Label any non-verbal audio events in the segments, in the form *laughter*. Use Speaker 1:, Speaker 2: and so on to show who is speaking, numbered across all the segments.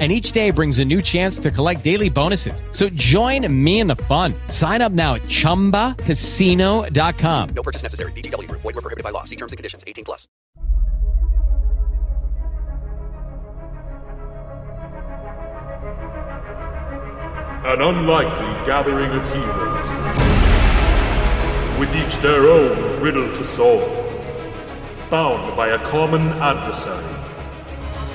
Speaker 1: and each day brings a new chance to collect daily bonuses. So join me in the fun. Sign up now at ChumbaCasino.com.
Speaker 2: No purchase necessary. VGW Group. Void were prohibited by law. See terms and conditions. 18 plus.
Speaker 3: An unlikely gathering of heroes, with each their own riddle to solve, bound by a common adversary.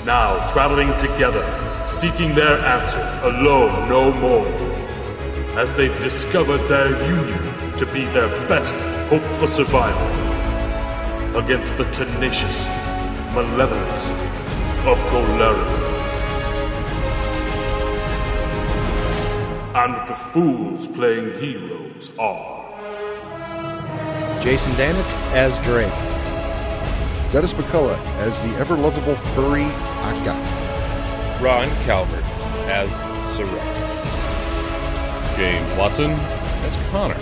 Speaker 3: Now traveling together, seeking their answers alone no more, as they've discovered their union to be their best hope for survival against the tenacious malevolence of Golerion. And the fools playing heroes are.
Speaker 4: Jason Danitz as Drake.
Speaker 5: Dennis McCullough as the ever lovable furry Akka.
Speaker 6: Ron Calvert as Sorrel. James Watson as Connor.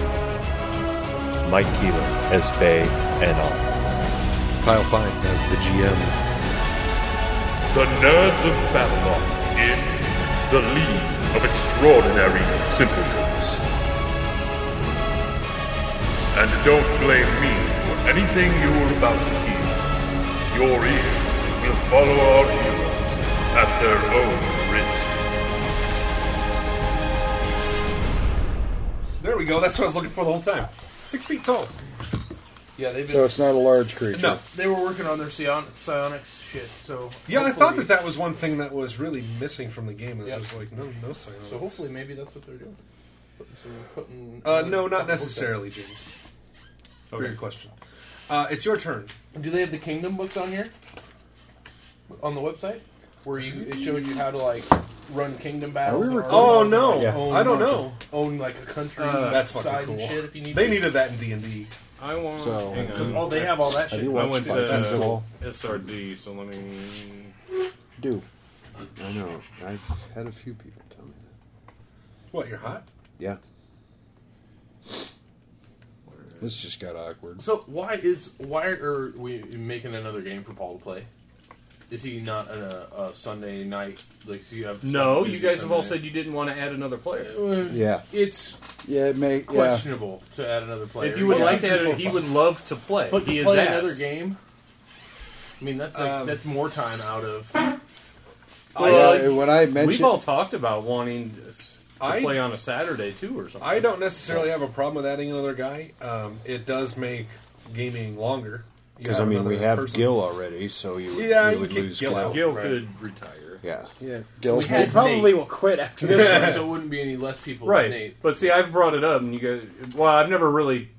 Speaker 7: Mike Keeler as Bay and all.
Speaker 8: Kyle Fine as the GM.
Speaker 3: The Nerds of Babylon in the League of Extraordinary Simpletons. And don't blame me for anything you're about to hear. Your ears will follow our heroes at their own risk.
Speaker 9: There we go. That's what I was looking for the whole time. Six feet tall.
Speaker 10: Yeah, they've been.
Speaker 5: So it's not a large creature.
Speaker 9: No.
Speaker 10: they were working on their psion- psionics shit, so.
Speaker 9: Yeah, I
Speaker 10: hopefully-
Speaker 9: thought that that was one thing that was really missing from the game. It
Speaker 10: Yeah.
Speaker 9: was like, no, no psionics.
Speaker 10: So hopefully, maybe that's what they're doing. Putting- So we're putting.
Speaker 9: uh, no, not necessarily, James. Weird question. Uh, it's your turn.
Speaker 10: Do they have the kingdom books on here? On the website, where you it shows you how to like run kingdom battles.
Speaker 5: we
Speaker 10: or-
Speaker 9: Oh no,
Speaker 10: Yeah. Own,
Speaker 9: I don't
Speaker 10: like,
Speaker 9: know. Uh,
Speaker 10: a- Own like a country.
Speaker 9: That's
Speaker 10: side
Speaker 9: fucking cool.
Speaker 10: And shit if you need
Speaker 9: they
Speaker 10: to.
Speaker 9: needed that in D and D.
Speaker 11: I want.
Speaker 5: So-
Speaker 11: hang
Speaker 10: Because
Speaker 11: on.
Speaker 10: all they have all that
Speaker 5: Have
Speaker 10: shit.
Speaker 5: you
Speaker 11: I
Speaker 5: watched
Speaker 11: went to
Speaker 5: Fight Festival?
Speaker 11: SRD, so let me.
Speaker 5: Do. I know. I've had a few people tell me that.
Speaker 9: What? You're hot.
Speaker 5: Yeah. This just got awkward.
Speaker 10: So why is why are we making another game for Paul to play? Is he not on a, a Sunday night? Like so you have
Speaker 11: No,
Speaker 10: busy
Speaker 11: you guys have all
Speaker 10: Sunday
Speaker 11: said you didn't want to add another player.
Speaker 10: night?
Speaker 5: Yeah.
Speaker 10: it's
Speaker 5: Yeah, it may. Yeah.
Speaker 10: questionable to add another player.
Speaker 11: If you would
Speaker 10: But
Speaker 11: like
Speaker 10: to-
Speaker 11: to, he would love to play.
Speaker 10: but to
Speaker 11: he
Speaker 10: play
Speaker 11: is
Speaker 10: another
Speaker 11: asked.
Speaker 10: game. I mean, that's like, that's more time out *laughs* of. I
Speaker 11: Well,
Speaker 5: Yeah, when I
Speaker 11: uh, We've all
Speaker 5: mentioned,
Speaker 11: talked about wanting to s- to
Speaker 9: I-
Speaker 11: play on a Saturday too, or something.
Speaker 9: I don't necessarily have a problem with adding another guy. Um, it does make gaming longer. You
Speaker 4: Because, I
Speaker 9: have
Speaker 4: mean,
Speaker 9: another
Speaker 4: we have
Speaker 9: person.
Speaker 4: Gil already, so you would,
Speaker 9: Yeah,
Speaker 4: you
Speaker 9: you
Speaker 4: would
Speaker 9: kick
Speaker 4: lose
Speaker 9: Gil out.
Speaker 11: Gil could retire.
Speaker 4: Yeah.
Speaker 5: yeah, Gil's
Speaker 10: had
Speaker 5: made-
Speaker 10: probably
Speaker 8: will quit after this.
Speaker 10: this one, so it wouldn't be any less people.
Speaker 11: Right.
Speaker 10: Than Nate.
Speaker 11: But see, I've brought it up, and you guys. Well, I've never really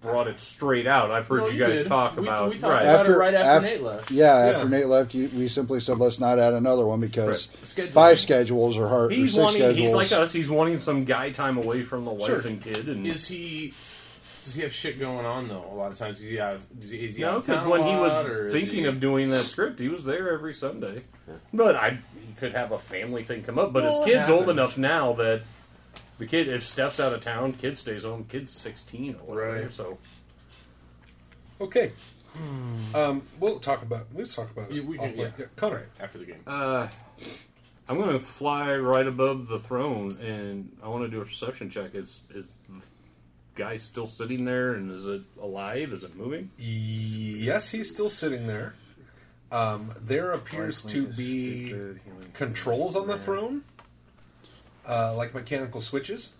Speaker 11: brought it straight out. I've heard
Speaker 10: No,
Speaker 11: you
Speaker 10: you
Speaker 11: guys
Speaker 10: did.
Speaker 11: talk
Speaker 10: We- we
Speaker 11: about.
Speaker 10: talked
Speaker 11: right.
Speaker 10: about it. right after Nate left.
Speaker 5: Yeah, after
Speaker 9: Yeah.
Speaker 5: Nate left, you, we simply said let's not add another one because
Speaker 10: Scheduling.
Speaker 5: five schedules are hard.
Speaker 11: He's
Speaker 5: or six
Speaker 11: wanting.
Speaker 5: schedules.
Speaker 11: He's like us. He's wanting some guy time away from the wife
Speaker 10: Sure.
Speaker 11: and kid. And
Speaker 10: Is he? Does he have shit going on though? A lot of times, does he have? Is he, is he
Speaker 11: no,
Speaker 10: out of town
Speaker 11: because
Speaker 10: a
Speaker 11: when he
Speaker 10: lot, or
Speaker 11: was
Speaker 10: is
Speaker 11: thinking
Speaker 10: he-
Speaker 11: of doing that script, he was there every Sunday. But I, he could have a family thing come up. But
Speaker 10: Well, it
Speaker 11: his kid's old
Speaker 10: happens.
Speaker 11: enough now that the kid, if Steph's out of town, kid stays home. Kid's sixteen or whatever.
Speaker 10: Right.
Speaker 11: So
Speaker 9: Okay. Um, we'll talk about. We'll talk about.
Speaker 10: Hmm. Yeah,
Speaker 9: it
Speaker 10: we can-
Speaker 9: offline.
Speaker 10: yeah.
Speaker 9: Connor.
Speaker 10: after the game.
Speaker 11: I'm going to fly right above the throne, and I want to do a perception check. Is is the guy still sitting there, and is it alive? Is it moving?
Speaker 9: Yes, he's still sitting there. Um, there appears to be controls on the throne, uh, like mechanical switches.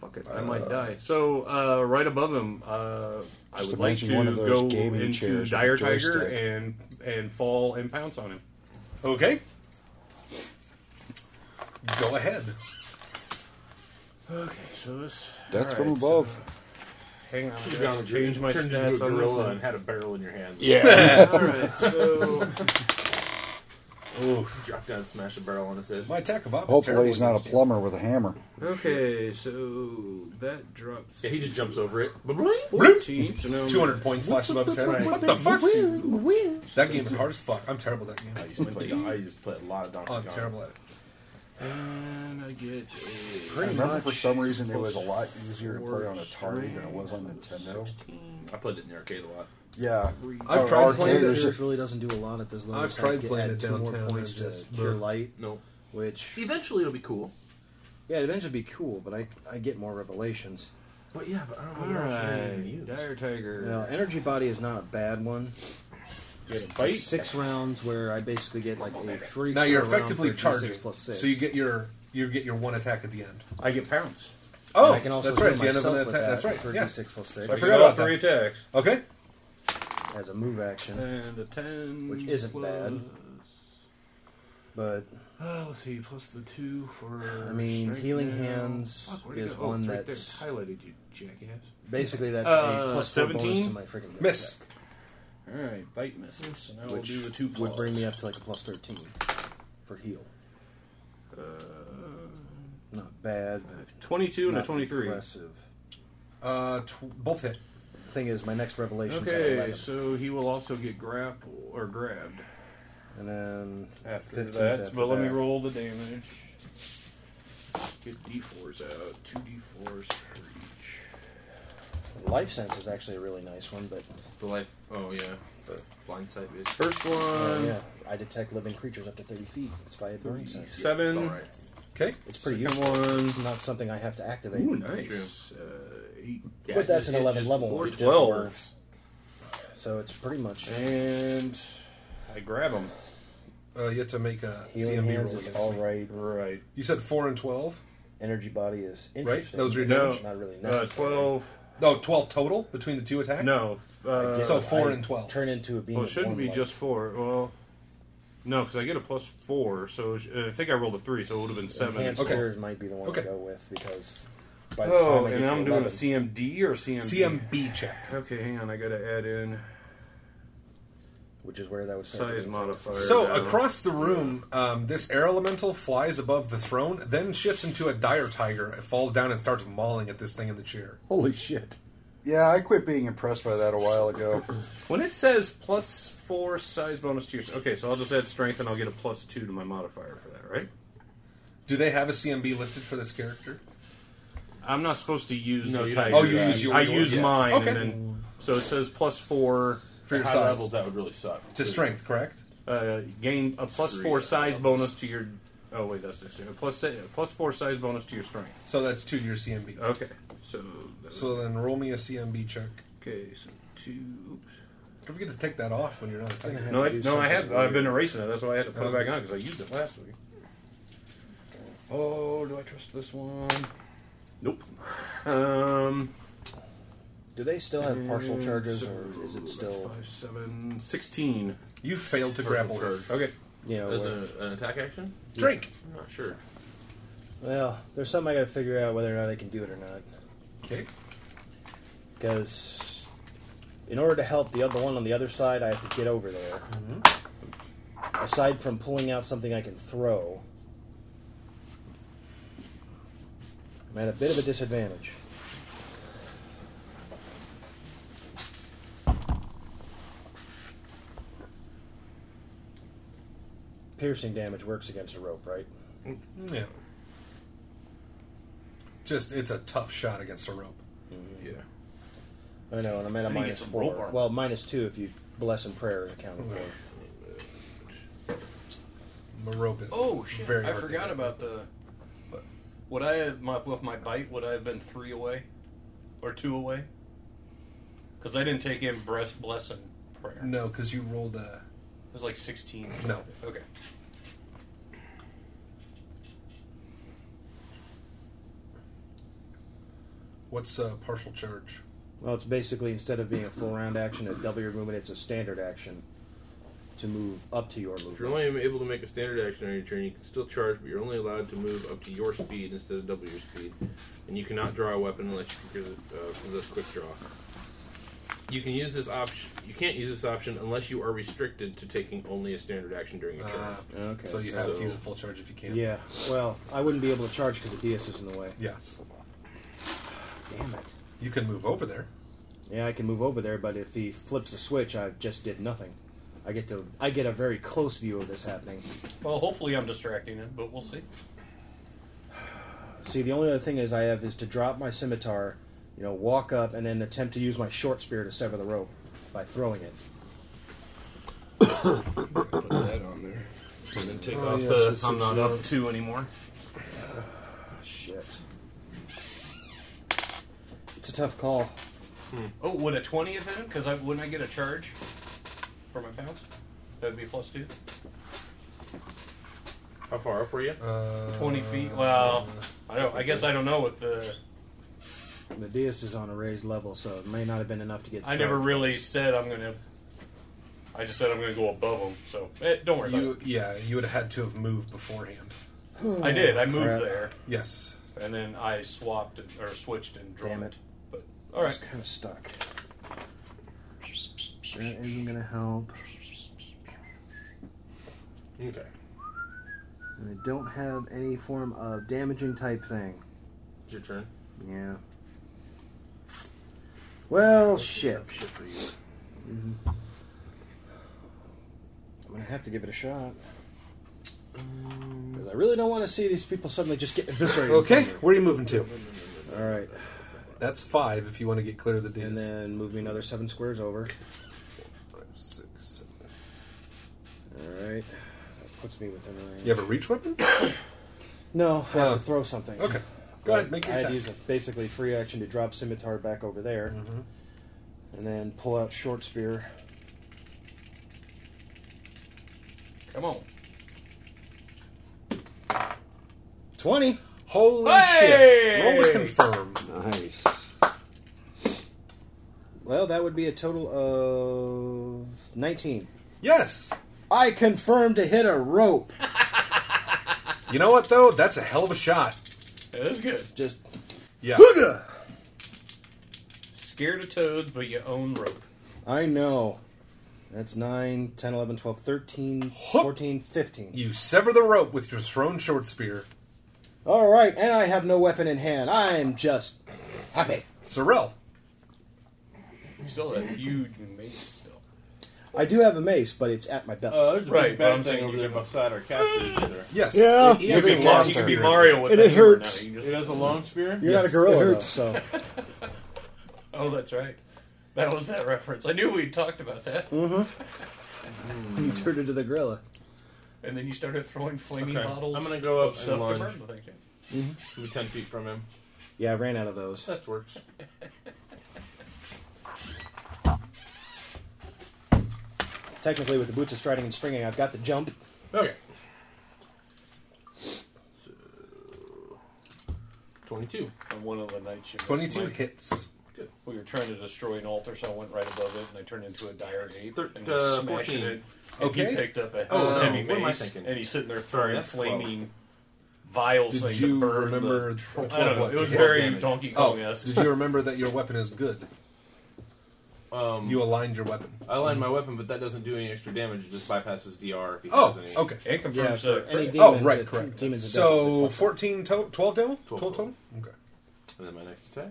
Speaker 11: Fuck it, I might die. So uh, right above him, uh, I
Speaker 5: Just
Speaker 11: would like
Speaker 5: imagine
Speaker 11: to
Speaker 5: one of those
Speaker 11: go
Speaker 5: gaming chairs
Speaker 11: into
Speaker 5: with
Speaker 11: Dire
Speaker 5: a
Speaker 11: Tiger
Speaker 5: joystick.
Speaker 11: and and fall and pounce on him.
Speaker 9: Okay. Go ahead.
Speaker 11: Okay, so this
Speaker 5: That's
Speaker 11: all
Speaker 5: from
Speaker 11: right,
Speaker 5: above.
Speaker 11: so- hang on,
Speaker 10: Should've
Speaker 11: I gotta
Speaker 10: gone with
Speaker 11: change
Speaker 10: Gorilla-
Speaker 11: my
Speaker 10: turned into a
Speaker 11: stats on this
Speaker 10: gorilla
Speaker 5: *laughs*
Speaker 11: one.
Speaker 10: and had a barrel in your hand.
Speaker 11: Yeah. All right. So
Speaker 10: Oof. Drop down and smash a barrel on his head.
Speaker 9: My attack of op
Speaker 5: Hopefully, he's not a plumber with a hammer.
Speaker 11: Okay, so that drops.
Speaker 10: Yeah, he just jumps over it.
Speaker 11: 14. so now I'm-
Speaker 9: 200 points flashed above his head.
Speaker 11: Right.
Speaker 9: What the fuck? That game is hard as fuck. I'm terrible at that game. I
Speaker 10: used to play- I used to play a lot of Donkey
Speaker 12: Oh,
Speaker 9: I'm
Speaker 10: Kong.
Speaker 9: Oh, terrible at it.
Speaker 11: And I get a.
Speaker 5: I remember for some reason it was a lot easier to play on Atari than it was on Nintendo.
Speaker 10: I played it in the arcade a lot.
Speaker 5: Yeah,
Speaker 9: I've
Speaker 13: Oh,
Speaker 5: Or
Speaker 9: tried playing
Speaker 5: arcade
Speaker 9: it.
Speaker 5: or
Speaker 12: Series really doesn't do a lot at this level.
Speaker 9: I've
Speaker 12: so I
Speaker 9: tried
Speaker 12: get-
Speaker 9: playing
Speaker 12: add
Speaker 9: it
Speaker 12: two more
Speaker 9: downtown,
Speaker 12: points
Speaker 9: it's
Speaker 12: to
Speaker 9: just- uh,
Speaker 12: Cure
Speaker 9: but-
Speaker 12: Light,
Speaker 10: No.
Speaker 12: which
Speaker 10: Eventually it'll be cool.
Speaker 12: yeah, it'd eventually be cool, but I I get more revelations.
Speaker 10: But yeah, but I don't know what else you can
Speaker 11: Alright,
Speaker 10: use.
Speaker 11: Dire Tiger.
Speaker 12: Now, Energy Body is not a bad one.
Speaker 10: You had a
Speaker 12: Like
Speaker 10: bite?
Speaker 12: six rounds where I basically get like a free.
Speaker 9: Now you're
Speaker 12: throw round
Speaker 9: effectively
Speaker 12: for D6
Speaker 9: charging,
Speaker 12: plus six.
Speaker 9: so you get your you get your one attack at the end.
Speaker 10: I get pounds.
Speaker 9: Oh,
Speaker 12: And I can also
Speaker 9: that's right.
Speaker 12: heal
Speaker 9: The end of an
Speaker 12: myself
Speaker 9: attack.
Speaker 12: with
Speaker 9: That's
Speaker 12: that
Speaker 9: right.
Speaker 12: for
Speaker 9: yeah.
Speaker 12: D6 plus six.
Speaker 9: I
Speaker 12: I
Speaker 9: forgot
Speaker 12: got
Speaker 9: about
Speaker 11: three
Speaker 9: that.
Speaker 11: attacks.
Speaker 9: Okay.
Speaker 12: as a move action,
Speaker 11: And a 10.
Speaker 12: which isn't
Speaker 11: plus-
Speaker 12: bad. But
Speaker 11: Oh, let's see, plus the 2 for.
Speaker 12: I mean,
Speaker 11: strike
Speaker 12: healing
Speaker 11: now.
Speaker 12: hands
Speaker 11: Fuck, where'd it
Speaker 12: is
Speaker 11: go? Oh,
Speaker 12: one
Speaker 11: it's right
Speaker 12: that's-
Speaker 11: there. It's highlighted, you jackass.
Speaker 12: basically that's
Speaker 11: Uh,
Speaker 12: a plus four bonus
Speaker 11: 17?
Speaker 12: to my freaking move
Speaker 9: Miss.
Speaker 11: Alright, bite misses, so now
Speaker 12: attack,
Speaker 11: we'll
Speaker 12: which
Speaker 11: do the 2
Speaker 12: would
Speaker 11: claws.
Speaker 12: bring me up to like a plus thirteen for heal.
Speaker 11: Uh,
Speaker 12: Not bad, but
Speaker 11: 22 and a
Speaker 12: not
Speaker 11: 23.
Speaker 12: Impressive.
Speaker 9: Uh, tw- both hit.
Speaker 12: Thing is, my next revelation.
Speaker 11: Okay, so he will also get grapple or grabbed
Speaker 12: and then
Speaker 11: after
Speaker 12: 15th
Speaker 11: that.
Speaker 12: after
Speaker 11: but let me
Speaker 12: that.
Speaker 11: roll the damage. Get d4s out. Two d4s for each.
Speaker 12: Life sense is actually a really nice one, but
Speaker 10: The life. Oh, yeah. The blind sight is.
Speaker 11: First one.
Speaker 12: uh, yeah, I detect living creatures up to thirty feet. It's via burn sense.
Speaker 11: Seven.
Speaker 10: It's alright.
Speaker 9: Okay.
Speaker 12: It's pretty
Speaker 11: Second
Speaker 12: useful.
Speaker 11: one.
Speaker 12: It's not something I have to activate.
Speaker 11: Ooh, nice. Uh, eight.
Speaker 10: Yeah,
Speaker 12: But
Speaker 10: it
Speaker 12: that's
Speaker 10: just-
Speaker 12: an
Speaker 10: it
Speaker 12: 11
Speaker 10: just-
Speaker 12: level
Speaker 10: it
Speaker 12: one.
Speaker 10: just
Speaker 11: 12.
Speaker 10: works.
Speaker 12: So it's pretty much
Speaker 11: And I grab him.
Speaker 9: Uh, you have to make a
Speaker 12: healing
Speaker 9: CMB
Speaker 12: hands
Speaker 9: roll
Speaker 12: is
Speaker 9: against
Speaker 12: all
Speaker 9: me.
Speaker 12: right.
Speaker 11: Right.
Speaker 9: You said four and twelve.
Speaker 12: Energy body is
Speaker 9: Right?
Speaker 12: interesting.
Speaker 9: Those are your
Speaker 12: but
Speaker 11: No.
Speaker 12: it's Not really
Speaker 11: Uh,
Speaker 12: necessary.
Speaker 11: 12.
Speaker 9: No, twelve total between the two attacks.
Speaker 11: No. Uh,
Speaker 9: So four
Speaker 12: I
Speaker 9: and twelve.
Speaker 12: Turn into a being.
Speaker 11: well, it
Speaker 12: of
Speaker 11: shouldn't
Speaker 12: one
Speaker 11: be
Speaker 12: life.
Speaker 11: just four. Well, no, because I get a plus four. So it sh- uh, I think I rolled a three, so it would have been seven.
Speaker 12: Enhanced
Speaker 9: Okay.
Speaker 12: Warriors might be the one
Speaker 9: Okay.
Speaker 12: to go with because. By the
Speaker 11: Oh,
Speaker 12: time I
Speaker 11: and
Speaker 12: get to
Speaker 11: I'm doing a
Speaker 12: 11
Speaker 11: CMD or CMB?
Speaker 9: CMB check.
Speaker 11: Okay, hang on. I got to add in
Speaker 12: which is where that would start.
Speaker 11: size
Speaker 12: getting affected.
Speaker 11: modifier.
Speaker 9: So
Speaker 11: down.
Speaker 9: across the room, um, this air elemental flies above the throne, then shifts into a dire tiger. It falls down and starts mauling at this thing in the chair.
Speaker 5: Holy shit! Yeah, I quit being impressed by that a while ago.
Speaker 11: When it says plus four size bonus to your. Okay, so I'll just add strength and I'll get a plus two to my modifier for that, right?
Speaker 9: Do they have a CMB listed for this character?
Speaker 11: I'm not supposed to use
Speaker 10: No,
Speaker 11: the
Speaker 10: you don't.
Speaker 11: tiger.
Speaker 9: Oh, you
Speaker 11: die.
Speaker 9: use your-
Speaker 11: I use
Speaker 9: yours.
Speaker 11: mine,
Speaker 9: Okay.
Speaker 11: and then so it says plus four
Speaker 9: For your
Speaker 10: High
Speaker 9: size.
Speaker 10: levels, that would really suck.
Speaker 9: To strength, correct?
Speaker 11: uh, gain a plus
Speaker 10: uh,
Speaker 11: four size bonus to your. Oh wait, that's next. year. A plus si- a plus four size bonus to your strength.
Speaker 9: So that's two to your CMB.
Speaker 11: Okay, so that was-
Speaker 9: So then roll me a CMB check.
Speaker 11: okay, so two.
Speaker 9: Don't forget to take that off when you're not attacking.
Speaker 11: No, I,
Speaker 12: do
Speaker 11: no, I had.
Speaker 12: something
Speaker 11: I've been erasing it. That's why I had to put
Speaker 9: Oh.
Speaker 11: it back on because I used it last week. Oh, do I trust this one? Nope. Um,
Speaker 12: Do they still have partial
Speaker 11: and
Speaker 12: charges,
Speaker 11: so
Speaker 12: or is
Speaker 11: Mm,
Speaker 12: it
Speaker 11: that's
Speaker 12: still
Speaker 11: five, seven, sixteen?
Speaker 9: You failed to grapple her.
Speaker 11: Okay.
Speaker 12: you know?
Speaker 10: As
Speaker 12: where-
Speaker 10: a, an attack action?
Speaker 9: Drink.
Speaker 10: I'm not sure.
Speaker 12: Well, there's something I got to figure out whether or not I can do it or not.
Speaker 9: Okay.
Speaker 12: Because in order to help the other one on the other side, I have to get over there. Aside from pulling out something I can throw, I'm at a bit of a disadvantage. Piercing damage works against a rope, right?
Speaker 9: Yeah. Just it's a tough shot against a rope.
Speaker 10: Yeah.
Speaker 12: I know, Oh, and I'm at a
Speaker 10: need to get
Speaker 12: minus
Speaker 10: some rope
Speaker 12: four.
Speaker 10: armor.
Speaker 12: Well, minus two if you bless and prayer is accounted for.
Speaker 9: The rope is.
Speaker 11: Oh shit!
Speaker 9: Very
Speaker 11: I
Speaker 9: hard to
Speaker 11: forgot
Speaker 9: hit.
Speaker 11: about the. Would I have my, with my bite? Would I have been three away, or two away? Because I didn't take in breast blessing prayer.
Speaker 14: Mm.
Speaker 9: No, because you rolled a.
Speaker 11: It was like sixteen.
Speaker 9: No.
Speaker 11: Okay.
Speaker 9: What's uh, partial charge?
Speaker 12: Well, it's basically instead of being a full round action, a double your movement, it's a standard action to move up to your
Speaker 10: If you're
Speaker 12: movement.
Speaker 10: only able to make a standard action on your turn, you can still charge, but you're only allowed to move up to your speed instead of double your speed. And you cannot draw a weapon unless you can possess, uh, possess quick draw. You can use this option. You can't use this option unless you are restricted to taking only a standard action during a turn.
Speaker 9: Ah, okay. So you have to use a full charge if you can.
Speaker 12: Yeah. Well, I wouldn't be able to charge because the DS is in the way.
Speaker 9: Yes.
Speaker 12: Damn it.
Speaker 9: You can move over there.
Speaker 12: Yeah, I can move over there, but if he flips a switch, I just did nothing. I get to I get a very close view of this happening.
Speaker 11: Well, hopefully I'm distracting him, but we'll see.
Speaker 12: See, the only other thing is I have is to drop my scimitar, you know, walk up and then attempt to use my short spear to sever the rope by throwing it.
Speaker 14: Put that on there. And then take
Speaker 11: Oh,
Speaker 14: off
Speaker 11: yes,
Speaker 14: the
Speaker 11: it's
Speaker 14: I'm not
Speaker 11: absurd.
Speaker 14: up to anymore.
Speaker 12: Ah, Shit. It's a tough call.
Speaker 11: Oh, would a 20 have hit him? Because I, wouldn't I get a charge for my pounds? That would be plus two.
Speaker 10: How far up were you?
Speaker 11: 20 feet. Well, I don't. I guess I don't know what the.
Speaker 12: The dais is on a raised level, so it may not have been enough to get.
Speaker 11: I never
Speaker 12: charged.
Speaker 11: really said I'm gonna. I just said I'm gonna go above him. So eh, don't worry
Speaker 9: You,
Speaker 11: about
Speaker 9: yeah, you would have had to have moved beforehand.
Speaker 11: it. I did. I moved there.
Speaker 9: Yes.
Speaker 11: And then I swapped and, or switched and dropped.
Speaker 12: Damn it.
Speaker 11: But all right.
Speaker 12: It's kind of stuck. That isn't gonna help.
Speaker 10: Okay.
Speaker 12: And I don't have any form of damaging type thing.
Speaker 10: It's your turn.
Speaker 12: Yeah. Well, shit. Mhm. I'm gonna have to give it a shot. Because I really don't want to see these people suddenly just get eviscerated.
Speaker 9: Okay, where are you moving to?
Speaker 12: All right.
Speaker 9: That's five if you want to get clear of the dais.
Speaker 12: And then move me another seven squares over.
Speaker 9: Six, seven.
Speaker 12: All right. That puts me within range.
Speaker 9: You have a reach
Speaker 12: *coughs*
Speaker 9: weapon?
Speaker 12: No, I have to throw something.
Speaker 9: Uh, Okay. Go
Speaker 12: But
Speaker 9: ahead, make your
Speaker 12: I had to
Speaker 9: attack.
Speaker 12: use a basically free action to drop scimitar back over there,
Speaker 9: Mm-hmm.
Speaker 12: and then pull out short spear.
Speaker 11: Come on.
Speaker 12: Twenty.
Speaker 9: Holy
Speaker 11: Hey!
Speaker 9: shit! Roll to confirm.
Speaker 12: Nice. Well, that would be a total of nineteen.
Speaker 9: Yes.
Speaker 12: I confirmed to hit a rope.
Speaker 9: You know what though? That's a hell of a shot.
Speaker 11: It is good.
Speaker 12: Just
Speaker 9: yeah.
Speaker 11: Scared of toads, but you own rope.
Speaker 12: I know. That's 9, 10, 11, 12, 13, 14, 15.
Speaker 9: You sever the rope with your thrown short spear.
Speaker 12: All right, and I have no weapon in hand. I'm just happy.
Speaker 9: Sorrel.
Speaker 11: Still a huge mace. Still.
Speaker 12: I do have a mace, but it's at my belt.
Speaker 10: Uh, there's a
Speaker 11: Right,
Speaker 10: big
Speaker 11: but I'm
Speaker 10: bad
Speaker 11: saying
Speaker 10: thing over there beside our caster. there.
Speaker 9: Yes.
Speaker 12: Yeah.
Speaker 10: He has
Speaker 12: You
Speaker 10: a
Speaker 12: could be-
Speaker 10: long
Speaker 12: you could be
Speaker 10: spear.
Speaker 12: Mario with And that it hammer now. hurts. You just-
Speaker 10: It has a long spear.
Speaker 12: You're not a gorilla, though, so.
Speaker 11: Oh, that's right. That was that reference. I knew we'd talked about that.
Speaker 12: Mm. Mm-hmm. You turned into the gorilla.
Speaker 11: And then you started throwing flaming
Speaker 10: Okay,
Speaker 11: bottles.
Speaker 10: I'm gonna go up
Speaker 11: of
Speaker 10: and
Speaker 11: stuff to burn
Speaker 10: lunge.
Speaker 11: the thing.
Speaker 10: Should be ten feet from him.
Speaker 12: Yeah, I ran out of those.
Speaker 10: That works.
Speaker 12: Technically, with the boots of striding and springing, I've got the jump.
Speaker 10: Okay. Twenty-two.
Speaker 11: On one of the night shifts.
Speaker 9: 22
Speaker 11: My-
Speaker 9: hits.
Speaker 11: Good. We were trying to destroy an altar, so I went right above it, and I turned into a dire ape.
Speaker 10: Thir-
Speaker 11: and
Speaker 10: uh,
Speaker 11: was smashing
Speaker 10: 14.
Speaker 11: It, and
Speaker 10: Okay.
Speaker 11: he picked up a
Speaker 10: Oh,
Speaker 11: heavy
Speaker 10: what
Speaker 11: mace,
Speaker 10: am I thinking?
Speaker 11: and he's sitting there
Speaker 10: Oh,
Speaker 11: throwing
Speaker 10: that's
Speaker 11: flaming vials.
Speaker 9: Did
Speaker 11: things
Speaker 9: you
Speaker 11: that burn
Speaker 9: remember?
Speaker 11: The,
Speaker 9: tw-
Speaker 11: I don't know.
Speaker 9: what
Speaker 11: It
Speaker 9: to
Speaker 11: was
Speaker 9: hit?
Speaker 11: very Donkey Kong.
Speaker 9: Oh,
Speaker 11: esque
Speaker 9: did you remember that your weapon is good?
Speaker 10: Um,
Speaker 9: You aligned your weapon.
Speaker 10: I aligned my weapon, but that doesn't do any extra damage. It just bypasses DR if he
Speaker 9: Oh,
Speaker 10: has any.
Speaker 9: okay.
Speaker 10: the
Speaker 9: oh, right, correct. so
Speaker 10: so
Speaker 9: 14 to- 12 total? 12 total? Okay.
Speaker 10: and then my next attack.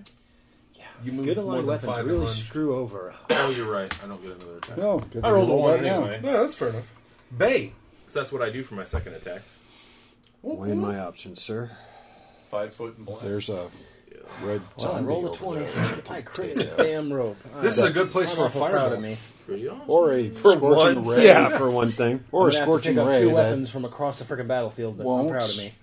Speaker 10: Yeah,
Speaker 9: You moved Good aligned more than weapons five in really lunge.
Speaker 12: screw over.
Speaker 10: Oh, you're right. I don't get another attack.
Speaker 9: No, good thing you rolled that down. No, that's fair enough. Bay.
Speaker 10: Because that's what I do for my second attacks.
Speaker 13: Weigh my options, sir.
Speaker 11: Five foot and black.
Speaker 13: There's a red.
Speaker 12: Well, I
Speaker 13: zombie
Speaker 12: rolled a
Speaker 13: over
Speaker 12: 20.
Speaker 13: there.
Speaker 12: I critted a damn rope.
Speaker 13: This is a good place
Speaker 12: I'm
Speaker 13: for a
Speaker 12: awful proud
Speaker 13: fireball.
Speaker 12: of me.
Speaker 13: Or a scorching ray. Yeah, for one thing. Or
Speaker 12: I'm
Speaker 13: a
Speaker 12: gonna have to
Speaker 13: scorching
Speaker 12: pick up
Speaker 13: ray
Speaker 12: Two
Speaker 13: that
Speaker 12: weapons from across the freaking battlefield, but I'm
Speaker 13: won't
Speaker 12: proud of me.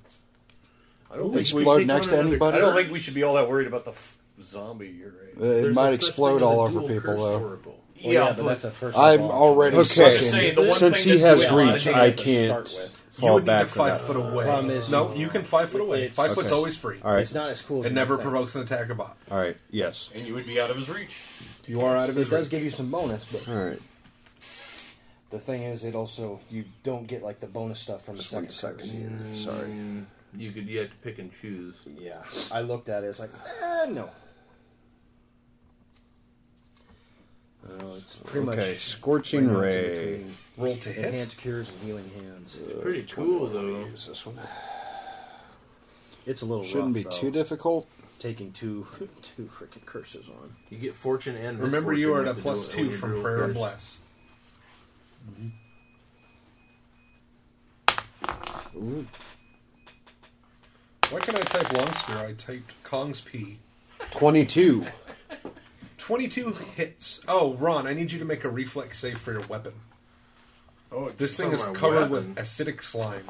Speaker 11: I don't
Speaker 13: Ooh,
Speaker 11: think we-
Speaker 13: explode
Speaker 11: we-
Speaker 13: next to anybody?
Speaker 11: I don't think we should be all that worried about the f- zombie. eh? You're right.
Speaker 13: Uh, it might explode all over people, though.
Speaker 11: Yeah, yeah, but but that's a first
Speaker 13: I'm
Speaker 11: of all.
Speaker 13: already
Speaker 11: Okay.
Speaker 13: stuck in.
Speaker 11: Saying the one
Speaker 13: Since
Speaker 11: thing
Speaker 13: he
Speaker 11: that's
Speaker 13: has
Speaker 11: doing a lot
Speaker 13: reach,
Speaker 11: of damage
Speaker 13: I
Speaker 11: to
Speaker 13: can't
Speaker 11: start with.
Speaker 13: fall
Speaker 9: you would
Speaker 13: back
Speaker 9: need to five
Speaker 13: for
Speaker 9: foot
Speaker 13: that.
Speaker 9: away.
Speaker 12: Problem is,
Speaker 9: no,
Speaker 12: you-
Speaker 9: you can five foot away.
Speaker 12: it's-
Speaker 9: Five foot's
Speaker 13: Okay.
Speaker 9: always free.
Speaker 13: All right. It's not
Speaker 12: as cool.
Speaker 9: It never provokes an attack of bot.
Speaker 13: All right. Yes.
Speaker 11: And you would be out of his reach.
Speaker 9: You are out of his
Speaker 12: It does
Speaker 9: reach.
Speaker 12: give you some bonus, but
Speaker 13: All right.
Speaker 12: the thing is, it also you don't get like the bonus stuff from the second. second.
Speaker 13: Sorry.
Speaker 10: You could you have to pick and choose.
Speaker 12: Yeah, I looked at it. It's like, eh, no. pretty much.
Speaker 13: Okay, Scorching
Speaker 12: right now it's
Speaker 13: Ray.
Speaker 12: between
Speaker 13: Roll to hit.
Speaker 12: Enhanced cures and healing hands.
Speaker 10: Pretty cool though.
Speaker 13: Use this one.
Speaker 12: It's a little
Speaker 13: Shouldn't be
Speaker 12: rough,
Speaker 13: too
Speaker 12: though,
Speaker 13: difficult.
Speaker 12: Taking two *laughs* two freaking curses on.
Speaker 10: You get fortune and
Speaker 9: Remember,
Speaker 10: misfortune
Speaker 9: you are at a
Speaker 10: have to do
Speaker 9: plus
Speaker 10: it when
Speaker 9: two
Speaker 10: you
Speaker 9: from
Speaker 10: drew it
Speaker 9: prayer and
Speaker 10: first.
Speaker 9: bless. Mm-hmm. Why can I type Longspear? I typed Kong's P.
Speaker 13: 22.
Speaker 9: 22 hits. Oh, Ron, I need you to make a reflex save for your weapon.
Speaker 10: Oh,
Speaker 9: This thing
Speaker 10: for
Speaker 9: is
Speaker 10: my
Speaker 9: covered
Speaker 10: weapon.
Speaker 9: with acidic slime.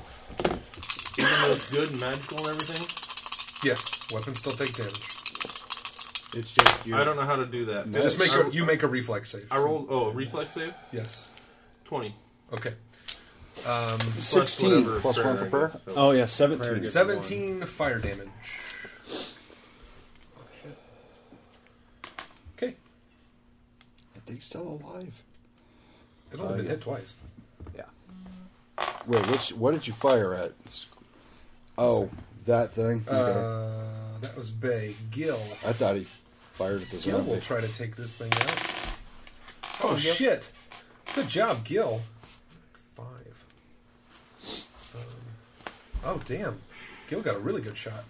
Speaker 10: Even though it's good and magical and everything,
Speaker 9: Yes, weapons still take damage.
Speaker 12: It's just
Speaker 10: I don't know how to do that.
Speaker 9: Just make
Speaker 10: Oh, I-
Speaker 9: a, you make a reflex save.
Speaker 10: I rolled. Oh, reflex save.
Speaker 9: Yes.
Speaker 10: Twenty.
Speaker 9: Okay. Um,
Speaker 13: 16
Speaker 10: whatever
Speaker 13: plus one for prayer?
Speaker 10: I guess.
Speaker 13: Oh, yeah, 17.
Speaker 10: Prayer gets one.
Speaker 9: 17 fire damage. Okay.
Speaker 13: Are they still alive?
Speaker 9: It only
Speaker 13: Uh,
Speaker 9: been
Speaker 13: yeah.
Speaker 9: hit twice.
Speaker 13: Wait, which, what did you fire at? Oh, that thing? Okay.
Speaker 9: Uh, that was Bay. Gil.
Speaker 13: I thought he fired at the
Speaker 9: Gil will
Speaker 13: zombie.
Speaker 9: try to take this thing out. Oh, shit. Good job, Gil. Five. Um, oh, damn. Gil got a really good shot.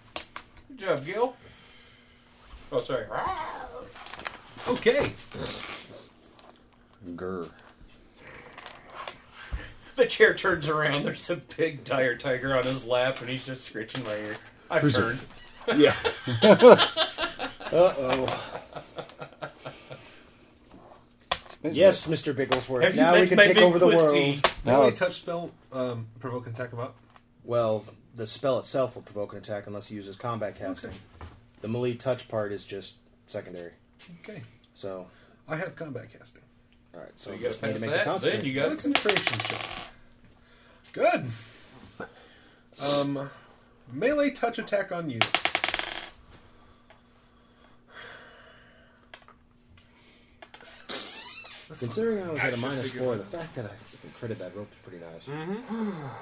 Speaker 15: Good job, Gil. Oh, sorry.
Speaker 9: Okay.
Speaker 13: Grr.
Speaker 15: The chair turns around. There's a big dire tiger on his lap, and he's just scratching my ear. I've
Speaker 13: Who's it?
Speaker 15: turned.
Speaker 13: Yeah. Uh-oh.
Speaker 12: Yes, Mr. Bigglesworth.
Speaker 9: Have you
Speaker 12: now we
Speaker 9: met
Speaker 12: can
Speaker 9: my
Speaker 12: take
Speaker 9: big
Speaker 12: over the
Speaker 9: pussy?
Speaker 12: world.
Speaker 9: Now Really I- touch spell um, provoke an attack of up?
Speaker 12: Well, the spell itself will provoke an attack unless he uses combat casting. The melee touch part is just secondary.
Speaker 9: Okay.
Speaker 12: So,
Speaker 9: I have combat casting.
Speaker 12: all right. So,
Speaker 15: So you
Speaker 12: just
Speaker 15: gotta pass
Speaker 12: need to make
Speaker 15: that,
Speaker 12: a concentration.
Speaker 15: then you gotta-
Speaker 9: Concentration check. Good. Um, melee touch attack on you.
Speaker 12: Considering I was
Speaker 9: I
Speaker 12: at a
Speaker 9: should
Speaker 12: minus
Speaker 9: figure
Speaker 12: four,
Speaker 9: it
Speaker 12: the
Speaker 9: out. Mm-hmm.
Speaker 12: fact that I critted that rope is pretty nice.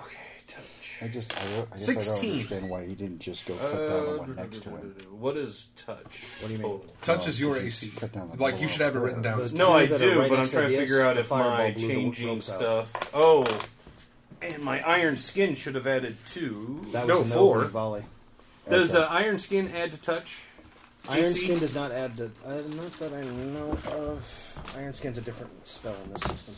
Speaker 15: okay, touch.
Speaker 13: I just, I, don't- I guess I don't
Speaker 9: 16.
Speaker 13: understand why he didn't just go cut down the one next to him.
Speaker 10: What is touch? What do you mean?
Speaker 9: Touch is your AC. Like you should have it written down.
Speaker 11: No, I do, but I'm trying to figure out if my changing stuff. Oh, and my iron skin should have added two.
Speaker 12: That
Speaker 11: no,
Speaker 12: was an
Speaker 11: four.
Speaker 12: elbow volley.
Speaker 11: Does
Speaker 12: Okay.
Speaker 11: uh, iron skin add to touch?
Speaker 12: Iron
Speaker 11: AC?
Speaker 12: Skin does not add to. Uh, not that I know of. Iron Skin's a different spell in this system.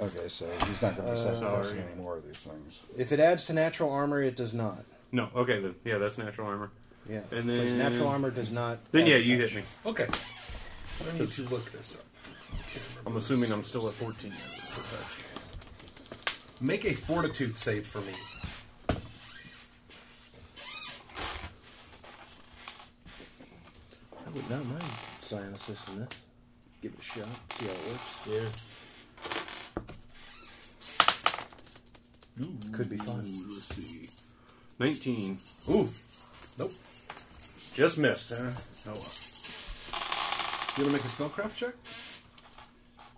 Speaker 13: Okay, so he's not going to be
Speaker 12: Uh,
Speaker 13: sacrificing
Speaker 12: sorry.
Speaker 13: any more of these things.
Speaker 12: If it adds to natural armor, it does not.
Speaker 11: No. Okay, then yeah, that's natural armor.
Speaker 12: Yeah.
Speaker 11: And
Speaker 12: because
Speaker 11: then
Speaker 12: natural armor does not.
Speaker 11: Then
Speaker 12: add
Speaker 11: yeah,
Speaker 12: to
Speaker 11: you
Speaker 12: touch.
Speaker 11: hit me.
Speaker 9: Okay. I need to look this up.
Speaker 11: I'm assuming I'm still at 14 for touch.
Speaker 9: Make a fortitude save for me.
Speaker 12: I would not mind sign assist in this. Give it a shot. See how it works. Yeah. Could be fun.
Speaker 11: Ooh, let's see. 19.
Speaker 9: Ooh. Nope.
Speaker 11: Just missed, huh? Oh, well.
Speaker 9: You want to make a spellcraft check?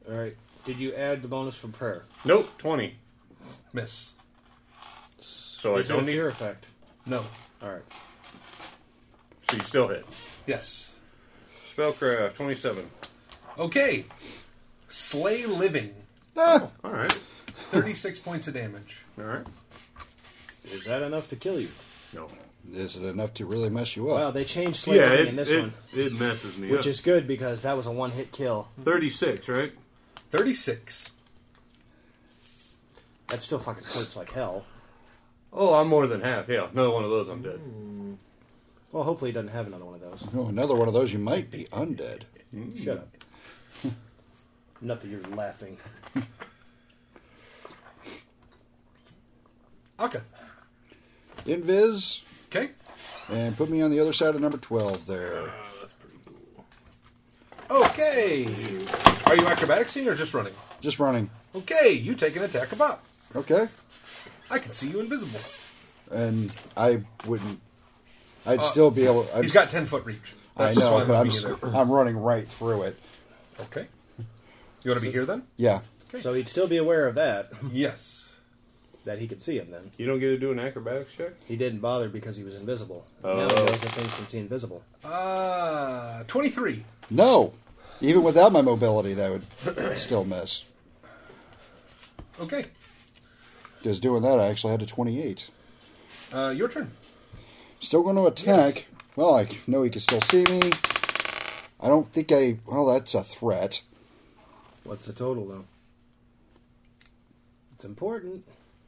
Speaker 12: All right. Did you add the bonus from prayer?
Speaker 11: Nope, 20.
Speaker 9: Miss.
Speaker 11: So Oh, I
Speaker 12: Is it a
Speaker 11: don't need.
Speaker 12: fear effect.
Speaker 9: No.
Speaker 12: All right.
Speaker 11: So you still hit.
Speaker 9: Yes.
Speaker 11: Spellcraft, 27.
Speaker 9: Okay. Slay living.
Speaker 11: All right.
Speaker 9: Thirty-six points of damage.
Speaker 11: All right.
Speaker 12: Is that enough to kill you?
Speaker 11: No.
Speaker 13: Is it enough to really mess you
Speaker 12: Wow,
Speaker 13: up?
Speaker 12: they changed slavery
Speaker 11: Yeah, it,
Speaker 12: in this
Speaker 11: it,
Speaker 12: one,
Speaker 11: it messes me
Speaker 12: which
Speaker 11: up.
Speaker 12: is good because that was a one-hit kill.
Speaker 11: 36, right?
Speaker 9: Thirty-six.
Speaker 12: That still fucking hurts like hell.
Speaker 11: Oh, I'm more than half. Yeah, another one of those, I'm dead.
Speaker 12: Well, hopefully he doesn't have another one of those.
Speaker 13: No, Oh, another one of those, you might be undead.
Speaker 12: Shut up. *laughs* Enough of your laughing.
Speaker 9: Okay.
Speaker 13: Invis,
Speaker 9: Okay.
Speaker 13: and put me on the other side of number 12 there.
Speaker 9: Okay. Are you acrobaticing or just running?
Speaker 13: Just running.
Speaker 9: Okay, you take an attack of up.
Speaker 13: Okay.
Speaker 9: I can see you invisible.
Speaker 13: And I wouldn't. I'd
Speaker 9: Uh,
Speaker 13: still be able. I'd,
Speaker 9: He's got ten foot reach.
Speaker 13: I
Speaker 9: just why
Speaker 13: know, but I'm,
Speaker 9: looking at
Speaker 13: s-
Speaker 9: it.
Speaker 13: I'm running right through it.
Speaker 9: Okay. You want to be here then?
Speaker 13: Yeah.
Speaker 12: So he'd still be aware of that, *laughs*
Speaker 9: Yes.
Speaker 12: that he could see him then.
Speaker 11: You don't get to do an acrobatics check?
Speaker 12: He didn't bother because he was invisible. Now
Speaker 11: Oh.
Speaker 12: he knows that things can see invisible.
Speaker 9: Uh, twenty-three.
Speaker 13: No. Even without my mobility, that would still miss.
Speaker 9: Okay,
Speaker 13: Just doing that, I actually had a 28.
Speaker 9: uh, your turn.
Speaker 13: Still going to attack. Well, I know he can still see me. I don't think I. Well, that's a threat.
Speaker 16: What's the total though?
Speaker 12: It's important.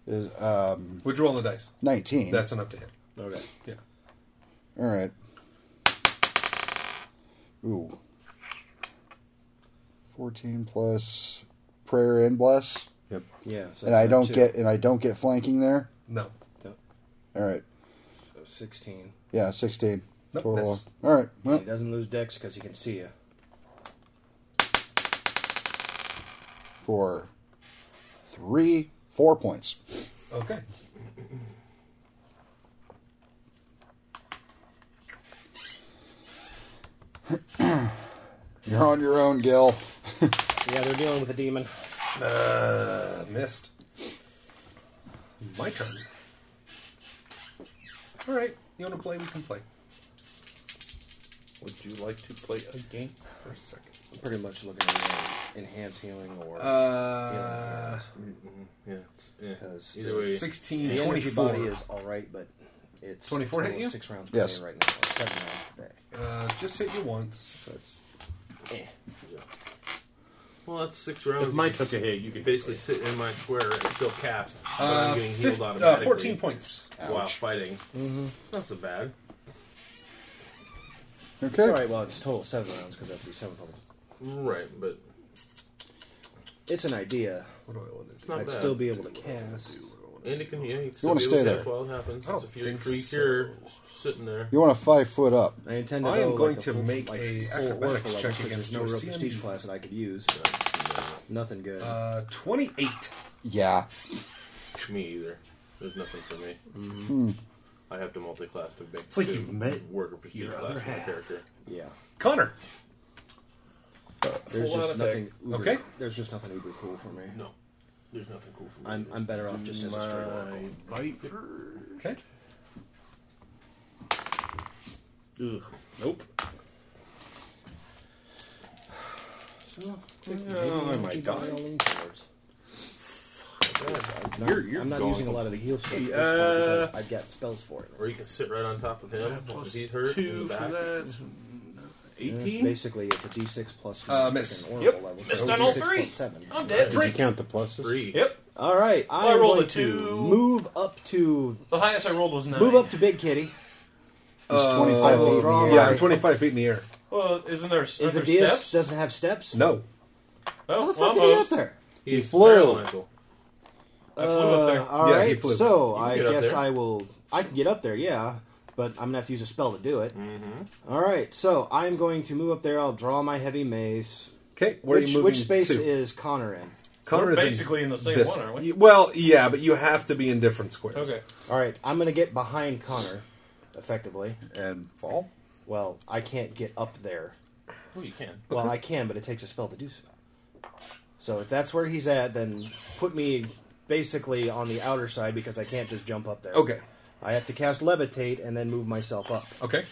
Speaker 13: Is um.
Speaker 9: Would you roll the dice?
Speaker 13: 19.
Speaker 9: That's enough to hit.
Speaker 12: Okay.
Speaker 9: Yeah.
Speaker 13: All right. Ooh. 14 plus prayer and bless.
Speaker 16: Yep. Yeah, so
Speaker 13: and I
Speaker 16: that's
Speaker 13: don't
Speaker 16: two.
Speaker 13: get and I don't get flanking there.
Speaker 9: No.
Speaker 13: All right.
Speaker 12: So 16.
Speaker 13: Yeah, 16
Speaker 12: Nope,
Speaker 13: total.
Speaker 12: miss.
Speaker 13: All right. Well,
Speaker 12: He doesn't lose dex because he can see you.
Speaker 13: for three, four points.
Speaker 9: Okay.
Speaker 13: You're on your own, Gil.
Speaker 12: Yeah, they're dealing with a demon.
Speaker 9: Uh, missed. My turn. All right. You want to play? We can play.
Speaker 10: Would you like to play a game?
Speaker 9: For a second.
Speaker 12: I'm pretty much looking at uh, enhance healing or.
Speaker 9: Uh,
Speaker 10: yeah. yeah.
Speaker 12: Because
Speaker 10: Either way.
Speaker 9: 16,
Speaker 12: the energy
Speaker 9: 24.
Speaker 12: body is all right, but it's
Speaker 9: 24 hit
Speaker 12: total
Speaker 9: you?
Speaker 12: Six rounds per
Speaker 13: Yes.
Speaker 12: day right now. Or seven rounds per day.
Speaker 9: Uh, just hit you once.
Speaker 10: Eh. Well, that's six rounds.
Speaker 11: If mine
Speaker 10: You can
Speaker 11: took a
Speaker 10: s-
Speaker 11: hit, you
Speaker 10: can
Speaker 11: could-
Speaker 10: basically sit in my square and still cast. But
Speaker 9: Uh,
Speaker 10: I'm getting healed
Speaker 9: fif- uh,
Speaker 10: automatically.
Speaker 9: 14 points.
Speaker 10: While
Speaker 9: Ouch.
Speaker 10: fighting.
Speaker 12: Mm-hmm.
Speaker 9: Mhm.
Speaker 10: It's not so bad.
Speaker 13: Okay.
Speaker 12: It's all right. Well, it's total seven rounds because that'd be seven total.
Speaker 10: Right, but
Speaker 12: It's an idea.
Speaker 9: What do I want to do?
Speaker 10: It's not
Speaker 12: I'd
Speaker 10: bad.
Speaker 12: still be able to cast.
Speaker 10: and it can yeah,
Speaker 13: You
Speaker 10: you,
Speaker 13: wanna
Speaker 10: to
Speaker 13: stay there.
Speaker 10: While it happens,
Speaker 9: I
Speaker 10: it's a
Speaker 9: don't
Speaker 10: few
Speaker 9: think
Speaker 10: free
Speaker 9: so.
Speaker 10: cure sitting there.
Speaker 13: You want a five foot up.
Speaker 12: I intend
Speaker 9: I
Speaker 12: go
Speaker 9: am
Speaker 12: like
Speaker 9: going
Speaker 12: the
Speaker 9: to
Speaker 12: full-
Speaker 9: make
Speaker 12: like
Speaker 9: a
Speaker 12: full oracle
Speaker 9: acrobatics
Speaker 12: level,
Speaker 9: check
Speaker 12: because
Speaker 9: against
Speaker 12: there's no
Speaker 9: your
Speaker 12: real prestige
Speaker 9: CMD.
Speaker 12: class that I could use. Nothing good.
Speaker 9: Uh, 28.
Speaker 13: Yeah.
Speaker 10: Me either. There's nothing for me.
Speaker 12: Mm-hmm.
Speaker 13: Hmm.
Speaker 10: I have to multi-class to make.
Speaker 9: It's like
Speaker 10: to
Speaker 9: you've met
Speaker 10: worker prestige
Speaker 9: your
Speaker 10: class
Speaker 9: other
Speaker 10: for my
Speaker 9: half.
Speaker 10: character.
Speaker 12: yeah.
Speaker 9: Connor.
Speaker 12: There's
Speaker 10: Full
Speaker 12: just
Speaker 10: automatic.
Speaker 12: nothing. Uber,
Speaker 9: Okay.
Speaker 12: There's just nothing uber cool for me.
Speaker 10: No. There's nothing cool for me.
Speaker 12: I'm, I'm better off just as a straight oracle.
Speaker 10: bite
Speaker 9: Okay.
Speaker 10: Ugh. Nope.
Speaker 12: No, am I dying? I'm not,
Speaker 10: You're- you're
Speaker 12: I'm not
Speaker 10: gone.
Speaker 12: using a lot of the heal stuff. at this point
Speaker 10: Uh,
Speaker 12: because I've got spells for it.
Speaker 10: Or you can sit right on top of him. if he's hurt. in the back.
Speaker 12: It's
Speaker 10: 18?
Speaker 12: basically, it's a d6 plus.
Speaker 10: Uh,
Speaker 12: an
Speaker 10: miss.
Speaker 12: oracle
Speaker 10: Yep.
Speaker 12: level,
Speaker 10: Missed
Speaker 12: so
Speaker 10: on all
Speaker 12: D6
Speaker 10: three.
Speaker 12: plus seven.
Speaker 10: I'm dead.
Speaker 5: Did you count the pluses?
Speaker 10: Three. Yep.
Speaker 12: All right,
Speaker 17: Well,
Speaker 12: I
Speaker 17: I rolled
Speaker 12: rolled
Speaker 17: a
Speaker 12: to
Speaker 17: two.
Speaker 12: move up to
Speaker 17: The highest I rolled was nine.
Speaker 12: move up to Big Kitty.
Speaker 9: Uh,
Speaker 12: I will draw
Speaker 9: Yeah,
Speaker 12: my-
Speaker 9: I'm 25 feet in the air.
Speaker 17: Well, isn't there s-
Speaker 12: Is
Speaker 17: aren't
Speaker 12: it
Speaker 17: there
Speaker 12: DS
Speaker 17: steps?
Speaker 12: doesn't have steps?
Speaker 9: No.
Speaker 17: Oh,
Speaker 12: How the
Speaker 17: well,
Speaker 12: fuck did he
Speaker 17: almost.
Speaker 12: get there?
Speaker 10: He
Speaker 12: flew.
Speaker 17: I flew up there.
Speaker 12: Uh, all
Speaker 17: Yeah, he
Speaker 12: right,
Speaker 17: flew.
Speaker 12: so
Speaker 17: You can
Speaker 12: I
Speaker 17: get up
Speaker 12: guess
Speaker 17: there.
Speaker 12: I will. I can get up there, yeah, but I'm gonna have to use a spell to do it. Mm-hmm. right, so I'm going to move up there. I'll draw my heavy mace.
Speaker 9: Okay, where are you
Speaker 12: which,
Speaker 9: moving
Speaker 12: Which space
Speaker 9: to?
Speaker 12: is Connor in?
Speaker 9: Connor
Speaker 17: We're
Speaker 9: is
Speaker 17: basically in the same one, aren't we?
Speaker 9: Y- Well, yeah, but you have to be in different squares.
Speaker 17: Okay.
Speaker 12: All right, I'm going to get behind Connor, effectively.
Speaker 13: And fall?
Speaker 12: Well, I can't get up there.
Speaker 17: Oh, you can.
Speaker 12: Well, I can, but it takes a spell to do so. So if that's where he's at, then put me basically on the outer side because I can't just jump up there.
Speaker 9: Okay.
Speaker 12: I have to cast levitate and then move myself up.
Speaker 9: Okay.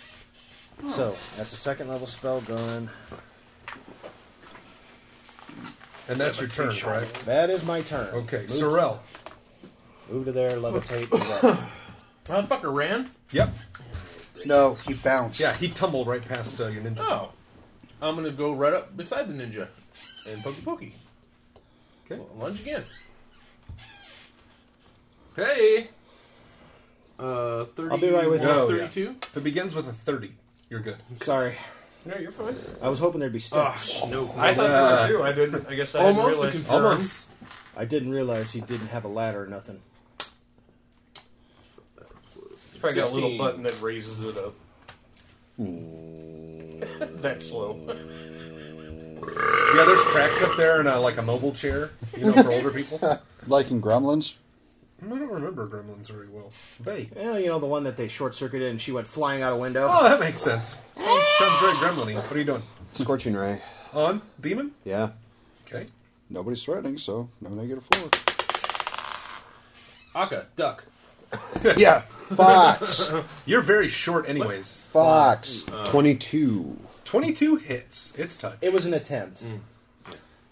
Speaker 17: Oh.
Speaker 12: So that's a second level spell done.
Speaker 9: And that's your turn, correct?
Speaker 12: That is my turn.
Speaker 9: Okay,
Speaker 12: Move-
Speaker 9: Sorrel.
Speaker 12: Move to there, levitate. move
Speaker 17: *laughs*
Speaker 12: up.
Speaker 10: Motherfucker ran.
Speaker 9: Yep.
Speaker 13: No, he bounced.
Speaker 9: Yeah, he tumbled right past uh, your ninja.
Speaker 10: Oh. I'm gonna go right up beside the ninja and pokey pokey.
Speaker 9: Okay.
Speaker 10: lunge again. Hey. Uh, 30,
Speaker 12: I'll be right with you.
Speaker 9: No, yeah.
Speaker 10: 32.
Speaker 9: If it begins with a 30, you're *laughs* good.
Speaker 12: Sorry,
Speaker 17: No, you're fine.
Speaker 12: I was hoping there'd be steps.
Speaker 10: no.
Speaker 17: I thought there were two.
Speaker 9: Uh,
Speaker 17: I didn't. I guess I
Speaker 10: Almost to
Speaker 17: didn't realize.
Speaker 10: confirm. Almost.
Speaker 9: Ah.
Speaker 12: I didn't realize he didn't have a ladder or nothing.
Speaker 17: It's probably got a little
Speaker 10: 16.
Speaker 17: button that raises it
Speaker 10: *laughs*
Speaker 17: up. That's slow.
Speaker 9: Yeah, there's tracks up there and uh, like a mobile chair, you know, for older people. *laughs* I
Speaker 13: Like in Gremlins?
Speaker 9: don't remember Gremlins very well. Bay.
Speaker 12: Well, you know the one that they short circuited and she went flying out a window.
Speaker 9: Oh, that makes sense. Sounds, sounds very gremlin What are you doing?
Speaker 5: Scorching ray.
Speaker 9: On? Demon?
Speaker 5: Yeah.
Speaker 9: Okay.
Speaker 13: Nobody's threatening, so no negative four.
Speaker 10: Aka, duck.
Speaker 5: yeah. Fox.
Speaker 3: *laughs*
Speaker 9: You're very short, anyways.
Speaker 5: Fox.
Speaker 10: Uh,
Speaker 5: 22.
Speaker 9: 22 hits. It's tough.
Speaker 12: It was an attempt.
Speaker 11: Mm.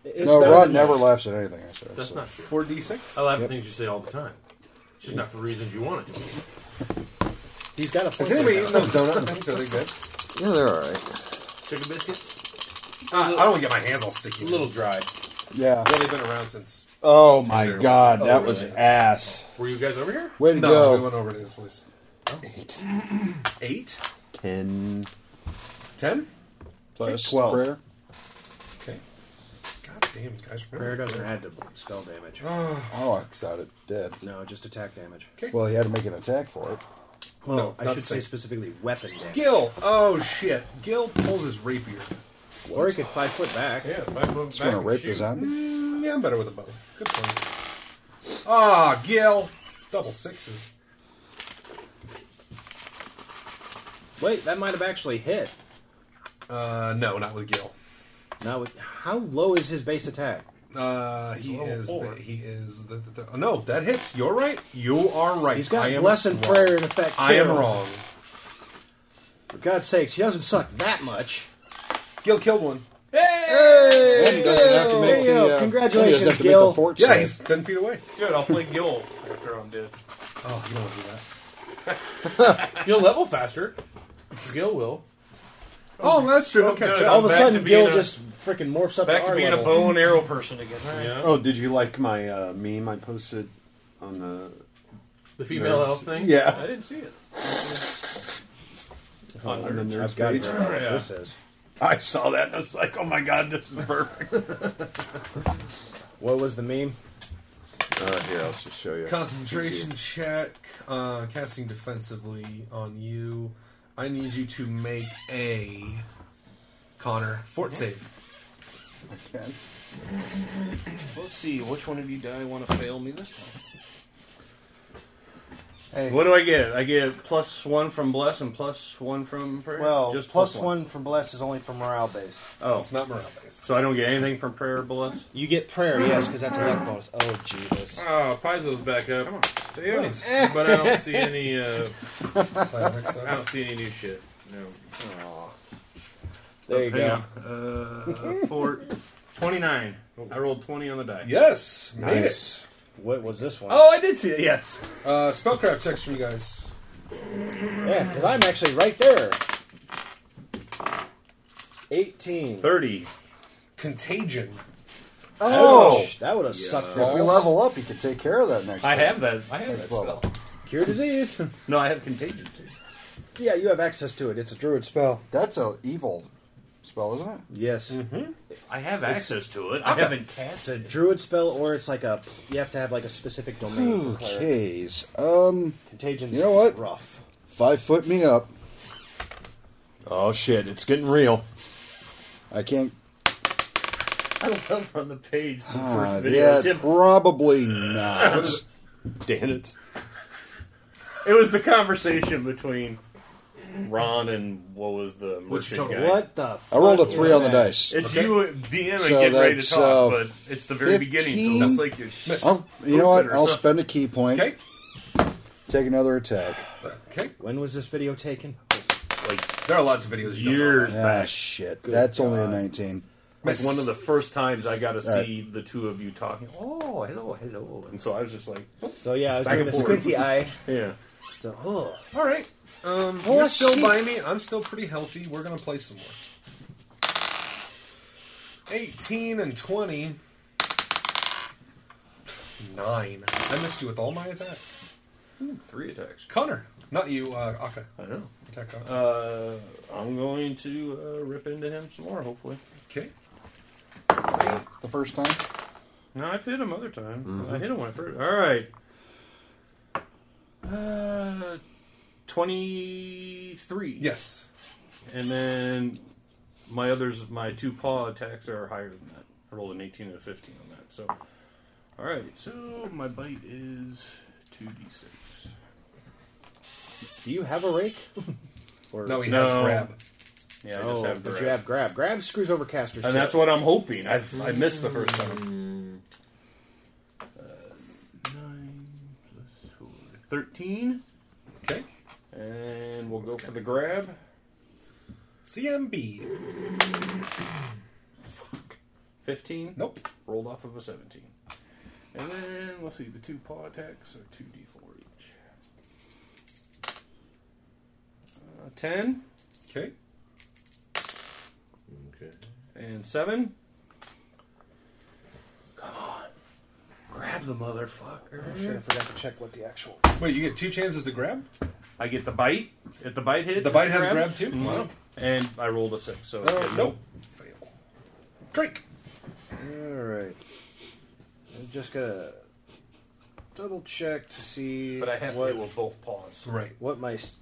Speaker 12: It's
Speaker 13: no,
Speaker 12: better
Speaker 13: Rod
Speaker 12: than
Speaker 13: never
Speaker 12: that.
Speaker 13: laughs at anything I say.
Speaker 10: That's
Speaker 13: so.
Speaker 10: not true.
Speaker 9: Four d six.
Speaker 10: I laugh
Speaker 13: Yep.
Speaker 10: at things you say all the time. It's just not for reasons you want it to be.
Speaker 12: He's got a.
Speaker 9: Has anybody eaten those donut *laughs* things? Are they good?
Speaker 3: Yeah, they're all right.
Speaker 10: Chicken biscuits.
Speaker 9: Uh, I don't get my hands all sticky. A
Speaker 10: little dry.
Speaker 13: Yeah.
Speaker 9: Well, they've been around since.
Speaker 18: Oh my
Speaker 9: Zero.
Speaker 18: god,
Speaker 9: Oh,
Speaker 18: that
Speaker 9: really?
Speaker 18: was ass.
Speaker 10: Were you guys over here?
Speaker 13: Way to
Speaker 9: no,
Speaker 13: go.
Speaker 9: we went over to his place. Eight. *clears throat* Eight?
Speaker 3: Ten.
Speaker 9: Ten?
Speaker 13: Plus
Speaker 9: Twelve.
Speaker 13: prayer.
Speaker 9: Okay. God damn, you guys remember.
Speaker 12: Prayer doesn't add to spell damage.
Speaker 9: Oh.
Speaker 13: Oh, I thought it did.
Speaker 12: No, just attack damage.
Speaker 13: Well, he had to make an attack for it.
Speaker 12: Well,
Speaker 9: No,
Speaker 12: I
Speaker 9: not
Speaker 12: should
Speaker 9: the
Speaker 12: say
Speaker 9: same.
Speaker 12: specifically weapon damage.
Speaker 9: Gil. Oh, shit. Gil pulls his rapier.
Speaker 12: Or he could five foot back.
Speaker 10: Yeah, five foot
Speaker 13: He's gonna rape the zombie.
Speaker 9: Mm, yeah, I'm better with a bow. Good point. Ah, Gil. Double sixes.
Speaker 12: Wait, that might have actually hit.
Speaker 9: Uh, no, not with Gil.
Speaker 12: Now, with- how low is his base attack?
Speaker 9: Uh, he
Speaker 12: He's level
Speaker 9: is.
Speaker 12: four.
Speaker 9: He is. The, the, the- oh, no, that hits. You're right. You are right.
Speaker 12: He's got
Speaker 9: I am
Speaker 12: bless and
Speaker 9: wrong.
Speaker 12: prayer in effect.
Speaker 9: I am
Speaker 12: too.
Speaker 9: wrong.
Speaker 12: For God's sakes, he doesn't suck that much.
Speaker 9: Gil killed one.
Speaker 12: Hey!
Speaker 13: And he doesn't have to
Speaker 12: Gil!
Speaker 13: make
Speaker 12: There you
Speaker 13: the,
Speaker 12: go.
Speaker 13: uh,
Speaker 12: Congratulations,
Speaker 13: he doesn't have to make
Speaker 12: Gil.
Speaker 13: the fort
Speaker 9: Yeah,
Speaker 13: save.
Speaker 9: he's ten feet away.
Speaker 11: Good, I'll play Gil after I'm dead.
Speaker 9: Oh, you don't want to do that.
Speaker 10: You'll level faster. Skill will.
Speaker 9: Oh, that's true. Okay,
Speaker 11: good.
Speaker 9: sure.
Speaker 12: All of a
Speaker 11: Back to
Speaker 12: sudden,
Speaker 11: being
Speaker 12: Gil
Speaker 11: a-
Speaker 12: just freaking morphs up
Speaker 11: Back
Speaker 12: to
Speaker 11: to
Speaker 12: our
Speaker 11: being a
Speaker 12: level.
Speaker 11: bow and arrow person again. All right.
Speaker 3: Oh, did you like my uh, meme I posted on the
Speaker 10: The female
Speaker 3: nerds?
Speaker 10: elf thing?
Speaker 3: Yeah.
Speaker 11: I didn't see it.
Speaker 3: On the nerds
Speaker 12: I've got
Speaker 3: page.
Speaker 12: to
Speaker 10: Oh,
Speaker 12: remember what
Speaker 3: Yeah.
Speaker 12: this is.
Speaker 3: I saw that and I was like, oh my god, this is perfect.
Speaker 12: What was the meme?
Speaker 3: uh, here, I'll just show you.
Speaker 9: Concentration check. Uh, casting defensively on you. I need you to make a Connor fort save.
Speaker 11: Let's see, which one of you die want to fail me this time?
Speaker 12: Hey,
Speaker 11: What do I get? I get plus one from bless and plus one from prayer.
Speaker 12: well,
Speaker 11: just
Speaker 12: plus one. one from bless is only for morale based.
Speaker 11: Oh,
Speaker 9: It's not morale *laughs* based.
Speaker 11: so I don't get anything from prayer or bless.
Speaker 12: You get prayer, yes, because that's a luck bonus. Oh Jesus!
Speaker 10: Oh, Paizo's back up. Come on. Stay
Speaker 9: on.
Speaker 10: up. but I don't see any. Uh,
Speaker 9: Sorry, next
Speaker 10: I
Speaker 9: time.
Speaker 10: don't see any new shit. No.
Speaker 12: There you
Speaker 11: Hang
Speaker 12: go.
Speaker 11: on. Uh, for twenty-nine, I rolled twenty on the die.
Speaker 9: Yes, made it.
Speaker 12: What was this one?
Speaker 11: Oh, I did see it. Yes.
Speaker 9: Uh, spellcraft checks from you guys.
Speaker 12: Yeah, because I'm actually right there. Eighteen.
Speaker 11: Thirty.
Speaker 9: Contagion.
Speaker 12: Oh, that would have sucked.
Speaker 13: If we
Speaker 12: balls.
Speaker 13: level up, he could take care of that next
Speaker 11: I
Speaker 13: time.
Speaker 11: have that. I have that
Speaker 13: Next
Speaker 11: spell.
Speaker 13: level.
Speaker 12: Cure *laughs* disease.
Speaker 11: No, I have contagion too.
Speaker 12: yeah, you have access to it. It's a druid spell. Mm-hmm.
Speaker 13: That's a evil spell, isn't it?
Speaker 12: Yes,
Speaker 11: I have access to it. I haven't cast
Speaker 12: it's a
Speaker 11: it.
Speaker 12: druid spell, or it's like a. You have to have like a specific domain. For cleric.
Speaker 13: Okays. Um,
Speaker 12: Contagion's
Speaker 13: You know what?
Speaker 12: rough.
Speaker 13: five foot me up.
Speaker 18: Oh shit, it's getting real.
Speaker 13: I can't.
Speaker 11: I love on the page the
Speaker 13: Uh,
Speaker 11: first video.
Speaker 13: yeah,
Speaker 11: It's him.
Speaker 13: probably not.
Speaker 18: Damn it.
Speaker 11: It was the conversation between Ron and what was the merchant
Speaker 9: total-
Speaker 11: guy.
Speaker 12: What the? Fuck
Speaker 13: I rolled a
Speaker 12: is
Speaker 13: three on the
Speaker 12: that?
Speaker 13: dice.
Speaker 11: It's you, DM, and
Speaker 13: So
Speaker 11: get ready to
Speaker 13: that's,
Speaker 11: talk,
Speaker 13: uh,
Speaker 11: but it's the very beginning,
Speaker 13: 15?
Speaker 11: so that's like your shit.
Speaker 9: Miss.
Speaker 13: I'll- you know what?
Speaker 11: Or
Speaker 13: I'll
Speaker 11: something.
Speaker 13: spend a key point.
Speaker 9: Okay.
Speaker 13: Take another attack.
Speaker 9: Okay.
Speaker 12: When was this video taken?
Speaker 11: Like
Speaker 9: There are lots of videos. You don't know
Speaker 11: years
Speaker 13: Ah,
Speaker 11: back.
Speaker 13: shit.
Speaker 11: Good
Speaker 13: That's only a
Speaker 11: God.
Speaker 13: 19.
Speaker 11: Like one of the first times I got to
Speaker 13: right.
Speaker 11: see the two of you talking. Oh, hello, hello. And so I was just like,
Speaker 12: So yeah, I was
Speaker 11: Back
Speaker 12: doing the
Speaker 11: and forth.
Speaker 12: squinty eye.
Speaker 11: *laughs* yeah.
Speaker 12: So, oh.
Speaker 9: All right. Um,
Speaker 12: Oh,
Speaker 9: you're still
Speaker 12: shit.
Speaker 9: by me. I'm still pretty healthy. We're gonna play some more. Eighteen and twenty. Nine. I missed you with all my attacks.
Speaker 11: Three attacks.
Speaker 9: Connor, not you. Uh, Aka.
Speaker 11: I know.
Speaker 9: Attack Aka.
Speaker 11: Uh, I'm going to uh, rip into him some more, hopefully.
Speaker 9: okay.
Speaker 13: The first time?
Speaker 11: No, I've hit him other time. I hit him when I first. All right. Uh, twenty-three.
Speaker 9: Yes.
Speaker 11: And then my others, my two paw attacks are higher than that. I rolled an eighteen and a fifteen on that. So, all right. So my bite is two d six.
Speaker 12: Do you have
Speaker 11: *laughs*
Speaker 12: a rake? or,
Speaker 9: No, he has
Speaker 11: No.
Speaker 9: grab.
Speaker 11: Yeah, I
Speaker 12: Oh,
Speaker 11: just have
Speaker 12: but
Speaker 11: grab.
Speaker 12: you have grab. Grab screws over casters.
Speaker 11: And that's what I'm hoping. I I missed the first time. Uh, nine plus four, thirteen.
Speaker 9: Okay.
Speaker 11: And we'll go for the grab.
Speaker 9: CMB.
Speaker 11: Fuck. 15?
Speaker 9: Nope.
Speaker 11: Rolled off of a 17. And then, let's see, the two paw attacks are 2d4 each. Uh, 10.
Speaker 9: Okay.
Speaker 11: Okay. And 7. Come on. Grab the motherfucker.
Speaker 16: Oh, shit, I forgot to check what the actual.
Speaker 9: Wait, you get two chances to grab?
Speaker 11: I get the bite. If the bite hits,
Speaker 9: The bite
Speaker 11: it's
Speaker 9: has grab too?
Speaker 11: Mhm.
Speaker 9: Wow.
Speaker 11: And I rolled a six, so
Speaker 9: Oh,
Speaker 11: yeah,
Speaker 9: nope. Fail. Drake.
Speaker 12: All right. I'm just gonna double check to see.
Speaker 11: But I have
Speaker 12: what,
Speaker 11: to with both paws.
Speaker 9: Right.
Speaker 12: What my s-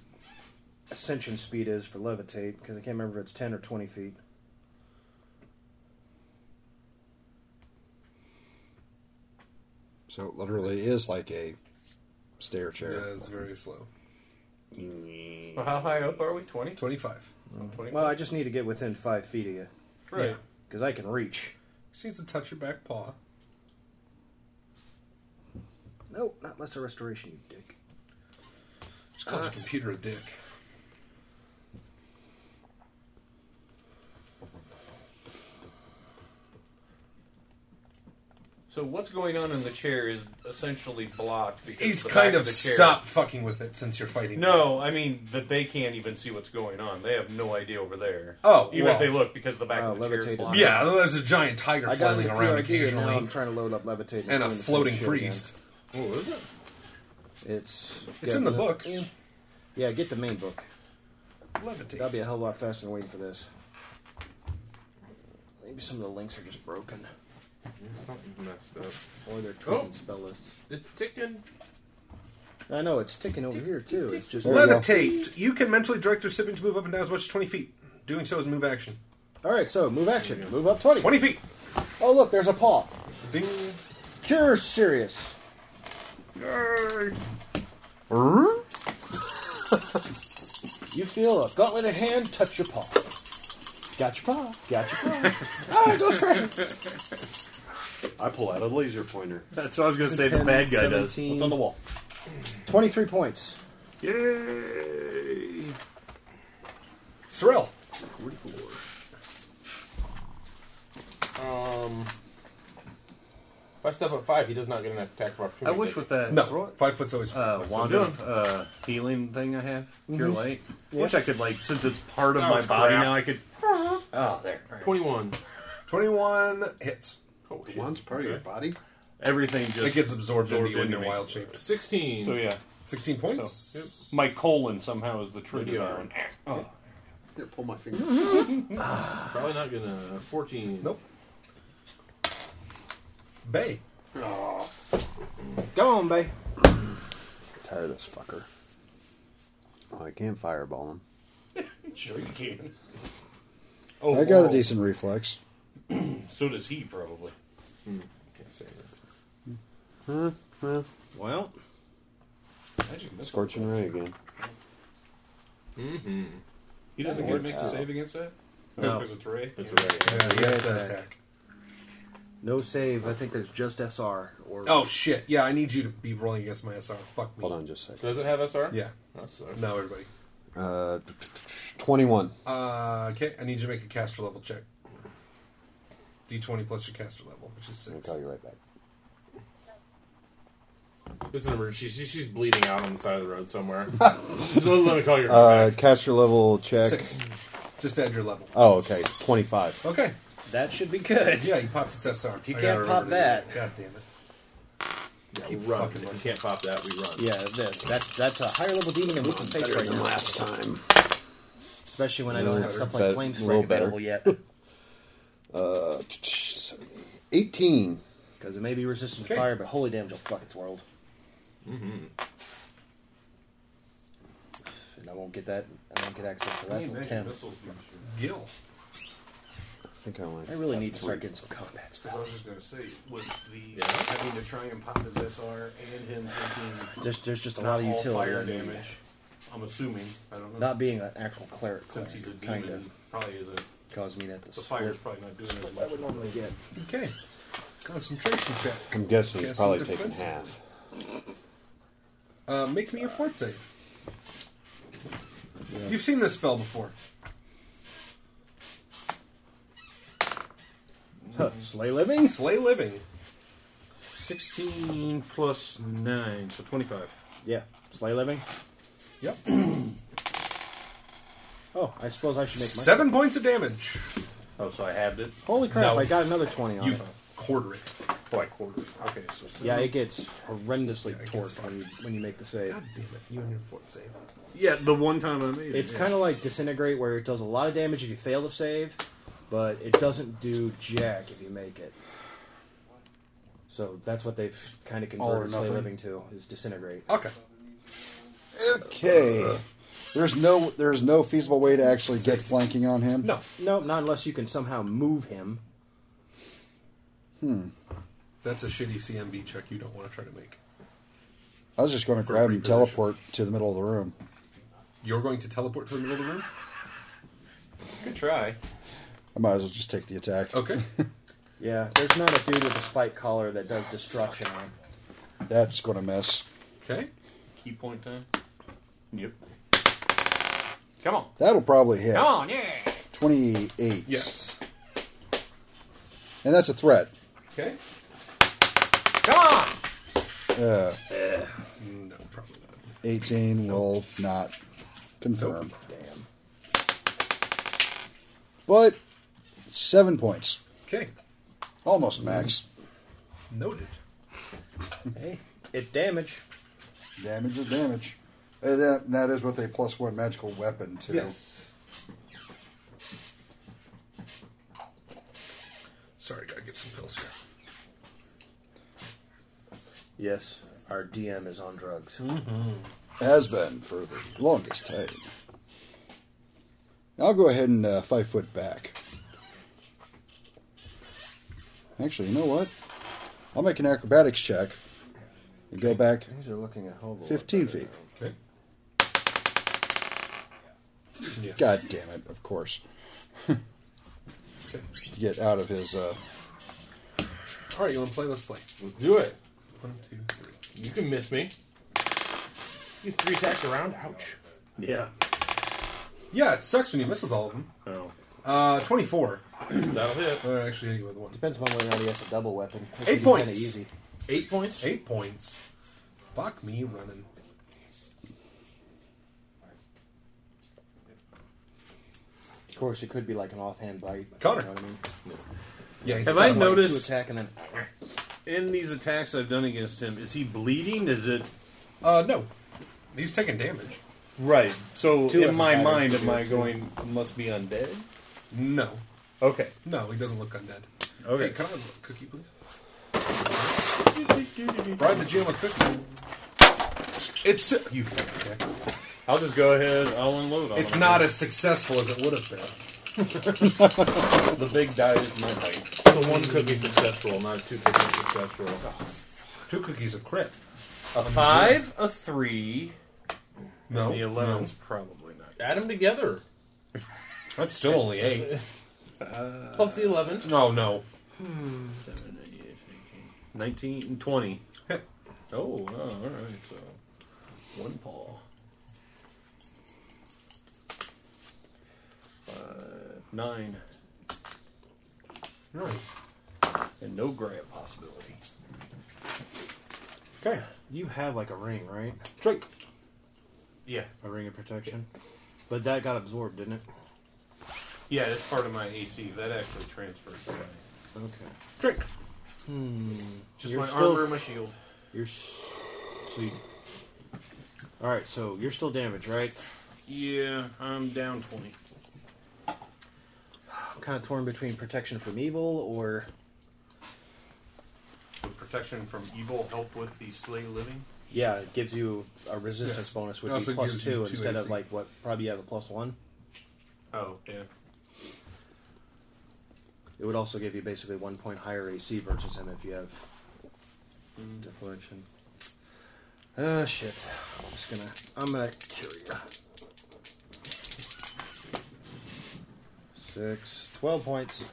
Speaker 12: ascension speed is for levitate because I can't remember if it's ten or twenty feet.
Speaker 5: So it literally is like a stair chair.
Speaker 9: Yeah, it's very slow.
Speaker 11: Well, how high up are we? 20?
Speaker 9: 25.
Speaker 12: Well, I just need to get within five feet of you.
Speaker 9: Right. Yeah.
Speaker 12: Because I can reach.
Speaker 9: She needs to touch your back paw.
Speaker 12: No, not lesser restoration, you dick.
Speaker 9: Just call the computer a dick.
Speaker 11: So what's going on in the chair is essentially blocked because
Speaker 9: He's
Speaker 11: the
Speaker 9: kind
Speaker 11: back
Speaker 9: of,
Speaker 11: the chair-
Speaker 9: stopped fucking with it since you're fighting.
Speaker 11: No, I mean that they can't even see what's going on. They have no idea over there.
Speaker 9: Oh,
Speaker 11: even
Speaker 9: well.
Speaker 11: if they look because the back of the chair is blocked.
Speaker 9: Yeah, there's a giant tiger
Speaker 12: I got
Speaker 9: flailing
Speaker 12: the
Speaker 9: around
Speaker 12: PRD, and
Speaker 9: occasionally.
Speaker 12: Now I'm trying to load up levitate
Speaker 9: And a
Speaker 12: put it in the
Speaker 9: floating
Speaker 12: shield again.
Speaker 9: priest.
Speaker 11: Oh, is it?
Speaker 12: It's
Speaker 9: It's in the book.
Speaker 12: Yeah, get the main book.
Speaker 9: Levitate.
Speaker 12: That'll be a hell of a lot faster than waiting for this. Maybe some of the links are just broken.
Speaker 10: Messed up.
Speaker 12: Or they're tweaking
Speaker 10: Oh.
Speaker 12: spell lists.
Speaker 10: It's ticking.
Speaker 12: I know it's ticking over here too. It's just
Speaker 9: Levitate. You can mentally direct your sibling to move up and down as much as 20 feet. Doing so is move action.
Speaker 12: All right, so move action. Move up twenty.
Speaker 9: 20 feet.
Speaker 12: Oh look, there's a paw.
Speaker 9: Ding.
Speaker 12: Cure serious. You feel a gauntlet of hand touch your paw. Got your paw. Got your paw.
Speaker 11: *laughs*
Speaker 12: oh, go scratch it.
Speaker 19: I pull out a laser pointer.
Speaker 11: That's what I was gonna say. The
Speaker 12: 10,
Speaker 11: bad guy does.
Speaker 12: 17.
Speaker 11: What's on the wall?
Speaker 12: Twenty-three points.
Speaker 11: Yay!
Speaker 9: Sorrel.
Speaker 10: Um, if I step up five, he does not get an attack of
Speaker 11: I
Speaker 10: opportunity.
Speaker 11: wish with that
Speaker 9: No. Five foot's always.
Speaker 11: uh,
Speaker 9: five foot.
Speaker 11: wand of uh, healing thing I have, pure
Speaker 9: Mhm.
Speaker 11: light.
Speaker 9: Yeah.
Speaker 11: Wish I could like since it's part of
Speaker 10: That
Speaker 11: my
Speaker 10: was
Speaker 11: body
Speaker 10: crap.
Speaker 11: now. I could. Oh, there.
Speaker 10: Twenty-one.
Speaker 9: 21 hits.
Speaker 10: Oh, shit.
Speaker 9: One's part of your
Speaker 10: body.
Speaker 11: Everything just
Speaker 9: It gets absorbed,
Speaker 11: absorbed
Speaker 9: into you in
Speaker 11: into
Speaker 9: your
Speaker 11: me.
Speaker 9: wild shape.
Speaker 10: Sixteen.
Speaker 11: So yeah,
Speaker 9: 16 points.
Speaker 11: So, My colon somehow is the trigger.
Speaker 10: Yeah.
Speaker 11: arrow. Oh.
Speaker 4: Here, pull my finger.
Speaker 10: Probably not gonna. Fourteen.
Speaker 9: Nope. Bay.
Speaker 12: Go on, Bay.
Speaker 5: Tired of this fucker. Oh, I can't fireball him.
Speaker 11: *laughs* Sure you can. Oh,
Speaker 5: I got
Speaker 11: wow.
Speaker 5: a decent reflex.
Speaker 11: So does he probably. Can't say
Speaker 5: Huh, huh.
Speaker 12: Well,
Speaker 11: that. Magic missile.
Speaker 5: Scorching ray again.
Speaker 10: Mm-hmm.
Speaker 11: He doesn't
Speaker 5: That
Speaker 11: get
Speaker 5: works
Speaker 11: to make the
Speaker 5: out.
Speaker 11: save against that.
Speaker 12: No.
Speaker 11: because it's Ray.
Speaker 10: It's
Speaker 9: Yeah,
Speaker 10: right.
Speaker 9: you have to
Speaker 12: attack.
Speaker 9: attack.
Speaker 12: No save. I think there's just SR or
Speaker 9: Oh, shit. Yeah, I need you to be rolling against my SR. Fuck me.
Speaker 5: Hold on just a second.
Speaker 10: Does it have SR?
Speaker 9: Yeah.
Speaker 10: That sucks.
Speaker 9: Now, everybody.
Speaker 5: Uh, 21.
Speaker 11: Oh.
Speaker 9: Uh, okay, I need you to make a caster level check. D20 plus your caster level, which is
Speaker 5: I'll
Speaker 9: six.
Speaker 5: call you right back.
Speaker 10: It's an emergency. She's, she's bleeding out on the side of the road
Speaker 11: *laughs*
Speaker 10: somewhere. Just let, let me call your.
Speaker 5: Uh, caster level check.
Speaker 9: Six. Just add your level.
Speaker 5: Oh, okay. 25.
Speaker 9: Okay.
Speaker 12: That should be good.
Speaker 9: Yeah, he pops his SR. If
Speaker 12: you can't pop that-
Speaker 9: God damn it.
Speaker 10: Yeah,
Speaker 9: keep
Speaker 10: we run.
Speaker 9: fucking
Speaker 10: If
Speaker 9: running.
Speaker 10: you can't pop that, we run.
Speaker 12: Yeah, that, that, that's a higher level demon than we can face right now.
Speaker 5: last time.
Speaker 12: Especially when I
Speaker 5: No,
Speaker 12: don't have stuff like
Speaker 5: bet-
Speaker 12: flame
Speaker 5: a little
Speaker 12: strike available yet.
Speaker 5: *laughs*
Speaker 12: Because
Speaker 5: Uh, 18.
Speaker 12: it may be resistant
Speaker 9: Okay.
Speaker 12: to fire, but holy damn, it'll fuck its world. Mm-hmm. And I won't get that. I won't get access to that
Speaker 11: Hey,
Speaker 12: till
Speaker 11: magic
Speaker 12: ten.
Speaker 11: missiles do shit.
Speaker 9: Gil.
Speaker 5: I think I only
Speaker 12: I really
Speaker 5: got
Speaker 12: need to
Speaker 5: three.
Speaker 12: start getting some combat
Speaker 17: Because I was
Speaker 12: spells.
Speaker 17: just going to say, was the having to try and pop his SR and him taking
Speaker 12: There's, there's just a lot of
Speaker 17: all
Speaker 12: utility.
Speaker 17: fire
Speaker 12: in doing
Speaker 17: damage. I'm assuming. I don't know.
Speaker 12: that. Not being an actual cleric,
Speaker 17: since he's a demon,
Speaker 12: kind of
Speaker 17: probably isn't.
Speaker 12: caused me that to
Speaker 17: The
Speaker 12: split.
Speaker 17: fire's probably not doing as
Speaker 12: I
Speaker 17: much.
Speaker 12: would normally get.
Speaker 9: Okay. Concentration check.
Speaker 5: I'm guessing
Speaker 9: Guessing
Speaker 5: it's probably taking
Speaker 9: defensive.
Speaker 5: half.
Speaker 9: Uh, make me a fort save. You've seen this spell before.
Speaker 12: Huh, *laughs* Slay living?
Speaker 9: Slay living.
Speaker 11: 16 plus 9, so 25.
Speaker 12: Yeah, slay living.
Speaker 9: Yep.
Speaker 12: *clears throat* oh, I suppose I should make my
Speaker 9: Seven points of damage.
Speaker 11: Oh, so I halved it?
Speaker 12: Holy crap,
Speaker 9: No.
Speaker 12: I got another 20 on
Speaker 9: You
Speaker 12: it.
Speaker 9: quarter it.
Speaker 11: Oh, I quartered it. Okay, so. seven.
Speaker 12: Yeah, it gets horrendously torqued when you, when you make the save.
Speaker 9: Damn it, you and your fort save.
Speaker 11: Yeah, the one time I made it.
Speaker 12: It's
Speaker 11: yeah.
Speaker 12: kind of like Disintegrate, where it does a lot of damage if you fail to save, but it doesn't do jack if you make it. So that's what they've kind of
Speaker 13: All or
Speaker 12: converted Slay
Speaker 13: nothing.
Speaker 12: Living to, is Disintegrate.
Speaker 9: Okay.
Speaker 13: Okay. There's no there's no feasible way to actually get flanking on him.
Speaker 9: No.
Speaker 12: No, not unless you can somehow move him.
Speaker 13: Hmm.
Speaker 9: That's a shitty CMB check you don't want to try to make.
Speaker 13: I was just going to
Speaker 9: For
Speaker 13: grab him and
Speaker 9: reposition.
Speaker 13: teleport to the middle of the room.
Speaker 9: You're going to teleport to the middle of the room?
Speaker 11: Good try.
Speaker 13: I might as well just take the attack.
Speaker 11: *laughs*
Speaker 9: Okay.
Speaker 12: Yeah, there's not a dude with a spike collar that does destruction on.
Speaker 13: That's going to miss.
Speaker 9: Okay.
Speaker 11: Key point time. Yep. Come on.
Speaker 13: That'll probably hit.
Speaker 11: Come on, yeah.
Speaker 13: 28. Yes. And that's a threat.
Speaker 9: Okay.
Speaker 11: Come on.
Speaker 13: Uh,
Speaker 9: No, probably not.
Speaker 13: 18 will not confirm.
Speaker 9: Oh, Damn.
Speaker 13: But seven points.
Speaker 9: Okay.
Speaker 13: Almost max.
Speaker 9: Noted.
Speaker 12: Hey, it damage.
Speaker 13: Damage is damage. And that, that is with a plus one magical weapon, too.
Speaker 9: Yes. Sorry, gotta get some pills here.
Speaker 12: Yes, our DM is on drugs.
Speaker 9: Hmm?
Speaker 13: Has been for the longest time. I'll go ahead and uh, five foot back. Actually, you know what? I'll make an acrobatics check and go back
Speaker 20: These are looking a hell of a lot
Speaker 13: 15
Speaker 20: better
Speaker 13: feet.
Speaker 9: Okay. Yeah.
Speaker 13: God damn it, of course. *laughs* to get out of his. Uh,
Speaker 9: All right, you want to play? Let's play.
Speaker 10: Let's do it.
Speaker 9: One, two, three.
Speaker 10: You can miss me. Use three attacks around. Ouch.
Speaker 11: Yeah.
Speaker 9: Yeah, it sucks when you miss with all of them.
Speaker 11: Oh.
Speaker 9: Uh, 24.
Speaker 10: That'll hit.
Speaker 9: Or actually, hit you with one.
Speaker 12: Depends on whether or not he has a double weapon. Which
Speaker 9: Eight
Speaker 12: would be
Speaker 9: points.
Speaker 12: kinda easy.
Speaker 10: Eight points.
Speaker 9: Eight points. Fuck me running.
Speaker 12: Of course, it could be like an offhand bite.
Speaker 9: Connor.
Speaker 12: You know what I mean?
Speaker 9: Yeah, he's
Speaker 11: Have I
Speaker 9: got, like,
Speaker 11: noticed
Speaker 12: Two attack and then.
Speaker 11: in these attacks I've done against him, is he bleeding? Is it
Speaker 9: Uh, no. He's taking damage.
Speaker 11: right? So
Speaker 12: Two
Speaker 11: in my
Speaker 12: attacks.
Speaker 11: mind, am I going must be undead?
Speaker 9: No.
Speaker 11: Okay.
Speaker 9: No, he doesn't look undead.
Speaker 11: Okay.
Speaker 9: Hey, can I have a cookie, please? Bribe the GM with cookie. It's you. fucking dick.
Speaker 11: I'll just go ahead. I'll unload. on
Speaker 9: It's
Speaker 11: him.
Speaker 9: not as successful as it would have been.
Speaker 10: The big die is my bite. So one could be successful, not two could be successful.
Speaker 9: Two cookies a crit.
Speaker 11: a five, a three,
Speaker 9: No,
Speaker 11: the
Speaker 9: no.
Speaker 11: eleven's probably not.
Speaker 10: Add them together.
Speaker 9: That's still only
Speaker 10: *laughs*
Speaker 9: eight.
Speaker 10: Plus the 11.
Speaker 9: No, no.
Speaker 11: Seven, eight, eight, eighteen. Nineteen and twenty. oh, oh, all right. So one paw. Five, nine,
Speaker 9: Right.
Speaker 11: and no grab possibility.
Speaker 9: Okay.
Speaker 12: You have like a ring, right?
Speaker 9: Drake.
Speaker 11: Yeah,
Speaker 12: A ring of protection. But that got absorbed, didn't it?
Speaker 11: yeah, that's part of my AC. That actually transfers. To my,
Speaker 12: Okay.
Speaker 9: Drake.
Speaker 11: just
Speaker 12: You're
Speaker 11: my
Speaker 12: still-
Speaker 11: armor and my shield.
Speaker 12: You're. s- So you... All right, so you're still damaged, right?
Speaker 11: Yeah, I'm down twenty.
Speaker 12: I'm kind of torn between protection from evil or
Speaker 11: Would protection from evil help with the slay living?
Speaker 12: yeah, it gives you a resistance
Speaker 9: Yes.
Speaker 12: bonus would
Speaker 9: Also
Speaker 12: be plus
Speaker 9: gives
Speaker 12: two
Speaker 9: you two
Speaker 12: instead of
Speaker 9: AC.
Speaker 12: like what probably you have a plus one.
Speaker 11: Oh yeah.
Speaker 12: It would also give you basically one point higher AC versus him if you have
Speaker 11: Mm.
Speaker 12: deflection. Oh shit! I'm just gonna I'm gonna kill you. Six, twelve points,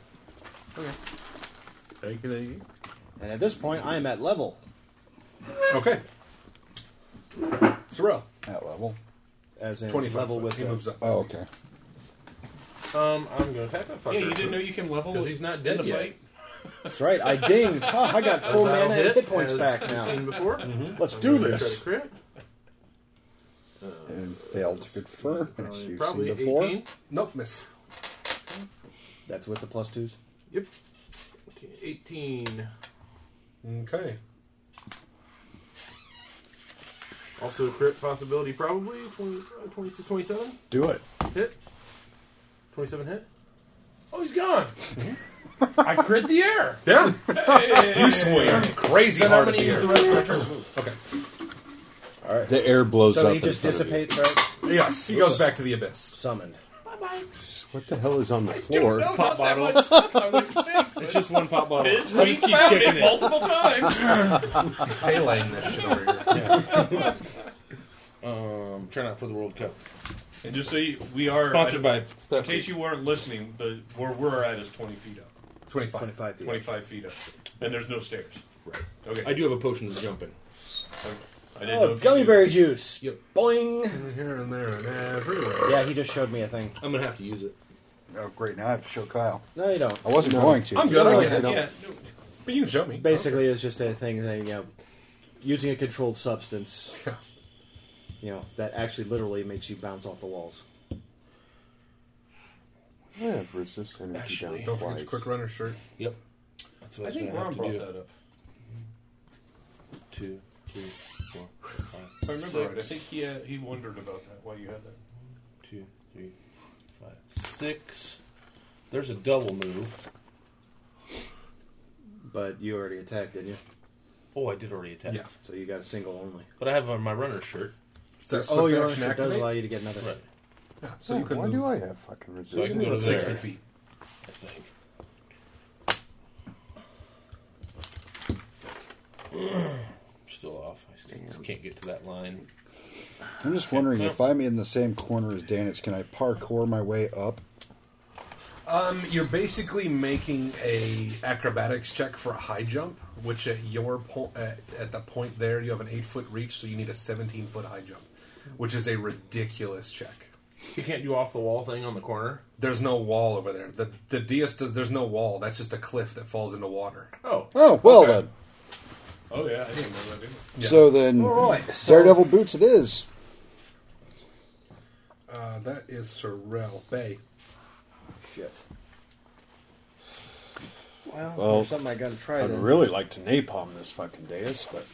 Speaker 11: Thank you, thank you.
Speaker 12: and at this point I am at level.
Speaker 9: Okay. Sorrel.
Speaker 13: at level.
Speaker 12: As in
Speaker 9: 25
Speaker 12: level
Speaker 9: foot.
Speaker 12: with
Speaker 9: he
Speaker 12: the-
Speaker 9: moves up. Uh,
Speaker 13: Oh, okay.
Speaker 10: Um, I'm going to attack that fucker.
Speaker 11: Yeah, you didn't know you can level
Speaker 10: Because he's not dead
Speaker 11: in the
Speaker 10: yet.
Speaker 11: fight.
Speaker 12: That's right.
Speaker 13: *laughs*
Speaker 12: I dinged. Huh, I got full mana and hit points back now.
Speaker 10: Seen before.
Speaker 12: Let's
Speaker 10: I'm
Speaker 12: do
Speaker 10: gonna
Speaker 12: this.
Speaker 10: try to crit.
Speaker 13: and failed to confer.
Speaker 10: Probably-
Speaker 13: As you've
Speaker 10: probably
Speaker 13: seen before.
Speaker 10: 18.
Speaker 9: Nope, miss.
Speaker 12: That's with the plus twos.
Speaker 10: Yep. 18.
Speaker 9: Okay.
Speaker 10: Also crit possibility probably uh, 20, 26, 27.
Speaker 13: Do it.
Speaker 10: Hit. 27 hit. Oh, he's gone. I crit the air.
Speaker 9: Yeah.
Speaker 10: Hey.
Speaker 9: *laughs* You swing crazy
Speaker 10: Then
Speaker 9: hard
Speaker 10: I'm
Speaker 9: at the
Speaker 10: gonna use
Speaker 9: air.
Speaker 10: the rest of my turn.
Speaker 9: Okay.
Speaker 12: All right.
Speaker 19: The air blows
Speaker 12: so
Speaker 19: up
Speaker 12: he
Speaker 19: in
Speaker 12: just
Speaker 19: front of you.
Speaker 12: dissipates, right?
Speaker 9: Yes, he goes back to the abyss.
Speaker 12: Summoned.
Speaker 19: What the hell is on the floor?
Speaker 12: Pop bottle.
Speaker 10: *laughs*
Speaker 17: It's just one pop bottle.
Speaker 10: It's
Speaker 17: I just keep kicking it.
Speaker 10: times.
Speaker 9: Peleing this shit over *laughs* here.
Speaker 10: um, try not for the World Cup.
Speaker 17: And just so you, we are
Speaker 10: Sponsored by
Speaker 17: In
Speaker 10: Pepsi.
Speaker 17: case you weren't listening, the where we're at is twenty feet up.
Speaker 9: 25.
Speaker 12: 25 feet.
Speaker 17: 25 feet up. And there's no stairs. Right. Okay.
Speaker 10: I do have a potion to jump in.
Speaker 17: Okay. I didn't know if
Speaker 12: Oh,
Speaker 17: you
Speaker 12: gummy
Speaker 17: knew.
Speaker 12: berry juice.
Speaker 10: Yep.
Speaker 12: Boing.
Speaker 9: Here and there and everywhere.
Speaker 12: Yeah, he just showed me a thing.
Speaker 9: Um,
Speaker 10: I'm gonna have to use it.
Speaker 13: Oh, great. Now I have to show Kyle.
Speaker 12: No, you don't.
Speaker 13: I wasn't going to.
Speaker 9: I'm good. I
Speaker 12: No,
Speaker 9: get it.
Speaker 12: no.
Speaker 17: Yeah. no.
Speaker 9: But you can show me.
Speaker 12: Basically, it's just a thing that you know, using a controlled substance, you know, that actually literally makes you bounce off the walls.
Speaker 19: Yeah, resist energy
Speaker 9: Actually,
Speaker 19: down
Speaker 9: don't forget
Speaker 19: twice.
Speaker 9: your quick runner shirt.
Speaker 10: Yep. That's what
Speaker 17: I think Ron brought that up.
Speaker 10: Two, three, four, five,
Speaker 17: If I remember right. I
Speaker 10: six.
Speaker 17: think he, uh, he wondered about that while you had that.
Speaker 10: two, three, five, six. There's a double move.
Speaker 12: But you already attacked, didn't you?
Speaker 10: Oh, I did already attack.
Speaker 9: Yeah.
Speaker 12: So you got a single only.
Speaker 10: But I have on my runner shirt.
Speaker 9: So that's
Speaker 12: oh,
Speaker 9: quick
Speaker 12: your
Speaker 9: action
Speaker 12: ownership does
Speaker 9: activate.
Speaker 12: allow you to get another.
Speaker 10: Right.
Speaker 9: Yeah, so
Speaker 19: So
Speaker 9: you can
Speaker 19: why
Speaker 9: move
Speaker 19: do I have fucking
Speaker 10: So I
Speaker 19: resistance?
Speaker 10: can go to there,
Speaker 9: 60 feet.
Speaker 10: I think. *clears throat* Still off. I still can't get to that line.
Speaker 13: I'm just wondering if I'm in the same corner as Danitz, can I parkour my way up?
Speaker 9: Um, you're basically making a acrobatics check for a high jump, which at your po- at, at the point there you have an eight foot reach, so you need a seventeen foot high jump, which is a ridiculous check.
Speaker 10: You can't do off the wall thing on the corner.
Speaker 9: There's no wall over there. The the dais does- there's no wall. That's just a cliff that falls into water.
Speaker 10: Oh,
Speaker 13: Oh, well then.
Speaker 17: Oh, yeah. I didn't know that either.
Speaker 9: Yeah.
Speaker 13: So then,
Speaker 12: All right, so-
Speaker 13: Daredevil Boots it is.
Speaker 9: Uh, that is Sorrel Bay.
Speaker 12: Shit. Well,
Speaker 19: Well,
Speaker 12: there's something I gotta try.
Speaker 19: I'd
Speaker 12: then.
Speaker 19: really like to napalm this fucking dais, but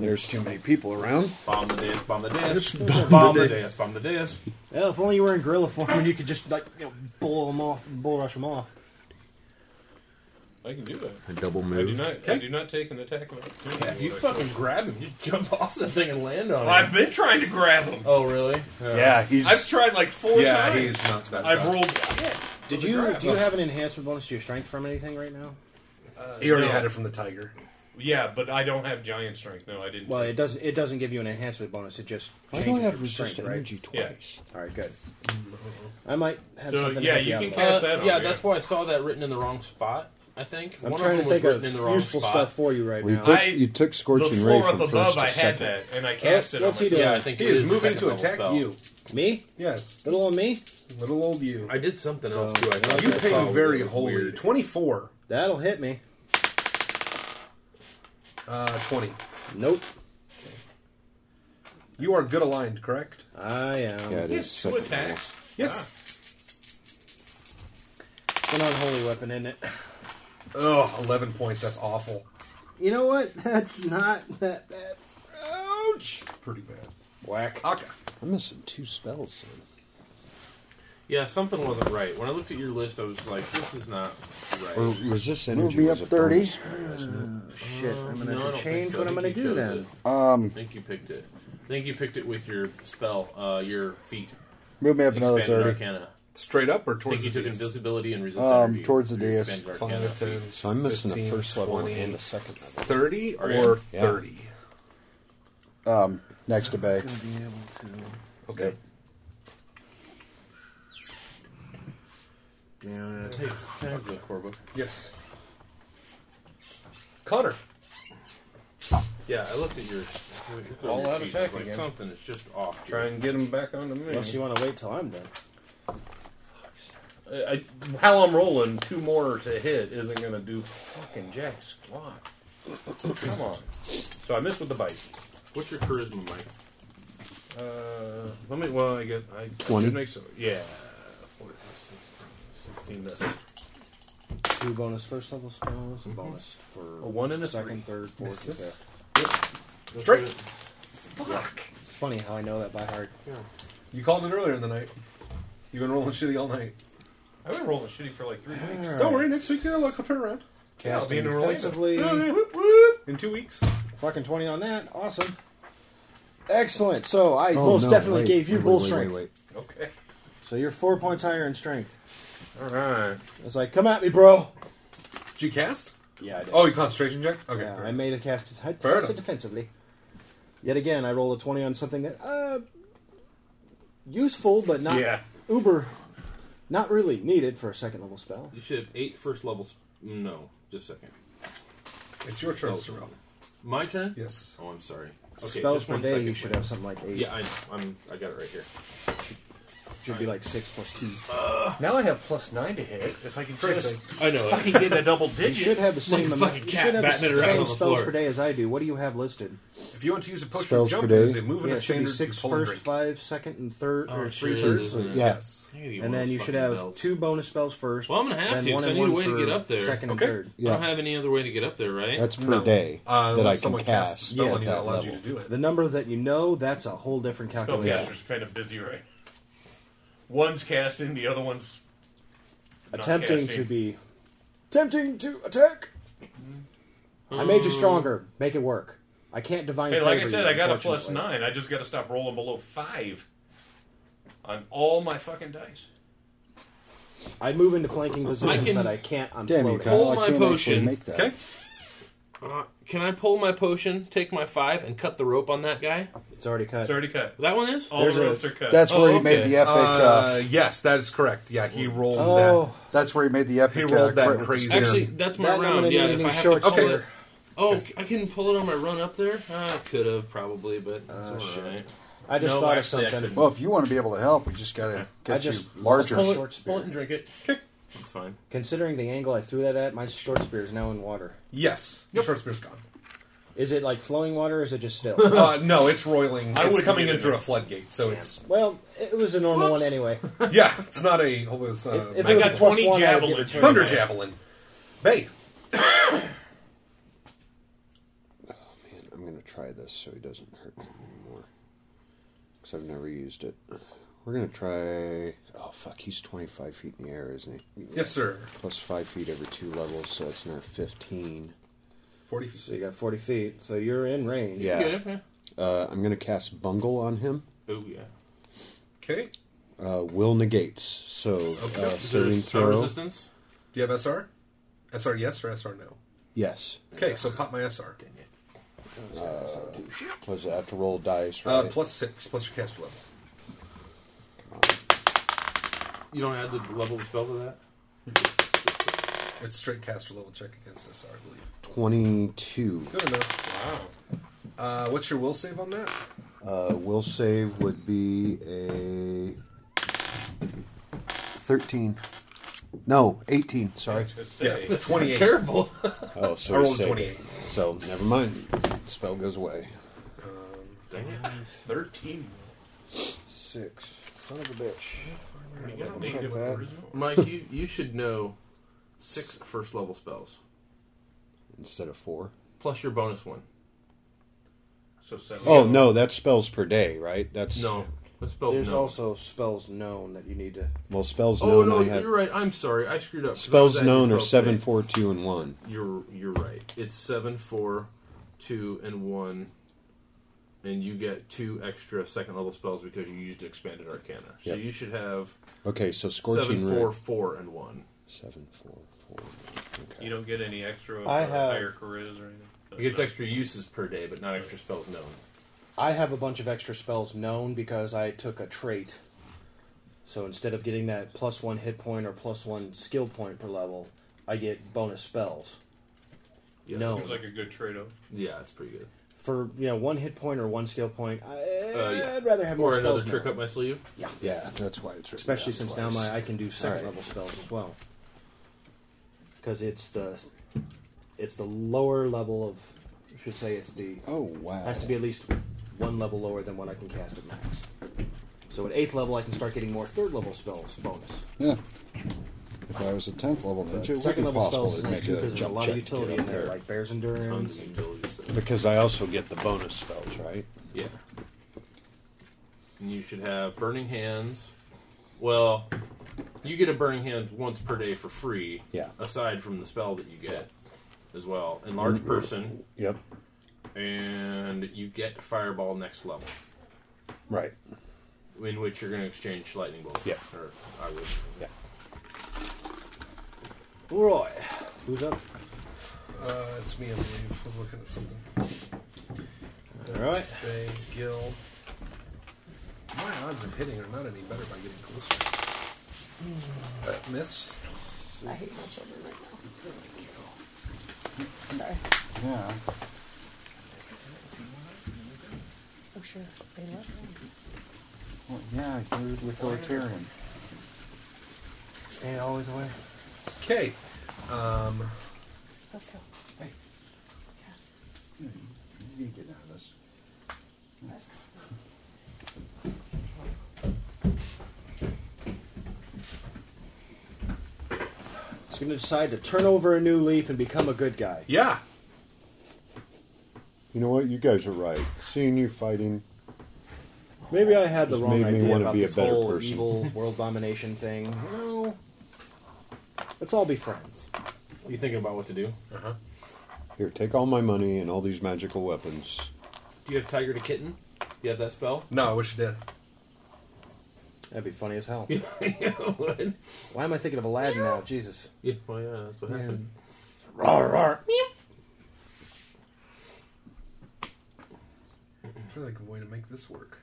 Speaker 19: there's too many people around.
Speaker 10: bomb the dais, bomb the dais,
Speaker 19: Just bomb
Speaker 10: bomb
Speaker 19: the
Speaker 10: the dais, bomb the dais.
Speaker 12: Well, if only you were in gorilla form and you could just like you know, bull them off, bull rush them off.
Speaker 17: I can do that.
Speaker 5: I double
Speaker 17: I do
Speaker 5: moved.
Speaker 17: not. I do not take an attack of opportunity.
Speaker 10: Yeah, if you
Speaker 17: when I
Speaker 10: fucking grab him, you jump off the thing and land on
Speaker 17: swing.
Speaker 10: him.
Speaker 17: I've been trying to grab him.
Speaker 10: Oh, really?
Speaker 19: Yeah, he's.
Speaker 17: I've tried like four
Speaker 9: Yeah,
Speaker 17: times.
Speaker 9: he's not that.
Speaker 17: I've
Speaker 9: fast.
Speaker 17: rolled.
Speaker 12: Did you do you have an enhancement bonus to your strength from anything right now?
Speaker 9: He already
Speaker 17: No.
Speaker 9: had it from the tiger.
Speaker 17: Yeah, but I don't have giant strength. No, I didn't.
Speaker 12: Well, it doesn't. It doesn't give you an enhancement bonus. It just
Speaker 19: Why
Speaker 12: changes
Speaker 19: do I have
Speaker 12: your
Speaker 19: resist
Speaker 12: strength, right?
Speaker 19: energy
Speaker 17: Yeah.
Speaker 19: twice?
Speaker 12: All right, good. I might have
Speaker 17: So,
Speaker 12: something.
Speaker 17: yeah,
Speaker 12: to help
Speaker 17: you
Speaker 12: out
Speaker 17: can
Speaker 12: with.
Speaker 17: cast
Speaker 10: Uh,
Speaker 17: that on
Speaker 10: yeah,
Speaker 17: there.
Speaker 10: that's why I saw that written in the wrong spot. I think
Speaker 12: I'm
Speaker 10: one
Speaker 12: trying
Speaker 10: of
Speaker 12: to
Speaker 10: them
Speaker 12: think
Speaker 10: was written
Speaker 12: of
Speaker 10: in the wrong
Speaker 12: useful
Speaker 10: spot.
Speaker 12: stuff for you right
Speaker 13: We
Speaker 12: now.
Speaker 13: took,
Speaker 17: I-
Speaker 13: you took
Speaker 17: the
Speaker 13: Scorching Ray
Speaker 17: floor
Speaker 13: from
Speaker 17: up
Speaker 13: first
Speaker 17: above,
Speaker 13: to
Speaker 17: I had
Speaker 13: second.
Speaker 17: that, and I cast it on
Speaker 12: what's he
Speaker 17: myself.
Speaker 12: doing?
Speaker 10: Yeah, I think
Speaker 9: He
Speaker 10: it
Speaker 9: is
Speaker 10: the
Speaker 9: moving
Speaker 10: second
Speaker 9: to
Speaker 10: level
Speaker 9: attack
Speaker 10: spell.
Speaker 9: you.
Speaker 12: Me,
Speaker 9: Yes,
Speaker 12: little on me.
Speaker 9: little old you.
Speaker 10: I did something else too. I thought
Speaker 9: You
Speaker 10: I
Speaker 9: pay
Speaker 10: saw it
Speaker 9: very
Speaker 10: was
Speaker 9: holy.
Speaker 10: weird.
Speaker 9: Twenty four.
Speaker 12: That'll hit me.
Speaker 9: Uh, twenty.
Speaker 12: Nope.
Speaker 9: You are good aligned, correct?
Speaker 12: I am.
Speaker 19: Yeah, it
Speaker 17: He
Speaker 19: is
Speaker 17: has two
Speaker 19: second level.
Speaker 17: attacks.
Speaker 9: Yes.
Speaker 12: It's an unholy weapon, isn't it?
Speaker 9: Oh, Ugh, 11 points. That's awful.
Speaker 12: You know what? *laughs* That's not that bad. Ouch!
Speaker 9: Pretty bad.
Speaker 12: Whack.
Speaker 10: Uh,
Speaker 9: Aka.
Speaker 5: I'm missing two spells. Son.
Speaker 10: Yeah, something wasn't right. When I looked at your list, I was like, "This is not right."
Speaker 5: Or resist energy.
Speaker 13: Move me
Speaker 5: was
Speaker 13: up
Speaker 5: a
Speaker 13: 30.
Speaker 5: bonus spell, isn't it?
Speaker 12: Shit,
Speaker 10: No,
Speaker 12: I'm
Speaker 10: I
Speaker 12: gonna have
Speaker 10: don't
Speaker 12: to
Speaker 10: think
Speaker 12: change
Speaker 10: so.
Speaker 12: what
Speaker 10: I
Speaker 12: I'm gonna
Speaker 10: think you
Speaker 12: do
Speaker 10: chose
Speaker 12: then.
Speaker 10: it. I
Speaker 13: Um,
Speaker 10: think you picked it. I think you picked it with your spell, uh, your feet.
Speaker 13: move me up another
Speaker 10: Expanded
Speaker 13: 30.
Speaker 10: Arcana.
Speaker 9: Straight up or
Speaker 10: I think
Speaker 9: towards
Speaker 10: you
Speaker 9: the
Speaker 10: took
Speaker 9: dais?
Speaker 10: invisibility and resistance.
Speaker 13: Um, towards the dais.
Speaker 10: Arcana.
Speaker 9: 5, 10,
Speaker 5: So I'm missing
Speaker 9: 15,
Speaker 5: the first level
Speaker 9: 20,
Speaker 5: and the second level.
Speaker 9: 30
Speaker 17: Are you?
Speaker 9: or 30.
Speaker 13: Next to Bay.
Speaker 9: Okay.
Speaker 12: Yeah.
Speaker 10: Hey, can I have the core book?
Speaker 9: Yes. Connor.
Speaker 10: Yeah, I looked at your. I looked at
Speaker 17: All
Speaker 10: your
Speaker 17: out
Speaker 10: sheet,
Speaker 17: attack
Speaker 10: I was like,
Speaker 17: again.
Speaker 10: Something is just off.
Speaker 17: Try and get him back onto me.
Speaker 12: Unless you want to wait till I'm done.
Speaker 10: I
Speaker 11: I, how I'm rolling, two more to hit isn't going to do fucking jack squat. Come on. So I missed with the bite.
Speaker 10: What's your charisma, Mike?
Speaker 11: Uh, let me. Well, I guess I
Speaker 5: 20.
Speaker 11: should make so. Yeah, 40, 16, 16 does it.
Speaker 12: Two bonus first level spells, a bonus for
Speaker 11: A one and a
Speaker 12: second,
Speaker 11: three.
Speaker 12: third, fourth, and
Speaker 11: Misses.
Speaker 12: fifth.
Speaker 11: Yep. Straight.
Speaker 12: Fuck. It's funny how I know that by heart.
Speaker 9: You called it earlier in the night. You've been rolling shitty all night.
Speaker 11: I've been rolling shitty for like three weeks.
Speaker 9: Don't worry, next week you'll come around.
Speaker 11: Yeah, I'll be
Speaker 12: Casting
Speaker 11: in Orlando.
Speaker 12: defensively.
Speaker 11: Yeah, yeah,
Speaker 9: In two weeks.
Speaker 12: Fucking 20 on that. Awesome. Excellent. So I
Speaker 5: Oh,
Speaker 12: most
Speaker 5: no,
Speaker 12: definitely
Speaker 5: wait,
Speaker 12: gave you
Speaker 5: wait,
Speaker 12: bull
Speaker 5: wait, wait,
Speaker 12: strength.
Speaker 5: wait.
Speaker 11: Okay.
Speaker 12: So you're four points higher in strength.
Speaker 11: All right.
Speaker 12: It's like, come at me, bro.
Speaker 9: Did you cast?
Speaker 12: Yeah, I did.
Speaker 9: Oh, you concentration check? Okay.
Speaker 12: Yeah, I made a cast.
Speaker 9: Fair
Speaker 12: I cast
Speaker 9: enough.
Speaker 12: it defensively. Yet again, I rolled a 20 on something that, uh, useful, but not
Speaker 10: Yeah.
Speaker 12: uber, not really needed for a second level spell.
Speaker 10: You should have eight first levels. No, just a second.
Speaker 9: It's your turn, Sorrel.
Speaker 10: My turn.
Speaker 9: Yes.
Speaker 10: Oh, I'm sorry.
Speaker 12: So spells
Speaker 10: just
Speaker 12: per
Speaker 10: one
Speaker 12: day,
Speaker 10: second,
Speaker 12: you should
Speaker 10: please.
Speaker 12: have something like eight.
Speaker 10: Yeah, I know. I'm. I got it right here.
Speaker 12: Should be like six plus two.
Speaker 10: Uh,
Speaker 11: Now I have plus nine to hit. If I can
Speaker 12: Chris,
Speaker 11: I know. Fucking get that double digit.
Speaker 12: *laughs* You should have the same, amount,
Speaker 11: fucking
Speaker 12: you
Speaker 11: cat
Speaker 12: should have the
Speaker 11: batting it around on
Speaker 12: same
Speaker 11: the
Speaker 12: spells
Speaker 11: floor.
Speaker 12: per day as I do. What do you have listed?
Speaker 9: If you want to use a potion
Speaker 12: Spells
Speaker 9: of jump,
Speaker 12: per day?
Speaker 9: it's a move and
Speaker 12: Yeah,
Speaker 9: a
Speaker 12: it should be
Speaker 9: standard
Speaker 12: six
Speaker 9: full and
Speaker 12: first,
Speaker 9: drink.
Speaker 12: five second, and third,
Speaker 9: Oh,
Speaker 12: or
Speaker 9: it
Speaker 12: three
Speaker 9: sure
Speaker 12: thirds.
Speaker 9: is, isn't it?
Speaker 12: Yeah.
Speaker 9: Yes. Yeah, you
Speaker 12: And
Speaker 9: wanna
Speaker 12: then you should
Speaker 9: fucking
Speaker 12: have
Speaker 9: belt.
Speaker 12: two bonus spells first.
Speaker 10: Well, I'm gonna have
Speaker 12: then
Speaker 10: to.
Speaker 12: One
Speaker 10: 'cause I
Speaker 12: and
Speaker 10: need a
Speaker 12: one
Speaker 10: way to
Speaker 12: for
Speaker 10: get up there.
Speaker 12: Second and third.
Speaker 10: I don't have any other way to get up there, right?
Speaker 12: That's per No. day
Speaker 9: Uh,
Speaker 12: that
Speaker 9: unless
Speaker 12: I can
Speaker 9: someone casts a
Speaker 12: cast.
Speaker 9: spell on
Speaker 12: Yeah,
Speaker 9: you
Speaker 12: at
Speaker 9: that
Speaker 12: that
Speaker 9: allows you
Speaker 12: level.
Speaker 9: to do it.
Speaker 12: The number that you know, that's a whole different calculation.
Speaker 11: Spellcaster's kind of busy right. One's casting, the other one's not
Speaker 12: Attempting to
Speaker 11: casting.
Speaker 12: be. Tempting to attack! I made you stronger. Make it work. I can't divine
Speaker 11: Hmm. Hey, like I
Speaker 12: Favor
Speaker 11: said,
Speaker 12: you,
Speaker 11: I got a plus
Speaker 12: unfortunately.
Speaker 11: nine. I just got to stop rolling below five on all my fucking dice.
Speaker 12: I move into flanking position,
Speaker 10: I can-
Speaker 12: but I can't. I'm
Speaker 10: Damn you,
Speaker 12: floating.
Speaker 10: Kyle, Pull I my can't actually potion. make
Speaker 12: that. Okay.
Speaker 10: Uh, can I pull my potion, take my five, and cut the rope on that guy?
Speaker 12: It's already cut.
Speaker 10: It's
Speaker 11: already cut.
Speaker 10: That one is. Oh,
Speaker 11: All There's the a- ropes are cut.
Speaker 5: That's where he made the epic. Uh,
Speaker 9: Oh, Uh, yes, that is correct. Yeah, he rolled
Speaker 5: oh, that's where he made the epic.
Speaker 9: He rolled that
Speaker 5: crit with
Speaker 9: crazy-
Speaker 5: the spear.
Speaker 10: Actually, that's my
Speaker 9: That I'm
Speaker 10: round.
Speaker 9: gonna
Speaker 10: Yeah,
Speaker 9: need
Speaker 10: if
Speaker 9: any
Speaker 10: I have
Speaker 9: short
Speaker 10: to pull
Speaker 9: Okay.
Speaker 10: it. Oh, I can pull it on my run up there. I could have probably, but that's all right.
Speaker 12: I just
Speaker 10: No,
Speaker 12: thought
Speaker 10: actually,
Speaker 12: of
Speaker 10: I
Speaker 12: something.
Speaker 10: couldn't.
Speaker 5: Well, if you want to be able to help, we just gotta
Speaker 12: I
Speaker 5: get
Speaker 12: just
Speaker 5: you larger.
Speaker 12: Pull it-
Speaker 10: pull it and drink it. That's fine.
Speaker 12: Considering the angle I threw that at, my short spear is now in water.
Speaker 9: Yes, the short spear's gone.
Speaker 12: Is it like flowing water? or Is it just still?
Speaker 9: *laughs* uh, no, it's roiling. it's
Speaker 12: I wouldn't
Speaker 9: coming in
Speaker 12: get it.
Speaker 9: through a floodgate, so
Speaker 12: *laughs*
Speaker 9: it's
Speaker 12: Well, it was a normal one anyway.
Speaker 9: yeah, it's not a. oh, It's, uh,
Speaker 12: If- if it I was got a plus 20 one, I would javelin. give it to you.
Speaker 9: Thunder javelin. Bay.
Speaker 5: Man, I'm gonna try this so he doesn't hurt me anymore. Because I've never used it. We're gonna try. Oh fuck, he's 25 feet in the air, isn't he?
Speaker 9: Yes, sir.
Speaker 5: Plus five feet every two levels, so it's now 15.
Speaker 9: 40 feet.
Speaker 12: So you got 40 feet. So you're in range.
Speaker 5: Yeah. Uh, I'm gonna cast bungle on him.
Speaker 10: Oh yeah.
Speaker 9: Okay.
Speaker 5: Uh, will negates. So
Speaker 9: Okay.
Speaker 5: uh,
Speaker 9: Is
Speaker 5: saving throw.
Speaker 10: resistance?
Speaker 9: Do you have SR? SR yes or SR no?
Speaker 5: Yes.
Speaker 9: Okay, so pop my SR.
Speaker 5: Uh, was it? I have to roll dice,
Speaker 9: Uh,
Speaker 5: right?
Speaker 9: plus six, plus your caster level.
Speaker 10: You don't add the level of the spell to that.
Speaker 9: It's straight caster level check against SR, I believe.
Speaker 5: 22.
Speaker 9: Good enough. Wow. Uh, what's your will save on that?
Speaker 5: Uh, will save would be a 13. No, 18. Sorry.
Speaker 9: Yeah, 28.
Speaker 12: *laughs*
Speaker 5: oh, so
Speaker 9: I
Speaker 5: he
Speaker 9: rolled a
Speaker 5: saved
Speaker 9: 28.
Speaker 5: it. So never mind. Spell goes away.
Speaker 11: Dang it. 13.
Speaker 12: Six. Son of a bitch.
Speaker 10: You
Speaker 12: Double
Speaker 10: got
Speaker 12: check
Speaker 10: negative
Speaker 12: that.
Speaker 10: charisma? Mike, you, you should know six first level spells
Speaker 5: Instead of four.
Speaker 10: plus your bonus one.
Speaker 11: So seven.
Speaker 5: Oh no, that's spells per day, right? That's
Speaker 12: There's
Speaker 10: known.
Speaker 12: also spells known that you need to.
Speaker 5: Well, spells
Speaker 10: Oh
Speaker 5: known.
Speaker 10: no,
Speaker 5: I have
Speaker 10: you're right. I'm sorry, I screwed up. 'cause I was
Speaker 5: spells
Speaker 10: adding
Speaker 5: known are
Speaker 10: twelve
Speaker 5: seven,
Speaker 10: today.
Speaker 5: four, two, and one.
Speaker 10: You're you're right. It's seven, four, two, and one, and you get two extra second level spells because you used expanded arcana. So
Speaker 5: Yep.
Speaker 10: you should have
Speaker 5: Okay, so
Speaker 10: seven,
Speaker 5: scorching
Speaker 10: four,
Speaker 5: ray.
Speaker 10: four, and one.
Speaker 5: Seven, four, four.
Speaker 11: You don't get any extra
Speaker 12: I
Speaker 11: for
Speaker 12: have-
Speaker 11: higher charisma or anything.
Speaker 10: You get extra uses per day, but not extra spells known.
Speaker 12: I have a bunch of extra spells known because I took a trait. So instead of getting that plus one hit point or plus one skill point per level, I get bonus spells.
Speaker 11: Yeah,
Speaker 12: known.
Speaker 11: Seems like a good trade off.
Speaker 10: Yeah, it's pretty good.
Speaker 12: for you know one hit point or one skill point. I,
Speaker 10: Uh, yeah.
Speaker 12: would rather have
Speaker 10: or
Speaker 12: more
Speaker 10: another
Speaker 12: spells
Speaker 10: trick
Speaker 12: now.
Speaker 10: up my sleeve.
Speaker 12: Yeah.
Speaker 5: Yeah, that's why it's written
Speaker 12: Especially
Speaker 5: down
Speaker 12: since now
Speaker 5: twice.
Speaker 12: my I can do second
Speaker 5: Alright.
Speaker 12: level spells as well. Because it's the it's the lower level of I should say it's the
Speaker 13: Oh wow.
Speaker 12: has to be at least one level lower than what I can cast at max. So at eighth level I can start getting more third level spells bonus.
Speaker 13: Yeah. If I was a tenth level ninja,
Speaker 12: But
Speaker 13: it would be
Speaker 12: second level
Speaker 13: possible
Speaker 12: spells is
Speaker 13: to
Speaker 12: nice
Speaker 13: make
Speaker 12: too
Speaker 13: a
Speaker 12: because there's a
Speaker 13: jump
Speaker 12: lot
Speaker 13: check
Speaker 12: of
Speaker 13: to
Speaker 12: utility
Speaker 13: get
Speaker 12: in
Speaker 13: up
Speaker 12: there,
Speaker 13: there.
Speaker 12: like Bear's Endurance. and-
Speaker 5: Because I also get the bonus spells, right?
Speaker 10: Yeah. And you should have burning hands. Well, you get a burning hand once per day for free.
Speaker 5: Yeah.
Speaker 10: Aside from the spell that you get as well.
Speaker 12: Mm-hmm.
Speaker 10: Enlarge person.
Speaker 5: Yep.
Speaker 10: And you get fireball next level.
Speaker 5: Right.
Speaker 10: In which you're gonna exchange lightning bolt.
Speaker 5: Yeah.
Speaker 10: Or I would.
Speaker 5: Yeah.
Speaker 12: Roy, who's up?
Speaker 9: Uh, it's me, I believe. I was looking at something.
Speaker 12: All right.
Speaker 9: Bay, Gill. My odds of hitting are not any better by getting closer. Uh, miss.
Speaker 21: I hate my children right now. Sorry.
Speaker 13: Yeah.
Speaker 21: Oh, sure. They love me.
Speaker 13: Well, yeah, you're authoritarian.
Speaker 12: Stay always away.
Speaker 9: Okay. Um,
Speaker 21: Let's go.
Speaker 13: You can get out of this.
Speaker 12: He's going to decide to turn over a new leaf and become a good guy.
Speaker 9: Yeah.
Speaker 5: You know what? You guys are right. Seeing you fighting,
Speaker 12: Maybe I had the
Speaker 5: Just
Speaker 12: wrong
Speaker 5: made me
Speaker 12: idea
Speaker 5: wanna
Speaker 12: about
Speaker 5: be a
Speaker 12: this
Speaker 5: better
Speaker 12: whole
Speaker 5: person. *laughs*
Speaker 12: evil world domination thing. You know, let's all be friends.
Speaker 10: You thinking about what to do?
Speaker 9: Uh-huh.
Speaker 5: here, take all my money and all these magical weapons.
Speaker 10: Do you have Tiger to Kitten? You have that spell? *laughs*
Speaker 9: no, I wish I did.
Speaker 12: That'd be funny as hell.
Speaker 10: it would.
Speaker 12: Why am I thinking of Aladdin now? Jesus.
Speaker 10: Yeah, well, yeah, that's what happened.
Speaker 12: Rawr, rawr.
Speaker 9: I feel like a way to make this work.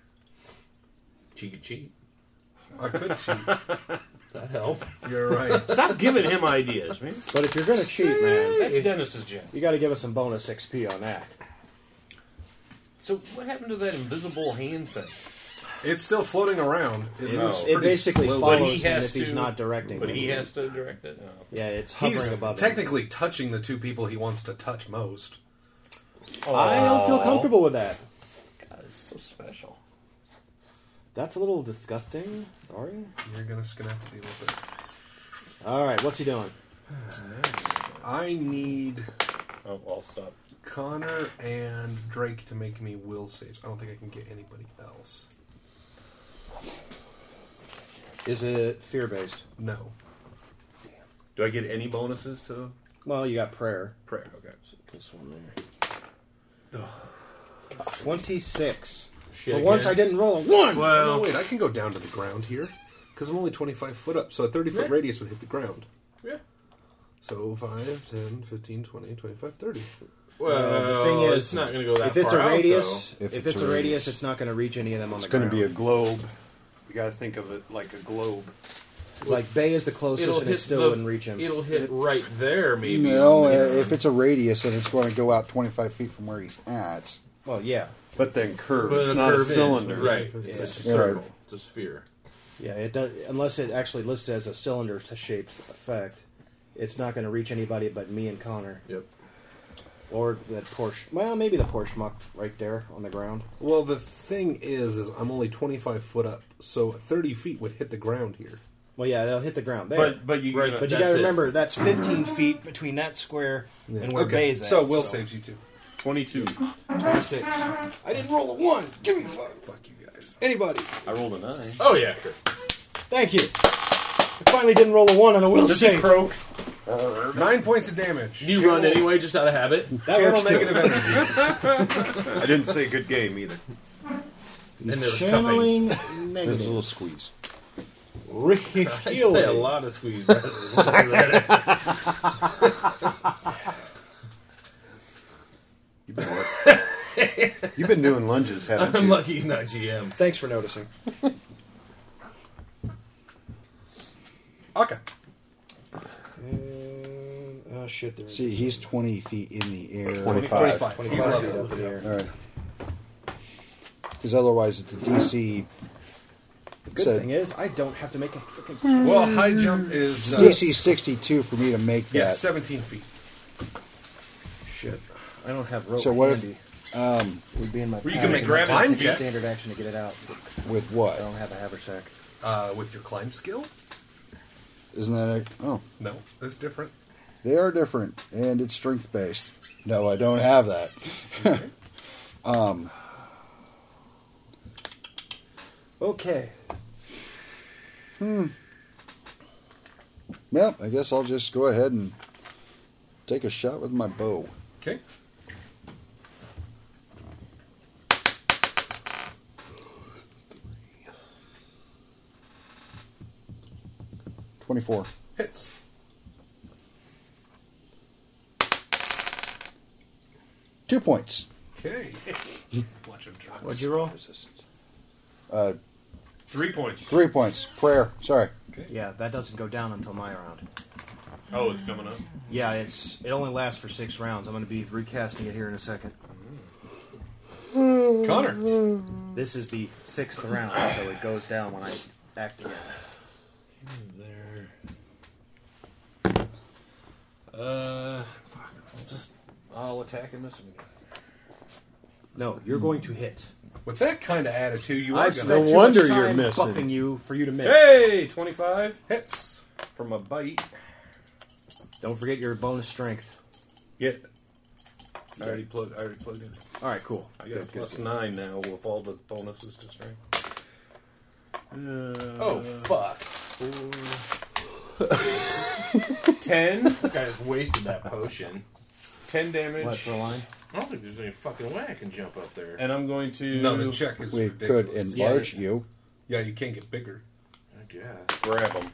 Speaker 10: She could cheat.
Speaker 9: I could cheat.
Speaker 10: That help.
Speaker 9: You're *laughs* right.
Speaker 10: Stop giving him ideas, man.
Speaker 12: But if you're going to cheat, man,
Speaker 10: That's Dennis's job.
Speaker 12: you got to give us some bonus XP on that.
Speaker 10: So what happened to that invisible hand thing?
Speaker 9: It's still floating around.
Speaker 12: It
Speaker 9: moves
Speaker 12: is- it
Speaker 9: pretty
Speaker 12: basically
Speaker 9: slowly.
Speaker 12: follows But he him has if he's to- not directing
Speaker 10: but
Speaker 12: it.
Speaker 10: he has to direct it. Oh.
Speaker 12: Yeah, it's hovering
Speaker 9: He's
Speaker 12: above it.
Speaker 9: technically touching the two people he wants to touch most.
Speaker 12: I don't feel comfortable with that.
Speaker 10: God, it's so special.
Speaker 12: That's a little disgusting. Sorry.
Speaker 9: You're gonna, just gonna have to deal with it.
Speaker 12: All right, what's he doing?
Speaker 9: I need
Speaker 17: Oh, I'll stop.
Speaker 9: Connor and Drake to make me will saves. I don't think I can get anybody else.
Speaker 12: Is it fear based?
Speaker 9: No.
Speaker 17: Do I get any bonuses to
Speaker 12: Well, you got prayer.
Speaker 17: prayer? Okay.
Speaker 12: Plus one there. Twenty-six.
Speaker 10: Shit,
Speaker 12: For once,
Speaker 10: again.
Speaker 12: I didn't roll a one.
Speaker 9: Oh, no, wait, I can go down to the ground here because I'm only 25 foot up, so a 30 foot
Speaker 10: Yeah.
Speaker 9: radius would hit the ground.
Speaker 10: Yeah.
Speaker 9: So 5, 10, 15, 20, 25, 30.
Speaker 10: Well,
Speaker 12: the thing is,
Speaker 10: it's not going to go that
Speaker 12: if it's
Speaker 10: far
Speaker 12: a
Speaker 10: out,
Speaker 12: radius,
Speaker 10: though.
Speaker 12: if, it's, a radius, it's not going to reach any of them on
Speaker 5: It's
Speaker 12: the
Speaker 5: going
Speaker 12: ground.
Speaker 5: to be a globe. You got to think of it like a globe.
Speaker 12: like Bay is the closest,
Speaker 10: It'll
Speaker 12: and it
Speaker 10: hit
Speaker 12: still
Speaker 10: the-
Speaker 12: wouldn't reach him.
Speaker 10: It'll hit right there, maybe.
Speaker 13: No, uh, if it's a radius, then it's going to go out 25 feet from where he's at.
Speaker 12: Well, yeah,
Speaker 5: But then curved.
Speaker 10: But
Speaker 5: it's
Speaker 10: a
Speaker 5: not a
Speaker 10: curved end,
Speaker 5: cylinder.
Speaker 10: right? It's
Speaker 12: Yeah.
Speaker 10: a circle.
Speaker 13: Right.
Speaker 10: It's a sphere.
Speaker 12: yeah, it does. Unless it actually lists as a cylinder t- shaped effect, it's not going to reach anybody but me and Connor,
Speaker 10: Yep.
Speaker 12: or that Porsche. Well, maybe the Porsche muck right there on the ground.
Speaker 9: Well, the thing is, is I'm only 25 foot up, so 30 feet would hit the ground here.
Speaker 12: Well, yeah, they'll hit the ground there.
Speaker 17: But but you
Speaker 10: Right.
Speaker 12: But you
Speaker 10: That's
Speaker 12: got to
Speaker 10: it.
Speaker 12: remember that's 15 feet between that square and where
Speaker 9: Okay,
Speaker 12: Bay's at.
Speaker 9: so will saves you too.
Speaker 17: 22.
Speaker 12: 26. I didn't roll a one. Give me five.
Speaker 9: Fuck you guys.
Speaker 12: Anybody?
Speaker 17: I rolled a nine.
Speaker 10: Oh yeah, sure.
Speaker 12: Thank you. I finally didn't roll a one on a will
Speaker 17: Does he
Speaker 12: save.
Speaker 17: croak?
Speaker 9: Nine points of damage.
Speaker 10: You run anyway, just out of
Speaker 11: *laughs*
Speaker 10: habit.
Speaker 12: That
Speaker 9: Channel
Speaker 12: works too.
Speaker 9: negative energy.
Speaker 5: I didn't say good game either.
Speaker 13: He's
Speaker 10: And there's
Speaker 13: channeling
Speaker 5: There's a
Speaker 12: *laughs*
Speaker 13: negative.
Speaker 5: little squeeze.
Speaker 10: I'd say a lot of
Speaker 11: *laughs*
Speaker 10: squeeze. but- That's
Speaker 5: You've been, working. You've been doing lunges, haven't you?
Speaker 10: I'm lucky he's not GM.
Speaker 12: Thanks for noticing.
Speaker 9: Okay.
Speaker 12: And, uh,
Speaker 21: shit, there.
Speaker 13: See, he's 20 feet in the air.
Speaker 9: 25. 25. He's level.
Speaker 13: Up in the air. All right. Because otherwise, the DC.
Speaker 12: The good
Speaker 13: said-
Speaker 12: thing is, I don't have to make a freaking.
Speaker 9: Well, high jump
Speaker 13: It's
Speaker 9: is. Uh,
Speaker 13: DC 62 for me to make
Speaker 9: Yeah,
Speaker 13: that.
Speaker 9: 17 feet.
Speaker 12: Shit, I don't have rope.
Speaker 13: So what
Speaker 12: handy.
Speaker 13: if um,
Speaker 12: would be in my?
Speaker 9: Well, you
Speaker 12: pocket.
Speaker 9: can make grab
Speaker 12: That's
Speaker 9: it.
Speaker 12: a
Speaker 9: Climb check.
Speaker 12: standard action to get it out.
Speaker 13: with what?
Speaker 12: I don't have a haversack.
Speaker 9: Uh, with your climb skill?
Speaker 13: Isn't that a, oh?
Speaker 9: No, that's different.
Speaker 13: They are different, and it's strength based. No, I don't have that. um,
Speaker 12: Okay.
Speaker 13: hmm. Well, I guess I'll just go ahead and take a shot with my bow.
Speaker 9: Okay.
Speaker 13: Twenty-four.
Speaker 9: Hits.
Speaker 13: Two points.
Speaker 9: Okay. Watch him try.
Speaker 13: What'd you roll?
Speaker 9: Resistance.
Speaker 13: Uh,
Speaker 9: Three points.
Speaker 13: three points. Prayer. Sorry.
Speaker 12: Yeah, that doesn't go down until my round.
Speaker 11: Oh, it's coming up.
Speaker 12: Yeah, it's it only lasts for six rounds. I'm going to be recasting it here in a second.
Speaker 11: Hmm.
Speaker 9: Connor.
Speaker 12: This is the sixth round, so it goes down when I act again.
Speaker 11: There. Uh, fuck. I'll just. I'll attack and miss him again.
Speaker 12: No, you're going to hit.
Speaker 9: With that kind of attitude, you are
Speaker 12: I've
Speaker 9: going
Speaker 12: spent
Speaker 9: to.
Speaker 12: too much time buffing you for you to miss.
Speaker 11: Hey, 25
Speaker 9: hits
Speaker 11: from a bite.
Speaker 12: Don't forget your bonus strength.
Speaker 11: Yeah. I already plugged. I already plugged in.
Speaker 12: All right, cool.
Speaker 11: I got a
Speaker 12: Good,
Speaker 11: plus
Speaker 12: good, good.
Speaker 11: nine now with all the bonuses to strength. Uh,
Speaker 10: Oh, fuck. Ten. Guys wasted that potion. Ten damage.
Speaker 12: What, for a line?
Speaker 10: I don't think there's any fucking way I can jump up there.
Speaker 11: And I'm going to.
Speaker 9: No, the check is
Speaker 13: We
Speaker 9: ridiculous.
Speaker 13: could enlarge you.
Speaker 9: Yeah, you can't get bigger.
Speaker 10: I guess.
Speaker 11: grab him.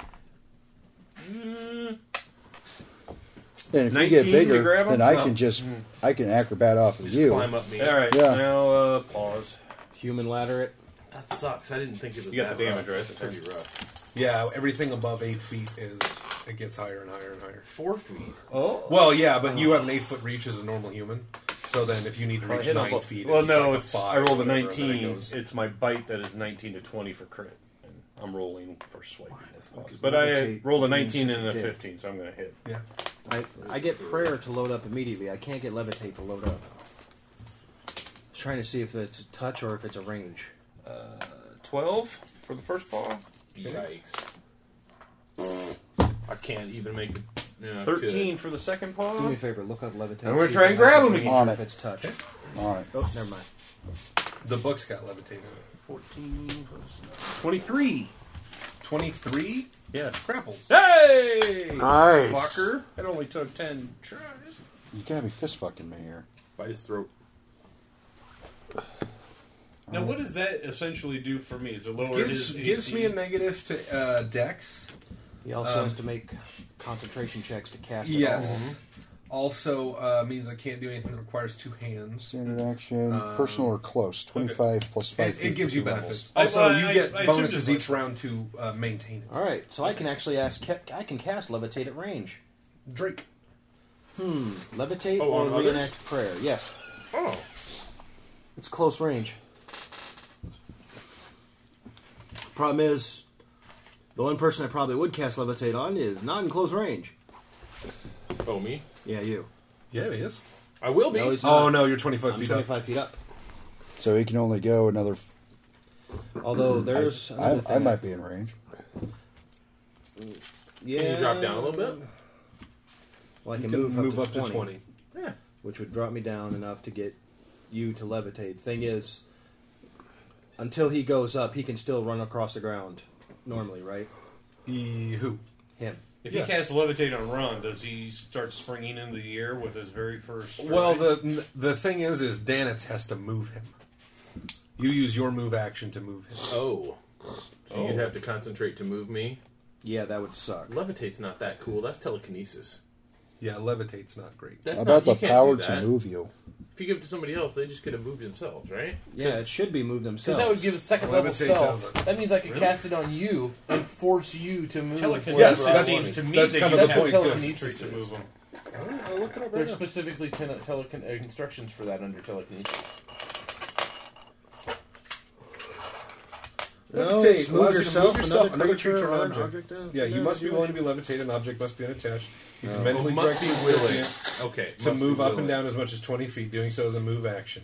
Speaker 13: And if you get
Speaker 11: 19 to
Speaker 13: bigger,
Speaker 11: grab 'em?
Speaker 13: then I
Speaker 11: No.
Speaker 13: can just I can acrobat off of you.
Speaker 10: climb up me.
Speaker 11: All right.
Speaker 13: Yeah.
Speaker 11: Now uh, pause.
Speaker 12: Human ladder it.
Speaker 10: That sucks. I didn't think it was.
Speaker 11: You got
Speaker 10: that
Speaker 11: the
Speaker 10: rough.
Speaker 11: damage, right?
Speaker 10: It's pretty rough.
Speaker 9: Yeah, everything above eight feet is it gets higher and higher and higher.
Speaker 10: Four feet.
Speaker 11: Oh.
Speaker 9: Well, yeah, but you have an eight foot reach as a normal human. So then, if you need to
Speaker 11: I
Speaker 9: reach
Speaker 11: hit up
Speaker 9: nine
Speaker 11: a-
Speaker 9: feet,
Speaker 11: Well,
Speaker 9: it's
Speaker 11: no,
Speaker 9: like
Speaker 11: it's,
Speaker 9: a five
Speaker 11: I rolled
Speaker 9: or
Speaker 11: a
Speaker 9: whatever, and then it
Speaker 11: 19.
Speaker 9: goes-
Speaker 11: It's my bite that is 19 to 20 for crit. And I'm rolling for swipe.
Speaker 12: is
Speaker 11: But I uh,
Speaker 12: levitate
Speaker 11: rolled a
Speaker 12: means
Speaker 11: 19 and a
Speaker 12: that you did?
Speaker 11: 15, so I'm going to hit.
Speaker 9: Yeah.
Speaker 12: I, I get prayer to load up immediately. I can't get levitate to load up. I was trying to see if it's a touch or if it's a range.
Speaker 11: Uh, 12 for the first paw.
Speaker 10: Yikes. I can't even make the. Yeah, I
Speaker 11: 13 for the second paw.
Speaker 12: Do me a favor, look up levitate.
Speaker 11: I'm gonna
Speaker 12: see if
Speaker 11: try
Speaker 12: it
Speaker 11: and
Speaker 12: has
Speaker 11: grab
Speaker 12: a
Speaker 11: him
Speaker 12: range
Speaker 11: again.
Speaker 12: or
Speaker 11: On
Speaker 12: If it's touch.
Speaker 13: All right.
Speaker 12: Oh, never mind.
Speaker 9: The book's got levitated.
Speaker 11: 14 plus 23.
Speaker 9: 23?
Speaker 11: Yes.
Speaker 9: Grapples.
Speaker 11: Hey!
Speaker 13: Nice.
Speaker 11: Fucker. It only took 10 tries.
Speaker 13: You gotta be fist fucking me here.
Speaker 11: Bite his throat. Now, what does that essentially do for me? Is it lower
Speaker 9: Gives,
Speaker 11: his
Speaker 9: gives
Speaker 11: AC?
Speaker 9: me a negative to uh, dex.
Speaker 12: He also
Speaker 9: Um,
Speaker 12: has to make concentration checks to cast it.
Speaker 9: Yes. Also uh, means I can't do anything that requires two hands.
Speaker 13: Standard action,
Speaker 9: Um,
Speaker 13: personal or close. Twenty-five plus five.
Speaker 9: It,
Speaker 13: feet
Speaker 9: it gives
Speaker 13: for
Speaker 9: you
Speaker 13: two levels.
Speaker 9: benefits.
Speaker 11: I-
Speaker 9: Also,
Speaker 11: I-
Speaker 9: you
Speaker 11: I-
Speaker 9: get
Speaker 11: I assumed
Speaker 9: bonuses
Speaker 11: it's like-
Speaker 9: each round to uh, maintain
Speaker 12: All right, so I can actually ask. ca- I can cast levitate at range.
Speaker 9: it. Drake.
Speaker 12: Hmm. Levitate
Speaker 10: Oh,
Speaker 12: or
Speaker 10: on others?
Speaker 12: reenact prayer? Yes.
Speaker 10: Oh.
Speaker 12: It's close range. Problem is, the one person I probably would cast levitate on is not in close range.
Speaker 10: Oh, me?
Speaker 12: Yeah, you.
Speaker 9: Yeah, he is.
Speaker 10: I will be.
Speaker 12: No, he's
Speaker 9: Oh,
Speaker 12: not.
Speaker 9: no, you're 25
Speaker 12: I'm
Speaker 9: feet up.
Speaker 12: 25 feet up.
Speaker 13: So he can only go another. f-
Speaker 12: Although there's
Speaker 13: I,
Speaker 12: another
Speaker 13: I,
Speaker 12: thing.
Speaker 13: I might be in range.
Speaker 12: Yeah.
Speaker 10: Can you drop down a little *laughs* bit?
Speaker 12: Well, I
Speaker 9: You
Speaker 12: can,
Speaker 9: can
Speaker 12: move,
Speaker 9: move
Speaker 12: up, to, 20,
Speaker 9: 20.
Speaker 10: Yeah.
Speaker 12: which would drop me down enough to get you to levitate. Thing is, until he goes up, he can still run across the ground normally, right?
Speaker 9: He, E, who?
Speaker 12: Him.
Speaker 11: If
Speaker 9: Yes.
Speaker 11: he casts levitate on Ron, does he start springing into the air with his very first? strike?
Speaker 9: Well, the the thing is, is Danitz has to move him. You use your move action to move him.
Speaker 10: Oh. So
Speaker 11: Oh.
Speaker 10: you'd have to concentrate to move me.
Speaker 12: Yeah, that would suck.
Speaker 10: Levitate's not that cool. That's telekinesis.
Speaker 9: Yeah, levitate's not great.
Speaker 10: That's
Speaker 13: How
Speaker 10: not,
Speaker 13: about
Speaker 10: you
Speaker 13: the
Speaker 10: can't
Speaker 13: power
Speaker 10: do
Speaker 13: to
Speaker 10: that.
Speaker 13: move you?
Speaker 10: If you give it to somebody else, they just could have moved themselves, right?
Speaker 12: Yeah, it should be move
Speaker 10: Because
Speaker 12: themselves.
Speaker 10: that would give a second
Speaker 9: Well,
Speaker 10: level
Speaker 9: levitate
Speaker 10: spell.
Speaker 9: doesn't.
Speaker 10: That means I could cast it on you and force you to move.
Speaker 11: telekinesis
Speaker 10: wherever I
Speaker 9: that's-
Speaker 10: want
Speaker 11: seems
Speaker 10: you.
Speaker 11: to me
Speaker 9: that's
Speaker 11: that
Speaker 9: kind
Speaker 11: you
Speaker 9: of
Speaker 11: have
Speaker 9: the point, too.
Speaker 11: telekinesis to move him.
Speaker 9: I'll look it up right
Speaker 10: There's
Speaker 9: now.
Speaker 10: specifically ten telecon- uh, instructions for that under telekinesis.
Speaker 12: No,
Speaker 9: Levitate allows
Speaker 12: it's Oh, move
Speaker 9: you to
Speaker 12: yourself, another creature,
Speaker 9: or
Speaker 12: or an
Speaker 9: object.
Speaker 12: object down.
Speaker 9: Yeah, you
Speaker 12: Yeah,
Speaker 9: must be
Speaker 12: you
Speaker 9: willing to be levitated. An object must be unattached. You
Speaker 10: Oh.
Speaker 9: can mentally
Speaker 10: Oh, must
Speaker 9: direct
Speaker 10: be
Speaker 9: the
Speaker 10: willing.
Speaker 9: recipient
Speaker 10: Okay,
Speaker 9: to
Speaker 10: must be
Speaker 9: move up
Speaker 10: willing.
Speaker 9: and down as much as twenty feet. Doing so is a move action.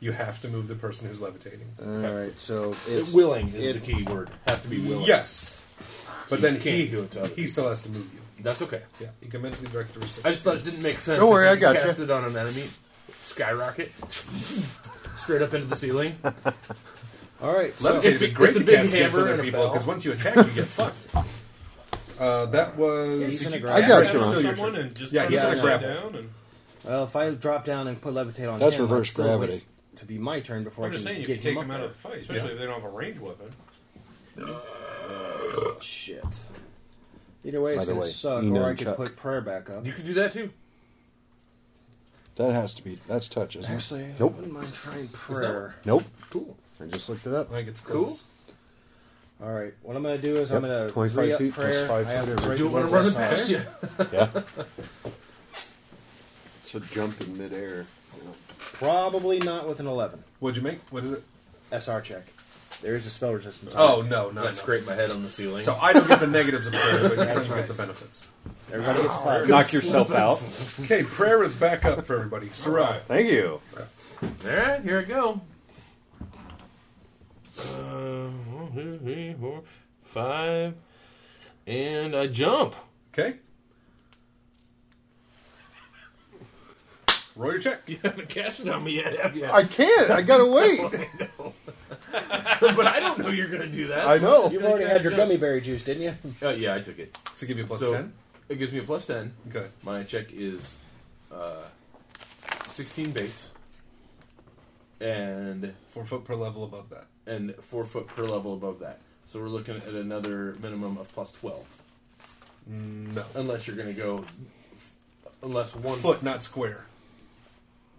Speaker 9: You have to move the person who's levitating.
Speaker 10: Uh,
Speaker 5: All right, so
Speaker 10: it's- Willing is it- the key word. Have to be willing.
Speaker 9: Yes,
Speaker 10: So
Speaker 9: but then
Speaker 10: you can't
Speaker 9: he
Speaker 10: do it to other
Speaker 9: he still has to move you.
Speaker 10: That's okay.
Speaker 9: Yeah, you can mentally direct the recipient.
Speaker 10: I just thought it didn't make sense.
Speaker 9: Don't worry,
Speaker 10: if
Speaker 9: I got
Speaker 10: cast
Speaker 9: you.
Speaker 10: it on an enemy, skyrocket, straight up into the ceiling.
Speaker 12: All right,
Speaker 9: Levitate's a great
Speaker 10: it's a
Speaker 9: to
Speaker 10: big
Speaker 9: cast against
Speaker 10: hammer
Speaker 9: other
Speaker 10: and a
Speaker 9: people
Speaker 10: bell.
Speaker 9: because once you attack, you get
Speaker 10: *laughs*
Speaker 9: fucked. Uh, that was.
Speaker 12: He's in a
Speaker 9: Yeah,
Speaker 12: grab.
Speaker 9: Brad,
Speaker 12: I got
Speaker 9: it's
Speaker 12: you.
Speaker 9: still your
Speaker 12: Someone
Speaker 9: turn.
Speaker 12: and just
Speaker 9: yeah,
Speaker 12: turn
Speaker 9: he's in a
Speaker 12: upside
Speaker 9: grapple.
Speaker 12: down. Well, if I drop down and put levitate on
Speaker 13: That's
Speaker 12: him,
Speaker 13: reverse
Speaker 12: I'd still
Speaker 13: gravity.
Speaker 12: wait To be my turn before
Speaker 17: I'm
Speaker 12: I
Speaker 17: just
Speaker 12: can
Speaker 17: saying you
Speaker 12: get
Speaker 17: can take
Speaker 12: him
Speaker 17: them
Speaker 12: up
Speaker 17: out
Speaker 12: there.
Speaker 17: of the fight, especially
Speaker 12: Yeah.
Speaker 17: if they don't have a range weapon.
Speaker 12: Oh, Shit. Either way,
Speaker 13: By
Speaker 12: it's
Speaker 13: the
Speaker 12: gonna
Speaker 13: way,
Speaker 12: suck.
Speaker 13: Enon
Speaker 12: Or I could
Speaker 13: Chuck.
Speaker 12: put prayer back up.
Speaker 10: You could do that too.
Speaker 13: That has to be. That's touch, isn't
Speaker 12: Actually,
Speaker 13: it?
Speaker 12: I wouldn't mind trying prayer.
Speaker 13: Nope.
Speaker 12: Cool.
Speaker 5: I just looked it up.
Speaker 9: Like it's
Speaker 12: Cool. All right. What I'm gonna do is I'm
Speaker 5: Yep,
Speaker 12: gonna
Speaker 5: 25
Speaker 12: re-up
Speaker 5: feet plus
Speaker 12: prayer.
Speaker 5: five
Speaker 12: I have
Speaker 5: feet
Speaker 12: to
Speaker 5: every-
Speaker 12: break
Speaker 5: Do it when
Speaker 12: both
Speaker 5: I'm running past
Speaker 12: sides.
Speaker 5: you. *laughs* Yeah. So jump in midair.
Speaker 12: Probably not with an 11.
Speaker 9: What'd you make? What is it?
Speaker 12: SR check. There is a spell resistance.
Speaker 9: Oh no, no!
Speaker 10: I
Speaker 9: no.
Speaker 10: scraped my head on the ceiling.
Speaker 9: So I don't get the negatives of prayer, but your
Speaker 12: That's
Speaker 9: friends
Speaker 12: right.
Speaker 9: get the benefits.
Speaker 12: Everybody gets five.
Speaker 5: Knock yourself out.
Speaker 9: Okay, prayer is back up for everybody. Sarai.
Speaker 5: Thank you.
Speaker 10: All right, here I go.
Speaker 17: Uh, one, two, three, four, five, and I
Speaker 10: *laughs*
Speaker 17: jump.
Speaker 9: Okay. Roll your check.
Speaker 17: You haven't cast it on me yet, have you?
Speaker 5: *laughs* I can't. I gotta
Speaker 13: *laughs*
Speaker 5: wait.
Speaker 17: but I don't know you're gonna do that.
Speaker 5: I know.
Speaker 12: You've already had your gummy berry juice, didn't you?
Speaker 10: Uh, yeah, I took it.
Speaker 9: To give you a plus
Speaker 10: So,
Speaker 9: 10?
Speaker 10: It gives me a plus 10.
Speaker 9: Okay.
Speaker 10: My check is uh, 16 base. And.
Speaker 9: Four foot per level above that.
Speaker 10: And four foot per level above that. So we're looking at another minimum of plus 12.
Speaker 9: No.
Speaker 10: Unless you're going to go. Unless one.
Speaker 9: Foot, not square.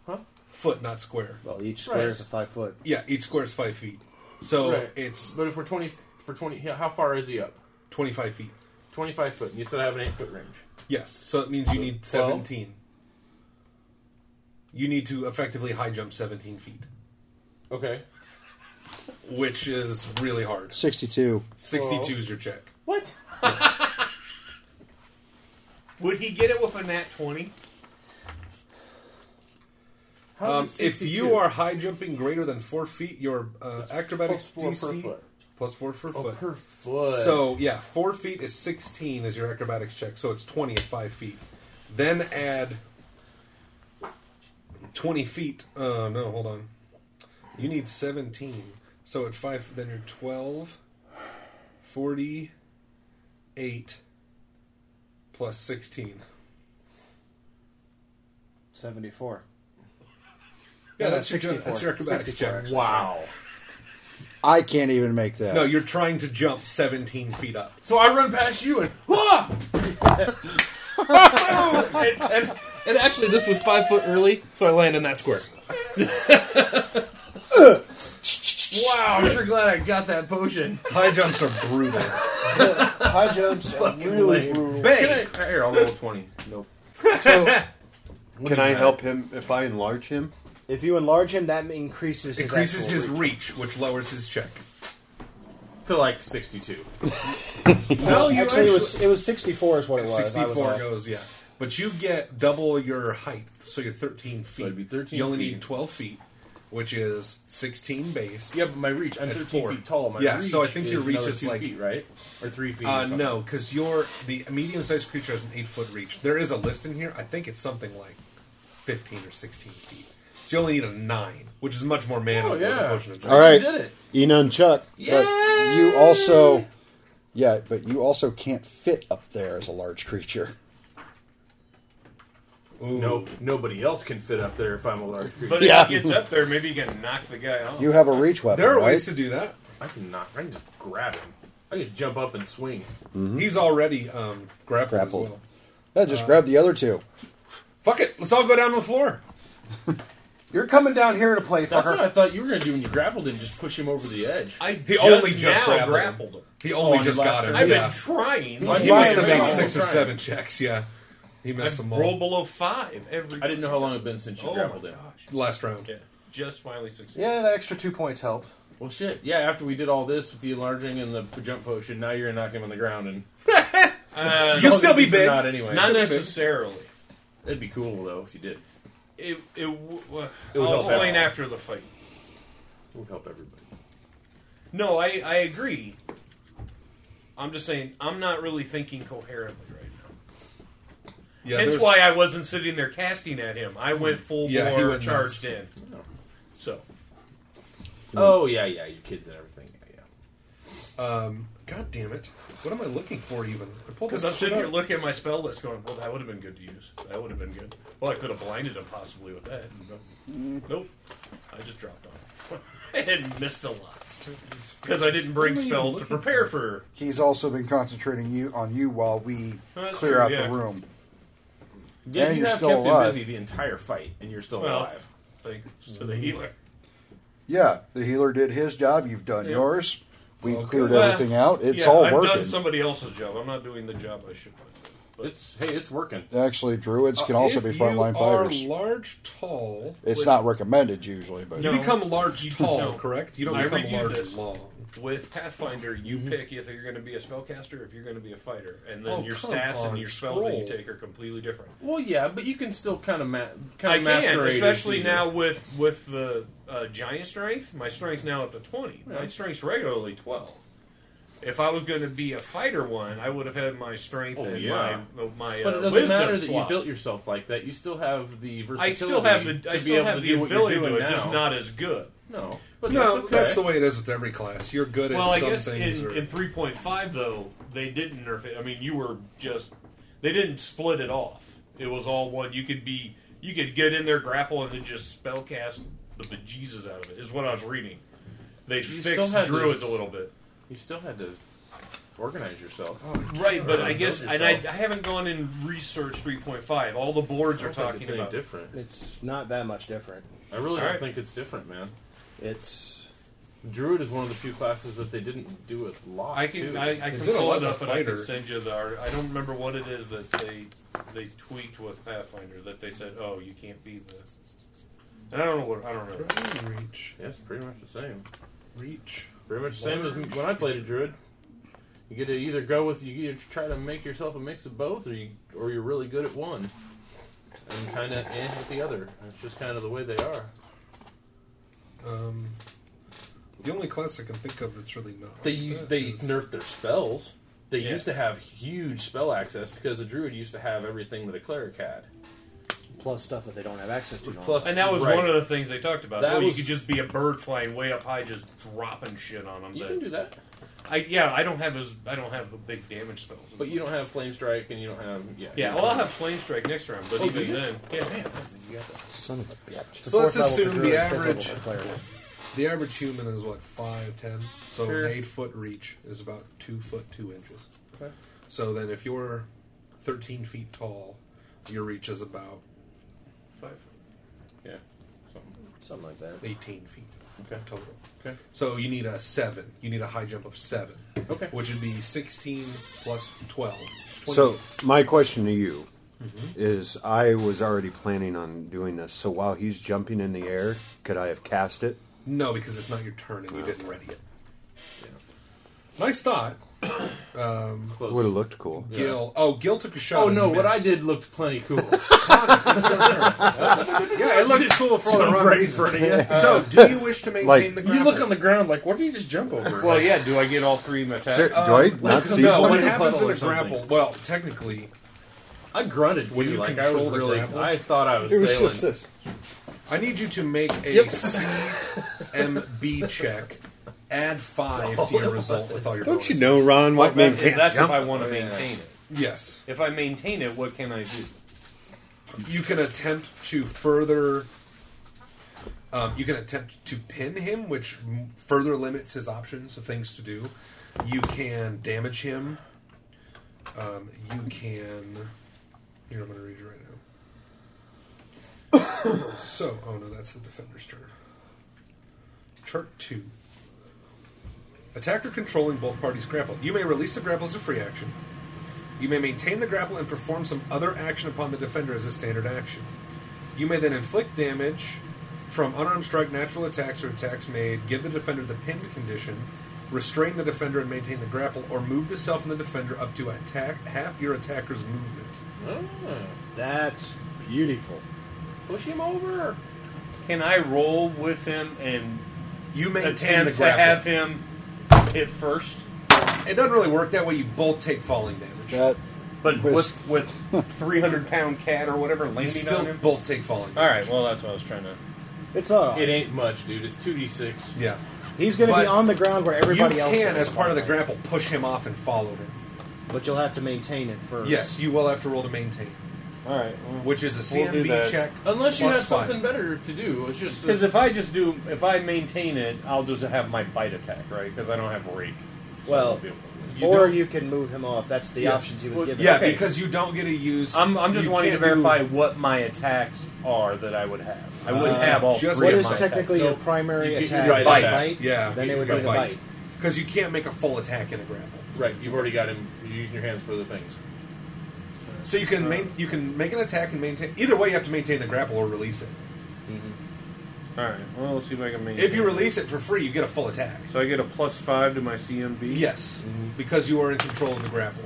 Speaker 10: Huh?
Speaker 9: Foot, not square.
Speaker 12: Well, each square
Speaker 10: Right.
Speaker 12: is a five foot.
Speaker 9: Yeah, each square is five feet. So
Speaker 10: Right.
Speaker 9: it's
Speaker 10: But if we're 20. For 20. yeah, How far is he up?
Speaker 9: 25 feet.
Speaker 10: 25 foot. And you said I have an 8 foot range.
Speaker 9: Yes, so it means you need
Speaker 10: So, 12?
Speaker 9: 17. You need to effectively high jump 17 feet,
Speaker 10: Okay.
Speaker 9: which is really hard.
Speaker 13: 62.
Speaker 9: 62 is your check.
Speaker 10: What?
Speaker 17: *laughs* Would he get it with a nat twenty?
Speaker 10: How is
Speaker 9: Um,
Speaker 10: it
Speaker 9: if
Speaker 10: 62?
Speaker 9: you are high jumping greater than four feet, your uh, acrobatics
Speaker 10: plus four per
Speaker 9: DC
Speaker 10: foot.
Speaker 9: plus four per
Speaker 10: Oh,
Speaker 9: foot.
Speaker 10: per foot.
Speaker 9: So yeah, four feet is sixteen is your acrobatics check, so it's twenty at five feet. Then add twenty feet. Oh no, hold on. You need seventeen. So at five, then you're 12, 48 plus sixteen.
Speaker 12: 74.
Speaker 9: Yeah,
Speaker 12: No,
Speaker 9: that's, your, that's your acrobatics
Speaker 12: 64,
Speaker 9: check.
Speaker 12: actually.
Speaker 13: I can't even make that.
Speaker 9: No, you're trying to jump 17 feet up.
Speaker 10: So I run past you and Wah! and, and, and actually, this was five foot early, so I land in that square. wow, I'm sure glad I got that potion. *laughs*
Speaker 9: High jumps are brutal.
Speaker 12: High jumps are really
Speaker 10: lame.
Speaker 12: brutal.
Speaker 10: Bang! Can I, here, I'll roll 20. Nope.
Speaker 5: Can I help him if I enlarge him?
Speaker 12: If you enlarge him, that increases his
Speaker 9: Increases
Speaker 12: actual
Speaker 9: his
Speaker 12: reach.
Speaker 9: reach, which lowers his check.
Speaker 10: To like 62.
Speaker 12: Well, actually, it was it was 64 is what it was. I was
Speaker 9: 64
Speaker 12: off.
Speaker 9: goes, yeah. But you get double your height, so you're 13 feet.
Speaker 10: I'd be 13
Speaker 9: you only
Speaker 10: feet.
Speaker 9: need 12 feet, which is 16 base.
Speaker 10: Yeah, but my reach, I'm
Speaker 9: At
Speaker 10: 13
Speaker 9: four.
Speaker 10: feet tall. My
Speaker 9: Yeah,
Speaker 10: reach
Speaker 9: so I think your reach
Speaker 10: another
Speaker 9: is
Speaker 10: two
Speaker 9: like-
Speaker 10: feet, right? Or 3 feet. or
Speaker 9: Uh,
Speaker 10: something.
Speaker 9: no, because you're the medium sized creature has an 8 foot reach. There is a list in here. I think it's something like 15 or 16 feet. So you only need a 9, which is much more manageable than
Speaker 10: yeah.
Speaker 9: Potion of Giant.
Speaker 13: All right.
Speaker 10: You did it.
Speaker 13: Enon Chuck. But you also. Yeah, but you also can't fit up there as a large creature.
Speaker 10: Nope. Nobody else can fit up there if I'm a large creature.
Speaker 17: But
Speaker 13: Yeah.
Speaker 17: if he gets up there, maybe you can knock the guy off.
Speaker 13: You have a reach weapon,
Speaker 9: There are
Speaker 13: right?
Speaker 9: ways to do that.
Speaker 10: I can knock. I can just grab him. I can just jump up and swing.
Speaker 9: He's already um, grappled,
Speaker 13: Mm-hmm. Grappled.
Speaker 9: as well.
Speaker 13: Yeah, just grab the other two.
Speaker 9: Fuck it, let's all go down on the floor.
Speaker 12: You're coming down here to play,
Speaker 10: That's what
Speaker 12: fucker.
Speaker 10: I thought you were going to do when you grappled and just push him over the edge.
Speaker 17: I
Speaker 9: He
Speaker 17: just
Speaker 9: only just
Speaker 17: now
Speaker 9: grappled.
Speaker 17: grappled him.
Speaker 9: He only
Speaker 10: Oh,
Speaker 9: just
Speaker 10: on your
Speaker 9: got
Speaker 10: last
Speaker 9: him.
Speaker 10: turn?
Speaker 17: I've
Speaker 9: yeah.
Speaker 17: been trying.
Speaker 9: He
Speaker 10: Why
Speaker 9: must
Speaker 10: am
Speaker 9: have
Speaker 10: I
Speaker 9: made
Speaker 10: wrong?
Speaker 9: six or
Speaker 10: Trying.
Speaker 9: seven checks, yeah. He missed them all.
Speaker 11: I've rolled below five every.
Speaker 10: I didn't know how long it had been since you
Speaker 11: oh
Speaker 10: grappled
Speaker 11: my
Speaker 10: him.
Speaker 11: gosh.
Speaker 9: Last round.
Speaker 11: Yeah, just finally succeeded.
Speaker 22: Yeah, that extra two points helped.
Speaker 10: Well, shit. Yeah, after we did all this with the enlarging and the jump potion, now you're gonna knock him on the ground and Uh,
Speaker 11: You'll
Speaker 10: no,
Speaker 11: still be
Speaker 10: if you're
Speaker 11: big.
Speaker 10: Not anyway.
Speaker 11: Not necessarily.
Speaker 10: It'd be cool though if you did.
Speaker 11: It it, w- w-
Speaker 10: It would
Speaker 11: I'll
Speaker 10: help everyone.
Speaker 11: explain after the fight.
Speaker 10: It would help everybody.
Speaker 11: No, I I agree. I'm just saying I'm not really thinking coherently right now.
Speaker 9: Yeah,
Speaker 11: Hence
Speaker 9: there's-
Speaker 11: why I wasn't sitting there casting at him. I went full
Speaker 9: Yeah, he
Speaker 11: bore
Speaker 9: went
Speaker 11: charged
Speaker 9: nuts.
Speaker 11: in. So Hmm.
Speaker 10: Oh yeah, yeah. Your kids and everything. Yeah,
Speaker 9: Um, God damn it! What am I looking for? Even I pulled
Speaker 11: because
Speaker 9: this
Speaker 11: I'm sitting
Speaker 9: shit
Speaker 11: here
Speaker 9: up.
Speaker 11: looking at my spell list, going, "Well, that would have been good to use. That would have been good. Well, I could have blinded him possibly with that. No. Nope. I just dropped *laughs* on. and missed a lot because I didn't bring
Speaker 9: What am I even
Speaker 11: spells to
Speaker 9: looking
Speaker 11: prepare for
Speaker 13: He's also been concentrating you on you while we
Speaker 11: That's
Speaker 13: clear
Speaker 11: true,
Speaker 13: out
Speaker 11: yeah.
Speaker 13: the room.
Speaker 10: yeah.
Speaker 13: and
Speaker 10: you
Speaker 13: you're
Speaker 10: have
Speaker 13: still
Speaker 10: kept
Speaker 13: alive.
Speaker 10: him busy the entire fight, and you're still
Speaker 11: Well, Mm-hmm.
Speaker 10: alive.
Speaker 11: Thanks to the healer.
Speaker 13: Yeah, the healer did his job. You've done
Speaker 11: Yeah.
Speaker 13: yours. We
Speaker 11: Okay.
Speaker 13: cleared
Speaker 11: Well,
Speaker 13: everything out. It's
Speaker 11: yeah,
Speaker 13: all
Speaker 11: I've
Speaker 13: working.
Speaker 11: done somebody else's job. I'm not doing the job I should. But
Speaker 10: it's hey, it's working.
Speaker 13: Actually, druids can also
Speaker 9: Uh, if
Speaker 13: be frontline
Speaker 9: you are
Speaker 13: fighters.
Speaker 9: large, tall.
Speaker 13: It's
Speaker 9: which-
Speaker 13: not recommended usually, but
Speaker 9: You become large, tall, correct? You don't
Speaker 11: I
Speaker 9: become
Speaker 11: reviewed
Speaker 9: large
Speaker 11: this.
Speaker 9: and long.
Speaker 11: With Pathfinder, you pick if you're going to be a spellcaster or if you're going to be a fighter, and then
Speaker 10: Mm-hmm. Oh,
Speaker 11: your
Speaker 10: come
Speaker 11: stats
Speaker 10: on,
Speaker 11: and your spells that you
Speaker 10: scroll.
Speaker 11: take are completely different.
Speaker 10: Well, yeah, but you can still kind of ma-
Speaker 11: I
Speaker 10: kind of
Speaker 11: can,
Speaker 10: masquerade. as
Speaker 11: especially
Speaker 10: you-
Speaker 11: now with with the uh, giant strength. My strength's now up to twenty. My
Speaker 10: Yeah.
Speaker 11: strength's regularly twelve. If I was going to be a fighter one, I would have had my strength
Speaker 10: Oh,
Speaker 11: and
Speaker 10: yeah.
Speaker 11: my my
Speaker 10: But
Speaker 11: uh,
Speaker 10: it doesn't
Speaker 11: wisdom
Speaker 10: matter that
Speaker 11: swapped.
Speaker 10: you built yourself like that. You still have the versatility.
Speaker 11: I still have the
Speaker 10: to
Speaker 11: I
Speaker 10: be
Speaker 11: still
Speaker 10: able
Speaker 11: have
Speaker 10: to
Speaker 11: the
Speaker 10: do what
Speaker 11: ability
Speaker 10: you're
Speaker 11: to
Speaker 10: doing
Speaker 11: it,
Speaker 10: now.
Speaker 11: just not as good.
Speaker 10: No, but
Speaker 9: no,
Speaker 10: that's
Speaker 9: that's,
Speaker 10: okay.
Speaker 9: the way it is with every class. You're good
Speaker 11: Well,
Speaker 9: at
Speaker 11: I
Speaker 9: some
Speaker 11: guess
Speaker 9: things.
Speaker 11: in,
Speaker 9: or-
Speaker 11: in 3.5 though they didn't nerf it. I mean, you were just they didn't split it off. It was all one. You could be you could get in there grapple and then just spellcast the bejesus out of it. Is what I was reading. They
Speaker 10: You still
Speaker 11: fixed
Speaker 10: had to-
Speaker 11: druids a little bit.
Speaker 10: You still had to organize yourself.
Speaker 11: Right, but Oh, I
Speaker 10: Build
Speaker 11: guess and I,
Speaker 10: yourself.
Speaker 11: I haven't gone and researched 3.5. All the boards
Speaker 10: I
Speaker 11: are
Speaker 10: don't think
Speaker 11: talking
Speaker 10: it's any
Speaker 11: about
Speaker 10: different.
Speaker 22: It's not that much different.
Speaker 10: I really don't
Speaker 11: Alright.
Speaker 10: think it's different, man.
Speaker 22: It's
Speaker 10: Druid is one of the few classes that they didn't do a lot.
Speaker 11: I can
Speaker 10: too.
Speaker 11: I, I can pull it up and I can send you the. art- I don't remember what it is that they they tweaked with Pathfinder that they said, oh, you can't be the. And I don't know what I don't remember.
Speaker 9: Reach.
Speaker 10: Yeah, it's pretty much the same.
Speaker 9: Reach.
Speaker 10: Pretty much the same as
Speaker 9: Large
Speaker 10: when I played a druid. You get to either go with you either try to make yourself a mix of both, or you or you're really good at one, and kind of eh with the other. That's just kind of the way they are.
Speaker 9: Um, the only class I can think of that's really not.
Speaker 10: They
Speaker 9: like
Speaker 10: use,
Speaker 9: that
Speaker 10: they
Speaker 9: is-
Speaker 10: nerfed their spells. They
Speaker 9: Yeah.
Speaker 10: used to have huge spell access because the druid used to have everything that a cleric had.
Speaker 22: plus stuff that they don't have access to.
Speaker 10: Plus-
Speaker 11: And that was
Speaker 10: Right.
Speaker 11: one of the things they talked about.
Speaker 10: That
Speaker 11: oh,
Speaker 10: was-
Speaker 11: you could just be a bird flying way up high, just dropping shit on them.
Speaker 10: You can do that.
Speaker 11: I yeah, I don't have as I don't have the big damage spells.
Speaker 10: But you don't have flame strike, and you don't have yeah.
Speaker 11: Yeah, well, I'll have flame strike next round. But
Speaker 10: Oh, do
Speaker 11: even
Speaker 10: you?
Speaker 11: then, yeah.
Speaker 10: Son of a bitch.
Speaker 9: So
Speaker 22: fourth
Speaker 9: let's
Speaker 22: level
Speaker 9: assume
Speaker 22: for
Speaker 9: the
Speaker 22: druid, fifth level
Speaker 9: average.
Speaker 22: for cleric.
Speaker 9: The average human is what five ten. So
Speaker 10: Sure.
Speaker 9: an eight foot reach is about two foot two inches.
Speaker 10: Okay.
Speaker 9: So then, if you're thirteen feet tall, your reach is about
Speaker 11: Five. Yeah. Something.
Speaker 22: Something like that.
Speaker 9: eighteen feet
Speaker 10: Okay.
Speaker 9: total.
Speaker 10: Okay.
Speaker 9: So you need a seven. You need a high jump of seven.
Speaker 10: Okay.
Speaker 9: Which would be sixteen plus twelve. 20.
Speaker 12: So my question to you is: I was already planning on doing this. So while he's jumping in the air, could I have cast it?
Speaker 9: No, because it's not your turn and you didn't ready it. Nice thought. Um,
Speaker 12: Would have looked cool.
Speaker 9: Gil. Oh, Gil took a shot.
Speaker 10: Oh
Speaker 9: and
Speaker 10: no! What
Speaker 9: missed.
Speaker 10: I did looked
Speaker 9: *laughs*
Speaker 10: plenty cool.
Speaker 9: Yeah, it
Speaker 10: *laughs*
Speaker 9: looked cool for all the
Speaker 10: Jump
Speaker 9: wrong
Speaker 10: right in
Speaker 9: reasons.
Speaker 10: front of you.
Speaker 9: so, do you wish to maintain
Speaker 12: Like-
Speaker 9: the?
Speaker 10: you
Speaker 9: grapple?
Speaker 10: look on the ground like, what did you just jump over?
Speaker 11: Well, yeah. Do I get all three of my attacks?
Speaker 12: Sir, do I
Speaker 9: Um,
Speaker 12: not see?
Speaker 9: no,
Speaker 12: something?
Speaker 9: what happens
Speaker 10: puddle
Speaker 9: in a
Speaker 10: or something.
Speaker 9: grapple? Well, technically,
Speaker 10: I grunted
Speaker 9: When
Speaker 10: too.
Speaker 9: you
Speaker 10: Like I was
Speaker 9: control the
Speaker 10: really.
Speaker 9: grapple.
Speaker 10: I thought I was,
Speaker 9: It was
Speaker 10: sailing.
Speaker 9: just this. I need you to make a
Speaker 10: Yep.
Speaker 9: CMB check. Add five
Speaker 11: all
Speaker 9: to
Speaker 10: *laughs*
Speaker 9: your
Speaker 11: it
Speaker 9: result
Speaker 11: was.
Speaker 9: with all your.
Speaker 12: Don't you
Speaker 9: bonuses.
Speaker 12: know, Ron? White man
Speaker 11: That-
Speaker 12: can't
Speaker 11: that's
Speaker 12: jump.
Speaker 11: if I want to
Speaker 10: Oh, yeah.
Speaker 11: maintain it.
Speaker 9: Yes,
Speaker 11: If I maintain it, what can I do?
Speaker 9: you can attempt to further. Um, you can attempt to pin him, which m- further limits his options of things to do. You can damage him. Um, you can. Here, I'm going to read you right now. *coughs* so, oh no, that's the defender's turn. Chart 2. Attacker controlling both parties grapple. You may release the grapple as a free action. You may maintain the grapple and perform some other action upon the defender as a standard action. You may then inflict damage from unarmed strike, natural attacks, or attacks made, give the defender the pinned condition, restrain the defender and maintain the grapple, or move the self and the defender up to attack half your attacker's movement.
Speaker 12: Oh, that's beautiful.
Speaker 10: Push him over.
Speaker 6: Can I roll with him and
Speaker 9: you
Speaker 6: attempt
Speaker 9: maintain the
Speaker 6: to
Speaker 9: grapple.
Speaker 6: have him hit first?
Speaker 9: it doesn't really work that way. You both take falling damage.
Speaker 6: But with with three hundred pound cat or whatever landing
Speaker 9: you still
Speaker 6: on him.
Speaker 9: both take falling.
Speaker 6: All right. Well, that's what I was trying to.
Speaker 12: It's
Speaker 9: uh,
Speaker 12: not.
Speaker 10: It ain't much, dude. It's two d six.
Speaker 9: Yeah.
Speaker 12: He's going to be
Speaker 9: But
Speaker 12: on the ground where everybody
Speaker 9: you
Speaker 12: else
Speaker 9: can,
Speaker 12: is.
Speaker 9: as part of the grapple, push him off and follow him.
Speaker 12: But you'll have to maintain it first.
Speaker 9: Yes, you will have to roll to maintain.
Speaker 6: All right. well,
Speaker 9: Which is a
Speaker 6: we'll
Speaker 9: CMB
Speaker 6: do that.
Speaker 9: check.
Speaker 10: Unless you
Speaker 9: plus
Speaker 10: have
Speaker 9: five.
Speaker 10: something better to do. It's just
Speaker 6: Because if I just do, if I maintain it, I'll just have my bite attack, right? Because I don't have rage. So I'll
Speaker 12: Well,
Speaker 6: be able to-
Speaker 12: or you can move him off. That's the
Speaker 6: Yes.
Speaker 12: options he was
Speaker 6: Well,
Speaker 12: given.
Speaker 6: yeah, Okay. because
Speaker 9: Because you don't get to use.
Speaker 6: I'm, I'm just
Speaker 9: you
Speaker 6: wanting to
Speaker 9: can't
Speaker 6: verify
Speaker 9: do-
Speaker 6: what my attacks are that I would have. I
Speaker 12: Uh,
Speaker 6: wouldn't have all
Speaker 12: just
Speaker 6: three
Speaker 12: what
Speaker 6: of
Speaker 12: is
Speaker 6: my
Speaker 12: technically
Speaker 6: attacks.
Speaker 12: your primary
Speaker 6: you get
Speaker 12: attack?
Speaker 6: your
Speaker 12: Is it
Speaker 6: bite.
Speaker 12: bite?
Speaker 9: Yeah,
Speaker 12: Then it would be the bite.
Speaker 9: Because you can't make a full attack in a grapple.
Speaker 10: Right, you've already got him. You're using your hands for the things.
Speaker 9: So you can main, you can make an attack and maintain. Either way, you have to maintain the grapple or release it.
Speaker 6: All right. Well, let's see if I can maintain.
Speaker 9: If you release it for free, you get a full attack.
Speaker 6: so I get a plus five to my CMB.
Speaker 9: Yes, because you are in control of the grapple.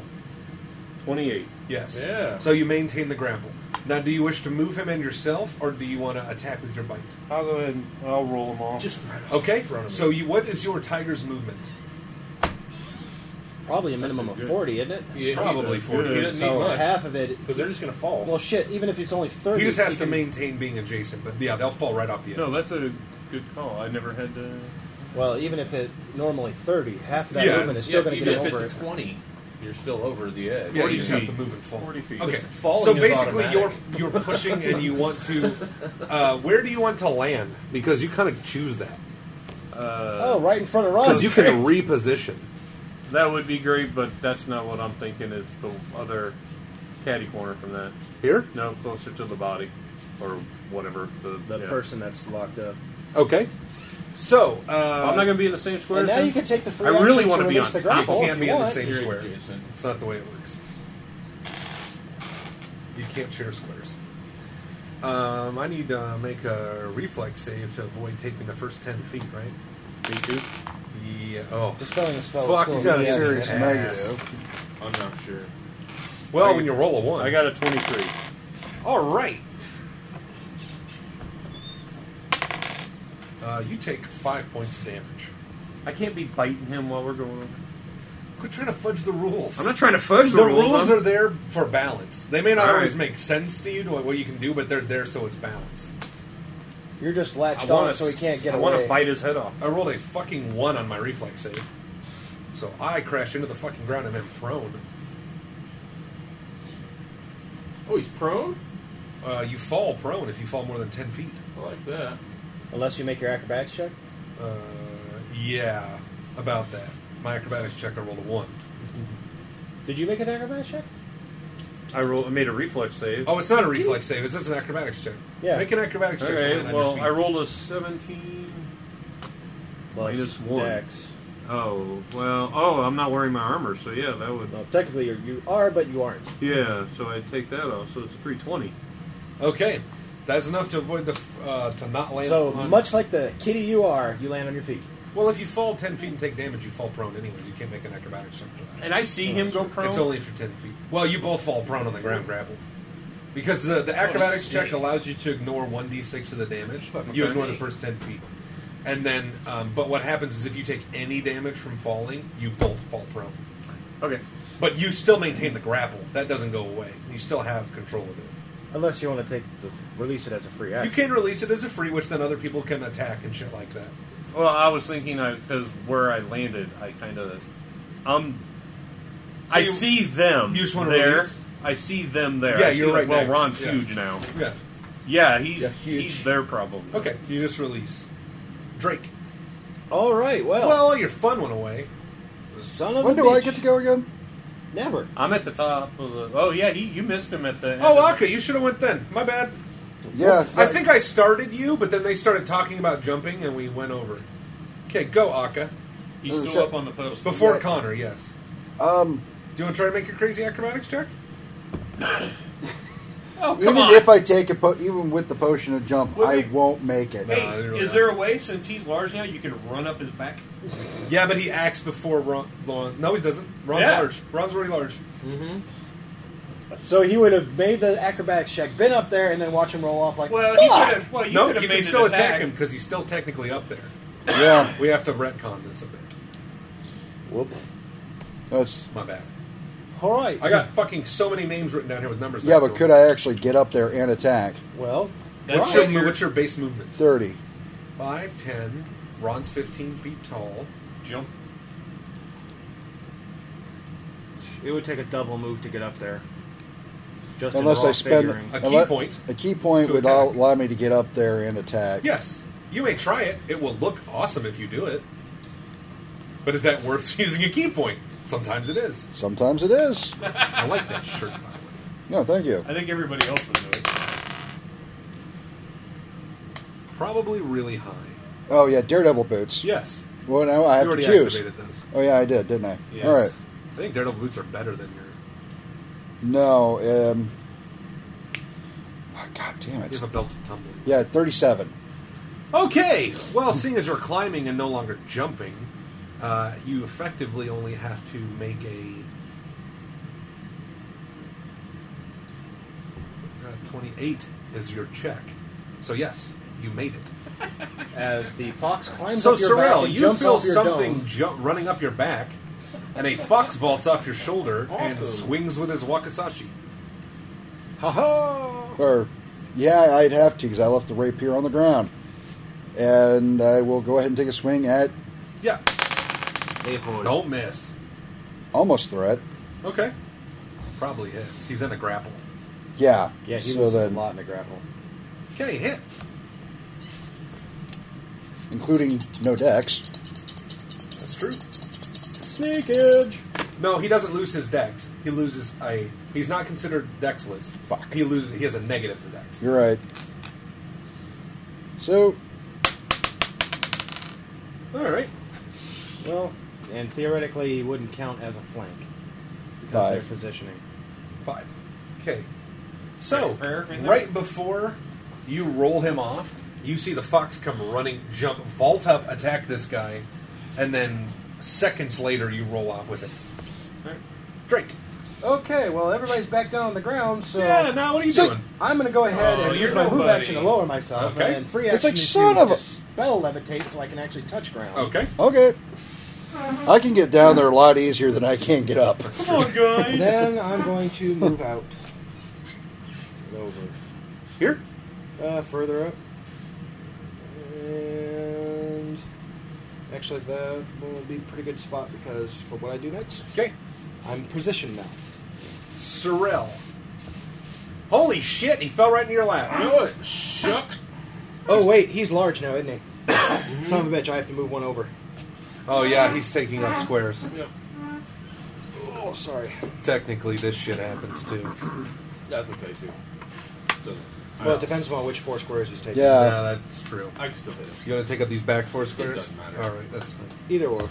Speaker 6: Twenty-eight.
Speaker 9: Yes.
Speaker 6: Yeah.
Speaker 9: So you maintain the grapple. Now, do you wish to move him and yourself, or do you want to attack with your bite?
Speaker 6: I'll go ahead and I'll roll them off.
Speaker 10: Just right
Speaker 9: Okay. So you, what is your tiger's movement?
Speaker 12: Probably a minimum of 40, isn't it?
Speaker 10: Yeah, he's
Speaker 9: Probably
Speaker 10: a-
Speaker 9: 40.
Speaker 10: He doesn't
Speaker 12: So
Speaker 10: need much.
Speaker 12: half of it.
Speaker 10: Because they're just going to fall.
Speaker 12: Well, shit, even if it's only 30.
Speaker 9: He just has to
Speaker 12: can-
Speaker 9: maintain being adjacent, but yeah, they'll fall right off the edge.
Speaker 11: No, Oh, that's a good call. I never had to.
Speaker 12: Well, even if it normally 30, half of that
Speaker 9: Yeah.
Speaker 12: movement is still
Speaker 10: Yeah,
Speaker 12: going to
Speaker 10: even
Speaker 12: get
Speaker 10: if
Speaker 12: over
Speaker 10: it's
Speaker 12: it.
Speaker 10: a 20, you're still over the edge.
Speaker 9: yeah, you
Speaker 10: 40
Speaker 9: just have
Speaker 10: feet.
Speaker 9: to move and fall.
Speaker 11: 40 feet.
Speaker 9: Okay.
Speaker 10: Falling
Speaker 9: so
Speaker 10: is
Speaker 9: basically,
Speaker 10: automatic.
Speaker 9: you're you're pushing and you want to.
Speaker 11: *laughs*
Speaker 9: Uh, where do you want to land? Because you kind of choose that.
Speaker 12: oh, right in front of Ron.
Speaker 9: Because you can reposition.
Speaker 11: That would be great, but that's not what I'm thinking. Is the other caddy corner from that?
Speaker 9: Here?
Speaker 11: No, closer to the body, or whatever the,
Speaker 12: The
Speaker 11: yeah.
Speaker 12: person that's locked up.
Speaker 9: Okay. So uh,
Speaker 11: I'm not going to be in the same square.
Speaker 12: And now
Speaker 11: as him?
Speaker 12: you can take the free
Speaker 11: I
Speaker 12: action
Speaker 11: really
Speaker 12: to
Speaker 11: want to be on
Speaker 12: release the
Speaker 11: top.
Speaker 12: grapple.
Speaker 9: You can't be in the
Speaker 12: want.
Speaker 9: same
Speaker 10: You're
Speaker 9: square.
Speaker 10: adjacent.
Speaker 9: It's not the way it works. You can't share squares. Um, I need to make a reflex save to avoid taking the first ten feet, right?
Speaker 11: Me too.
Speaker 9: Yeah. Oh.
Speaker 12: Dispelling a spell.
Speaker 9: Fuck,
Speaker 12: is
Speaker 9: he's
Speaker 12: still
Speaker 9: got a
Speaker 12: yeah,
Speaker 9: serious
Speaker 12: yeah.
Speaker 9: negative.
Speaker 11: I'm not sure.
Speaker 9: Well, when you roll a one,
Speaker 11: I got a 23.
Speaker 9: All right. Uh, you take five points of damage.
Speaker 11: I can't be biting him while we're going.
Speaker 9: Quit trying to fudge the rules.
Speaker 11: I'm not trying to fudge the,
Speaker 9: the rules,
Speaker 11: I'm-
Speaker 9: are there for balance. They may not
Speaker 11: All
Speaker 9: always
Speaker 11: right.
Speaker 9: make sense to you to what you can do, but they're there so it's balanced.
Speaker 12: You're just
Speaker 11: I
Speaker 12: latched
Speaker 11: wanna
Speaker 12: on so he can't
Speaker 11: s-
Speaker 12: get
Speaker 11: I want
Speaker 12: away.
Speaker 11: to bite his head off.
Speaker 9: I rolled a fucking one on my reflex save, so I crash into the fucking ground and am prone.
Speaker 10: Oh, he's prone?
Speaker 9: Uh, you fall prone if you fall more than ten feet.
Speaker 10: I like that.
Speaker 12: Unless you make your acrobatics check.
Speaker 9: Uh, yeah, about that. My acrobatics check, I rolled a one.
Speaker 12: Did you make an acrobatics check?
Speaker 11: I roll. I made a reflex save.
Speaker 9: Oh, it's not a reflex save. It's just an acrobatics check.
Speaker 12: Yeah.
Speaker 9: Make an acrobatics check. to land
Speaker 11: okay.
Speaker 9: on your
Speaker 11: Well,
Speaker 9: feet.
Speaker 11: I rolled a 17.
Speaker 12: Plus
Speaker 11: Minus one.
Speaker 12: Dex.
Speaker 11: Oh well. Oh, I'm not wearing my armor, so yeah, that would.
Speaker 12: Well, technically you're, you are, but you aren't.
Speaker 11: Yeah, so I take that off. So it's 320.
Speaker 9: Okay, that's enough to avoid the f- uh, to not land.
Speaker 12: So
Speaker 9: on-
Speaker 12: much like the kitty you are, you land on your feet.
Speaker 9: Well, if you fall ten feet and take damage, you fall prone anyway. You can't make an acrobatics check for that.
Speaker 11: And I see
Speaker 12: Oh,
Speaker 11: him go prone.
Speaker 9: It's only if you're ten feet. Well, you both fall prone on the ground grapple. Because the, the acrobatics check allows you to ignore one d six of the damage. You ignore the first ten feet, and then um, but what happens is if you take any damage from falling, you both fall prone.
Speaker 11: okay.
Speaker 9: But you still maintain the grapple. That doesn't go away. You still have control of it.
Speaker 12: Unless you want to take the release it as a free
Speaker 9: You
Speaker 12: action.
Speaker 9: can release it as a free, which then other people can attack and shit like that.
Speaker 11: Well, I was thinking I because where I landed, I kind of, um, I
Speaker 9: you-
Speaker 11: see them.
Speaker 9: you just wanna
Speaker 11: there.
Speaker 9: release?
Speaker 11: I see them there.
Speaker 9: Yeah,
Speaker 11: I
Speaker 9: you're
Speaker 11: see,
Speaker 9: right
Speaker 11: Well,
Speaker 9: next.
Speaker 11: Ron's
Speaker 9: Yeah.
Speaker 11: huge now.
Speaker 9: Yeah.
Speaker 11: Yeah, he's
Speaker 9: Yeah, huge.
Speaker 11: he's their problem.
Speaker 9: Okay. You just release. Drake.
Speaker 12: All right. Well,
Speaker 9: Well, all your fun went away.
Speaker 12: son of
Speaker 13: When
Speaker 12: a
Speaker 13: do I
Speaker 12: bitch.
Speaker 13: get to go again?
Speaker 12: Never.
Speaker 11: I'm at the top of the. Oh yeah, he you missed him at the. end
Speaker 9: Oh,
Speaker 11: of-
Speaker 9: Aka, you should have went then. My bad.
Speaker 13: Yeah.
Speaker 9: I think I started you, but then they started talking about jumping, and we went over. Okay, go Aka.
Speaker 13: Oh,
Speaker 11: He's still
Speaker 13: so-
Speaker 11: up on the post.
Speaker 9: Before
Speaker 13: Yeah.
Speaker 9: Connor, yes.
Speaker 13: Um,
Speaker 9: Do you want to try to make your crazy acrobatics check?
Speaker 6: Oh,
Speaker 13: even if I take a po- even with the potion of jump,
Speaker 23: Well,
Speaker 13: I
Speaker 23: they-
Speaker 13: won't make it.
Speaker 23: Hey, is there a way since he's large now you can run up his back?
Speaker 9: Yeah, but he acts before Ron. Lon- no, he doesn't. Ron's
Speaker 23: Yeah.
Speaker 9: large. Ron's already large. Mm-hmm.
Speaker 12: So he would have made the acrobatics check, been up there, and then watch him roll off like.
Speaker 23: Well,
Speaker 9: he
Speaker 12: Fuck!
Speaker 9: could've-
Speaker 23: well, you
Speaker 9: no,
Speaker 23: could've
Speaker 9: you
Speaker 23: made
Speaker 9: can
Speaker 23: an
Speaker 9: still
Speaker 23: attack.
Speaker 9: attack him because he's still technically up there.
Speaker 13: Yeah.
Speaker 9: we have to retcon this a bit. Whoop.
Speaker 13: That's
Speaker 9: my bad.
Speaker 12: All right.
Speaker 9: I got fucking so many names written down here with numbers.
Speaker 13: Yeah, but could I actually get up there and attack?
Speaker 12: Well,
Speaker 9: What's your, what's your base movement?
Speaker 13: Thirty.
Speaker 9: 5, 10. Ron's 15 feet tall.
Speaker 23: Jump.
Speaker 12: It would take a double move to get up there. Just in
Speaker 13: unless
Speaker 12: raw
Speaker 13: I spend
Speaker 12: figuring.
Speaker 13: unle- A key point
Speaker 9: to
Speaker 13: would
Speaker 9: attack.
Speaker 13: al- allow me to get up there and attack.
Speaker 9: Yes. You may try it. It will look awesome if you do it. But is that worth *laughs* using a key point? Sometimes it is.
Speaker 13: Sometimes it is.
Speaker 9: I like that shirt. by the way.
Speaker 13: No, thank you.
Speaker 23: I think everybody else would do it.
Speaker 9: Probably really high.
Speaker 13: Oh yeah, Daredevil boots.
Speaker 9: Yes.
Speaker 13: Well, now I have
Speaker 9: You
Speaker 13: to
Speaker 9: already
Speaker 13: choose.
Speaker 9: activated those.
Speaker 13: Oh yeah, I did, didn't I?
Speaker 9: Yes.
Speaker 13: All right.
Speaker 9: I think Daredevil boots are better than your.
Speaker 13: No. Um, oh, God damn
Speaker 9: You
Speaker 13: it.
Speaker 9: have a belt of tumbling.
Speaker 13: Yeah, thirty-seven.
Speaker 9: Okay. Well, seeing as you're climbing and no longer jumping, uh, you effectively only have to make a uh, twenty-eight is your check. So yes, you made it.
Speaker 12: As the fox climbs
Speaker 9: so
Speaker 12: up your back
Speaker 9: Sorrel,
Speaker 12: and
Speaker 9: you
Speaker 12: jumps
Speaker 9: feel
Speaker 12: off your
Speaker 9: something
Speaker 12: dome.
Speaker 9: ju- running up your back, and a fox vaults off your shoulder and
Speaker 12: Awesome.
Speaker 9: swings with his wakizashi.
Speaker 13: Ha ha. Or, yeah, I'd have to because I left the rapier on the ground, and I will go ahead and take a swing at
Speaker 9: Yeah. Don't miss.
Speaker 13: almost threat.
Speaker 9: Okay. Probably hits. He's in a grapple.
Speaker 13: Yeah.
Speaker 9: Yeah, he
Speaker 13: so
Speaker 9: loses a
Speaker 13: then,
Speaker 12: lot in a grapple,
Speaker 9: Okay, hit.
Speaker 13: including no dex.
Speaker 9: That's true.
Speaker 12: Sneakage.
Speaker 9: No, he doesn't lose his dex. He loses a. He's not considered dexless. Fuck. He loses. He has a negative to dex.
Speaker 13: You're right. So
Speaker 9: All right.
Speaker 12: Well, and theoretically, he wouldn't count as a flank because
Speaker 13: Five.
Speaker 12: they're positioning.
Speaker 9: Five. Okay. So
Speaker 12: prayer in there?
Speaker 9: right before you roll him off, you see the fox come running, jump, vault up, attack this guy, and then seconds later you roll off with it. Drake.
Speaker 12: Okay, well, everybody's back down on the ground, so.
Speaker 9: Yeah, now what are you doing?
Speaker 12: I'm going to go ahead
Speaker 9: Oh,
Speaker 12: and
Speaker 9: you're
Speaker 12: use my move
Speaker 9: nobody.
Speaker 12: action to lower myself,
Speaker 9: Okay.
Speaker 12: and then free action
Speaker 13: It's like
Speaker 12: is
Speaker 13: son
Speaker 12: to
Speaker 13: of a-
Speaker 12: dispel levitate so I can actually touch ground.
Speaker 9: Okay.
Speaker 13: Okay. I can get down there a lot easier than I can get up.
Speaker 12: Come on, guys! then I'm going to move out. Over.
Speaker 9: Here?
Speaker 12: Uh, further up. And. Actually, that will be a pretty good spot because for what I do next.
Speaker 9: Okay.
Speaker 12: I'm positioned now.
Speaker 9: Sorrel. Holy shit! He fell right in your lap.
Speaker 11: Knew it.
Speaker 9: Shook.
Speaker 12: Oh, wait, he's large now, isn't he? Son of a bitch, I have to move one over.
Speaker 9: Oh yeah, he's taking up squares.
Speaker 12: Oh, sorry.
Speaker 9: Technically, this shit happens too.
Speaker 10: That's okay too. Doesn't.
Speaker 12: Well, it depends on which four squares he's taking.
Speaker 9: Yeah. Yeah, that's true.
Speaker 10: I can still hit him.
Speaker 9: You want to take up these back four squares?
Speaker 10: doesn't matter.
Speaker 9: All right, that's fine.
Speaker 12: Either or.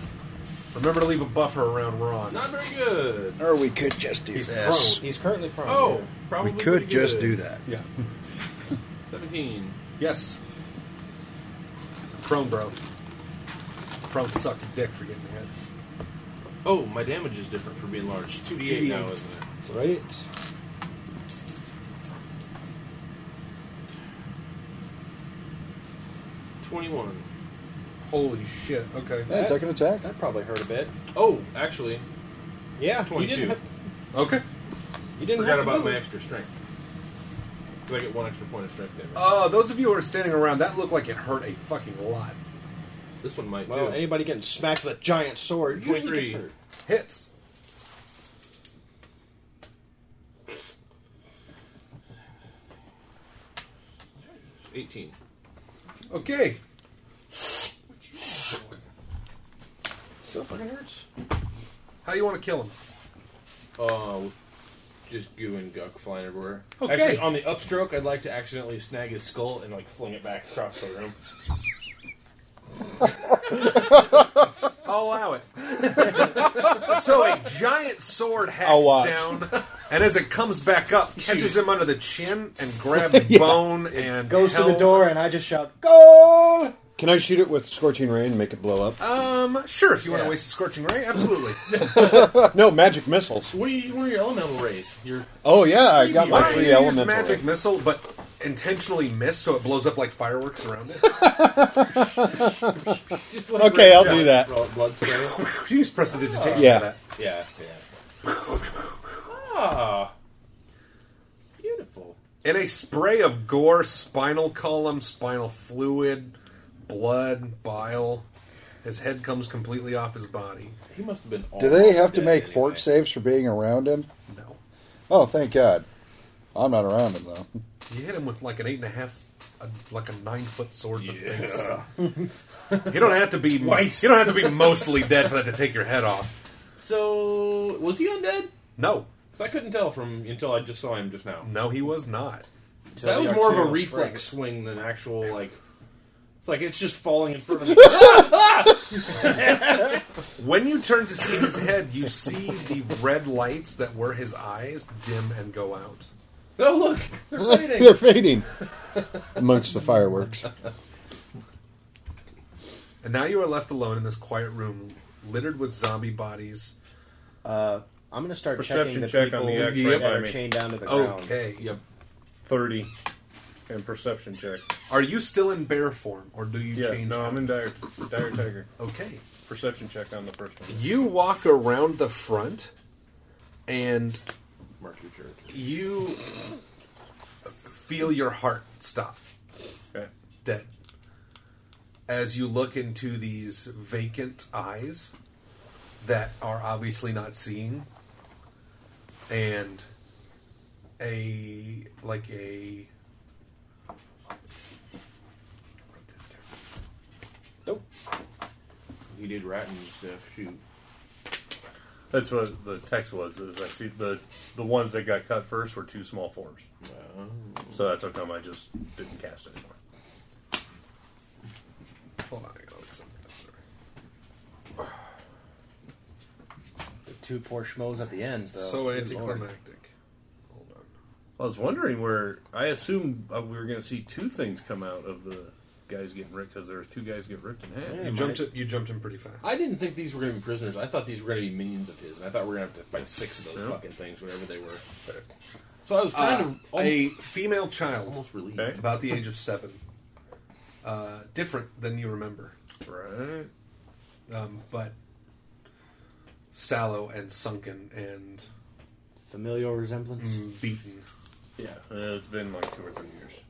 Speaker 9: Remember to leave a buffer around Ron.
Speaker 10: Not very good.
Speaker 13: Or we could just do
Speaker 9: He's
Speaker 13: this.
Speaker 12: He's currently prone.
Speaker 10: Oh,
Speaker 12: yeah.
Speaker 10: probably
Speaker 13: We could
Speaker 10: pretty
Speaker 13: just
Speaker 10: good.
Speaker 13: do that.
Speaker 9: Yeah.
Speaker 10: Seventeen.
Speaker 9: Yes. Prone, bro. Prone sucks dick for getting hit.
Speaker 10: Oh, my damage is different for being large. Two D eight
Speaker 9: 2d8.
Speaker 10: now, isn't it?
Speaker 12: That's right.
Speaker 10: Twenty one.
Speaker 9: Holy shit. Okay.
Speaker 13: Yeah, second attack.
Speaker 12: That probably hurt a bit.
Speaker 10: Oh, actually,
Speaker 12: Yeah,
Speaker 10: twenty
Speaker 12: You didn't
Speaker 10: two.
Speaker 12: have,
Speaker 9: Okay.
Speaker 12: you didn't
Speaker 10: Forgot
Speaker 12: have to
Speaker 10: about
Speaker 12: move.
Speaker 10: my extra strength. 'Cause I get one extra point of strength there.
Speaker 9: Oh, those of you who are standing around, that looked like it hurt a fucking lot.
Speaker 10: This one might
Speaker 12: Well,
Speaker 10: too.
Speaker 12: anybody getting smacked with a giant sword usually
Speaker 10: 23.
Speaker 12: gets hurt.
Speaker 9: Hits.
Speaker 10: Eighteen.
Speaker 9: Okay.
Speaker 12: Still fucking hurts.
Speaker 9: How you want to kill him?
Speaker 10: Oh, just goo and guck flying everywhere.
Speaker 9: Okay.
Speaker 10: Actually, on the upstroke, I'd like to accidentally snag his skull and like fling it back across the room.
Speaker 9: I'll allow it.
Speaker 13: *laughs*
Speaker 9: so a giant sword
Speaker 19: I'll
Speaker 9: hacks
Speaker 19: watch.
Speaker 9: down, and as it comes back up, catches him under the chin and grabs
Speaker 13: *laughs* Yeah.
Speaker 9: bone and
Speaker 13: goes to the
Speaker 9: helm.
Speaker 13: door, and I just shout, "Goal!"
Speaker 5: Can I shoot it with scorching ray and make it blow up?
Speaker 9: Um, sure, if you want to waste a scorching ray,
Speaker 13: *laughs*
Speaker 9: absolutely.
Speaker 5: no magic missiles.
Speaker 10: What are, you, what are your elemental rays? Your
Speaker 5: Oh yeah, I got
Speaker 9: Why
Speaker 5: my
Speaker 9: don't
Speaker 5: free
Speaker 9: you use
Speaker 5: elemental.
Speaker 9: magic
Speaker 5: ray.
Speaker 9: missile, but intentionally miss so it blows up like fireworks around it? *laughs*
Speaker 10: Just
Speaker 9: let it
Speaker 5: okay,
Speaker 9: rip-
Speaker 5: I'll
Speaker 9: yeah.
Speaker 5: do that.
Speaker 10: Roll blood spray.
Speaker 9: you use prestidigitation
Speaker 5: Yeah.
Speaker 9: for that.
Speaker 10: Yeah, yeah.
Speaker 12: *laughs*
Speaker 10: Ah, beautiful.
Speaker 9: In a spray of gore, spinal column, spinal fluid, blood, bile, his head comes completely off his body.
Speaker 10: He must have been.
Speaker 13: Do they have to make fork saves for being around him?
Speaker 9: No.
Speaker 13: Oh, thank God. I'm not around him though.
Speaker 9: You hit him with like an eight and a half, a, like a nine foot sword to
Speaker 10: Yeah.
Speaker 9: face.
Speaker 11: *laughs*
Speaker 9: you don't have to be.
Speaker 10: Twice.
Speaker 9: You don't have to be mostly dead for that to take your head off.
Speaker 10: So was he undead?
Speaker 9: No,
Speaker 10: 'Cause I couldn't tell from until I just saw him just now.
Speaker 9: no, he was not.
Speaker 10: that was more of a reflex swing than actual like. It's like it's just falling in *laughs* front of me.
Speaker 9: When you turn to see his head, you see the red lights that were his eyes dim and go out.
Speaker 10: oh look, they're
Speaker 13: *laughs*
Speaker 10: fading.
Speaker 5: They're fading amongst the fireworks.
Speaker 9: And now you are left alone in this quiet room, littered with zombie bodies.
Speaker 12: Uh, I'm gonna start checking
Speaker 11: Perception
Speaker 12: the
Speaker 11: check
Speaker 12: people
Speaker 11: on the X-ray
Speaker 12: that
Speaker 11: by
Speaker 12: are
Speaker 11: me.
Speaker 12: chained down to the ground.
Speaker 9: Okay.
Speaker 10: Yep.
Speaker 11: Thirty. And perception check.
Speaker 9: Are you still in bear form, or do you
Speaker 11: Yeah,
Speaker 9: change?
Speaker 11: no, I'm in dire, dire tiger.
Speaker 9: Okay.
Speaker 11: Perception check on the first one.
Speaker 9: You walk around the front, and
Speaker 10: Mark your church.
Speaker 9: you feel your heart stop.
Speaker 11: Okay.
Speaker 9: Dead. As you look into these vacant eyes that are obviously not seeing, and a like a
Speaker 10: Nope. He did ratting stuff. Shoot.
Speaker 11: That's what the text was. Is I see the the ones that got cut first were two small fours.
Speaker 10: Oh.
Speaker 11: So that's how come I just didn't cast it anymore.
Speaker 9: hold on, I gotta look something up. Sorry.
Speaker 12: The two poor schmoes at the end, though.
Speaker 9: So
Speaker 12: Good lord.
Speaker 9: anticlimactic. Hold on.
Speaker 11: I was wondering where I assumed uh, we were going to see two things come out of the guys getting ripped because there was two guys get ripped in half.
Speaker 9: You jumped it. You jumped him pretty fast.
Speaker 10: I didn't think these were going to be prisoners. I thought these were going to be minions of his. I thought we were going to have to fight six of those
Speaker 11: Yeah.
Speaker 10: fucking things, whatever they were. So I was trying
Speaker 9: Uh,
Speaker 10: to
Speaker 9: a
Speaker 10: almost,
Speaker 9: female child,
Speaker 10: almost relieved.
Speaker 9: about the age of seven, uh, different than you remember,
Speaker 11: Right.
Speaker 9: um, but sallow and sunken and
Speaker 12: Familial resemblance.
Speaker 9: mm, beaten.
Speaker 11: Yeah. Uh, it's been like two or three years.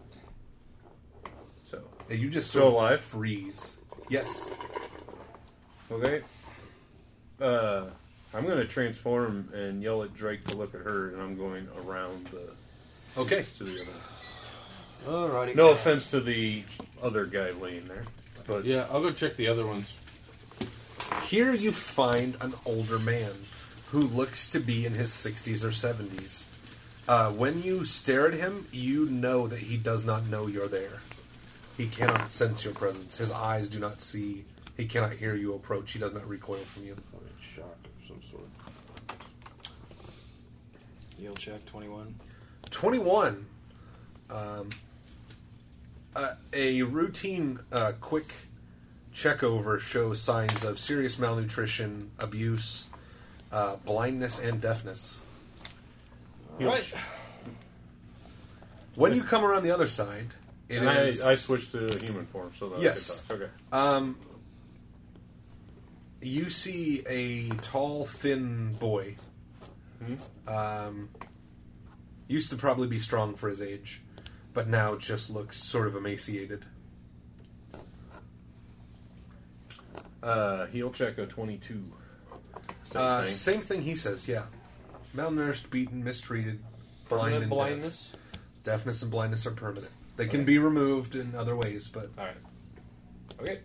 Speaker 11: So
Speaker 9: And you just
Speaker 11: Still
Speaker 9: sort of
Speaker 11: alive?
Speaker 9: freeze. Yes,
Speaker 11: okay. Uh, I'm going to transform and yell at Drake to look at her, and I'm going around the
Speaker 9: Okay.
Speaker 11: to the other.
Speaker 12: Alrighty.
Speaker 11: No offense to the other guy laying there, but
Speaker 10: Yeah, I'll go check the other ones.
Speaker 9: here you find an older man who looks to be in his sixties or seventies. Uh, when you stare at him, you know that he does not know you're there. He cannot sense your presence. His eyes do not see. He cannot hear you approach. He does not recoil from you.
Speaker 10: Shock of some sort.
Speaker 12: Yield check twenty-one.
Speaker 9: 21 um, uh, a routine uh, quick check over shows signs of serious malnutrition abuse uh, blindness and deafness
Speaker 12: Right.
Speaker 9: when you come around the other side it
Speaker 11: And I,
Speaker 9: is
Speaker 11: I switched to human form, so that
Speaker 9: Yes.
Speaker 11: I could talk. Okay.
Speaker 9: um, you see a tall thin boy
Speaker 10: Hmm?
Speaker 9: um, used to probably be strong for his age but now just looks sort of emaciated
Speaker 11: Uh, heal check a twenty-two. Same
Speaker 9: Uh,
Speaker 11: thing.
Speaker 9: same thing he says, yeah. Malnourished, beaten, mistreated, blind,
Speaker 10: Permanent
Speaker 9: and
Speaker 10: blindness.
Speaker 9: Deaf. Deafness and blindness are permanent. They can be removed in other ways, but
Speaker 11: All right. Okay.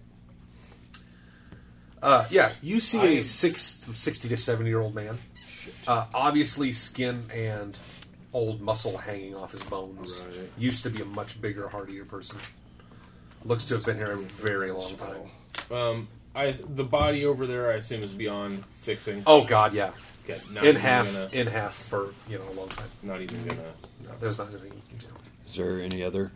Speaker 9: uh, yeah, you see
Speaker 11: I
Speaker 9: a
Speaker 11: am-
Speaker 9: six, 60 to seventy year old man. Uh, obviously, skin and old muscle hanging off his bones.
Speaker 11: Right.
Speaker 9: Used to be a much bigger, heartier person. Looks to have been here a very long time.
Speaker 10: Um, I the body over there, I assume, is beyond fixing.
Speaker 9: Oh God, yeah.
Speaker 10: Okay, not
Speaker 9: in
Speaker 10: even
Speaker 9: half,
Speaker 10: gonna-
Speaker 9: in half for you know a long time.
Speaker 10: Not even gonna.
Speaker 9: No, there's not anything you can do.
Speaker 5: Is there any other?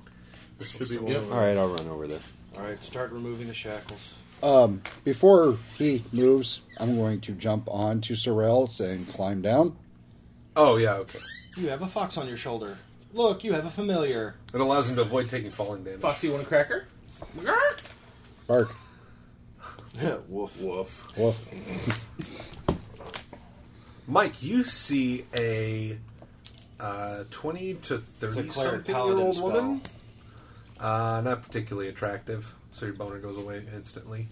Speaker 9: This
Speaker 5: All
Speaker 9: one's still over.
Speaker 5: right, I'll run over there.
Speaker 12: All right, start removing the shackles.
Speaker 13: Um, before he moves, I'm going to jump onto Sorrel and climb down.
Speaker 9: Oh yeah, okay.
Speaker 12: You have a fox on your shoulder. Look, you have a familiar.
Speaker 9: It allows him to avoid taking falling damage.
Speaker 10: Foxy, you want a cracker?
Speaker 12: *laughs*
Speaker 13: Bark.
Speaker 10: woof woof.
Speaker 13: Woof.
Speaker 9: Mike, you see a uh, twenty to thirty
Speaker 12: It's a cleric
Speaker 9: something year old
Speaker 12: paladin
Speaker 9: woman. Uh, not particularly attractive, so your boner goes away instantly.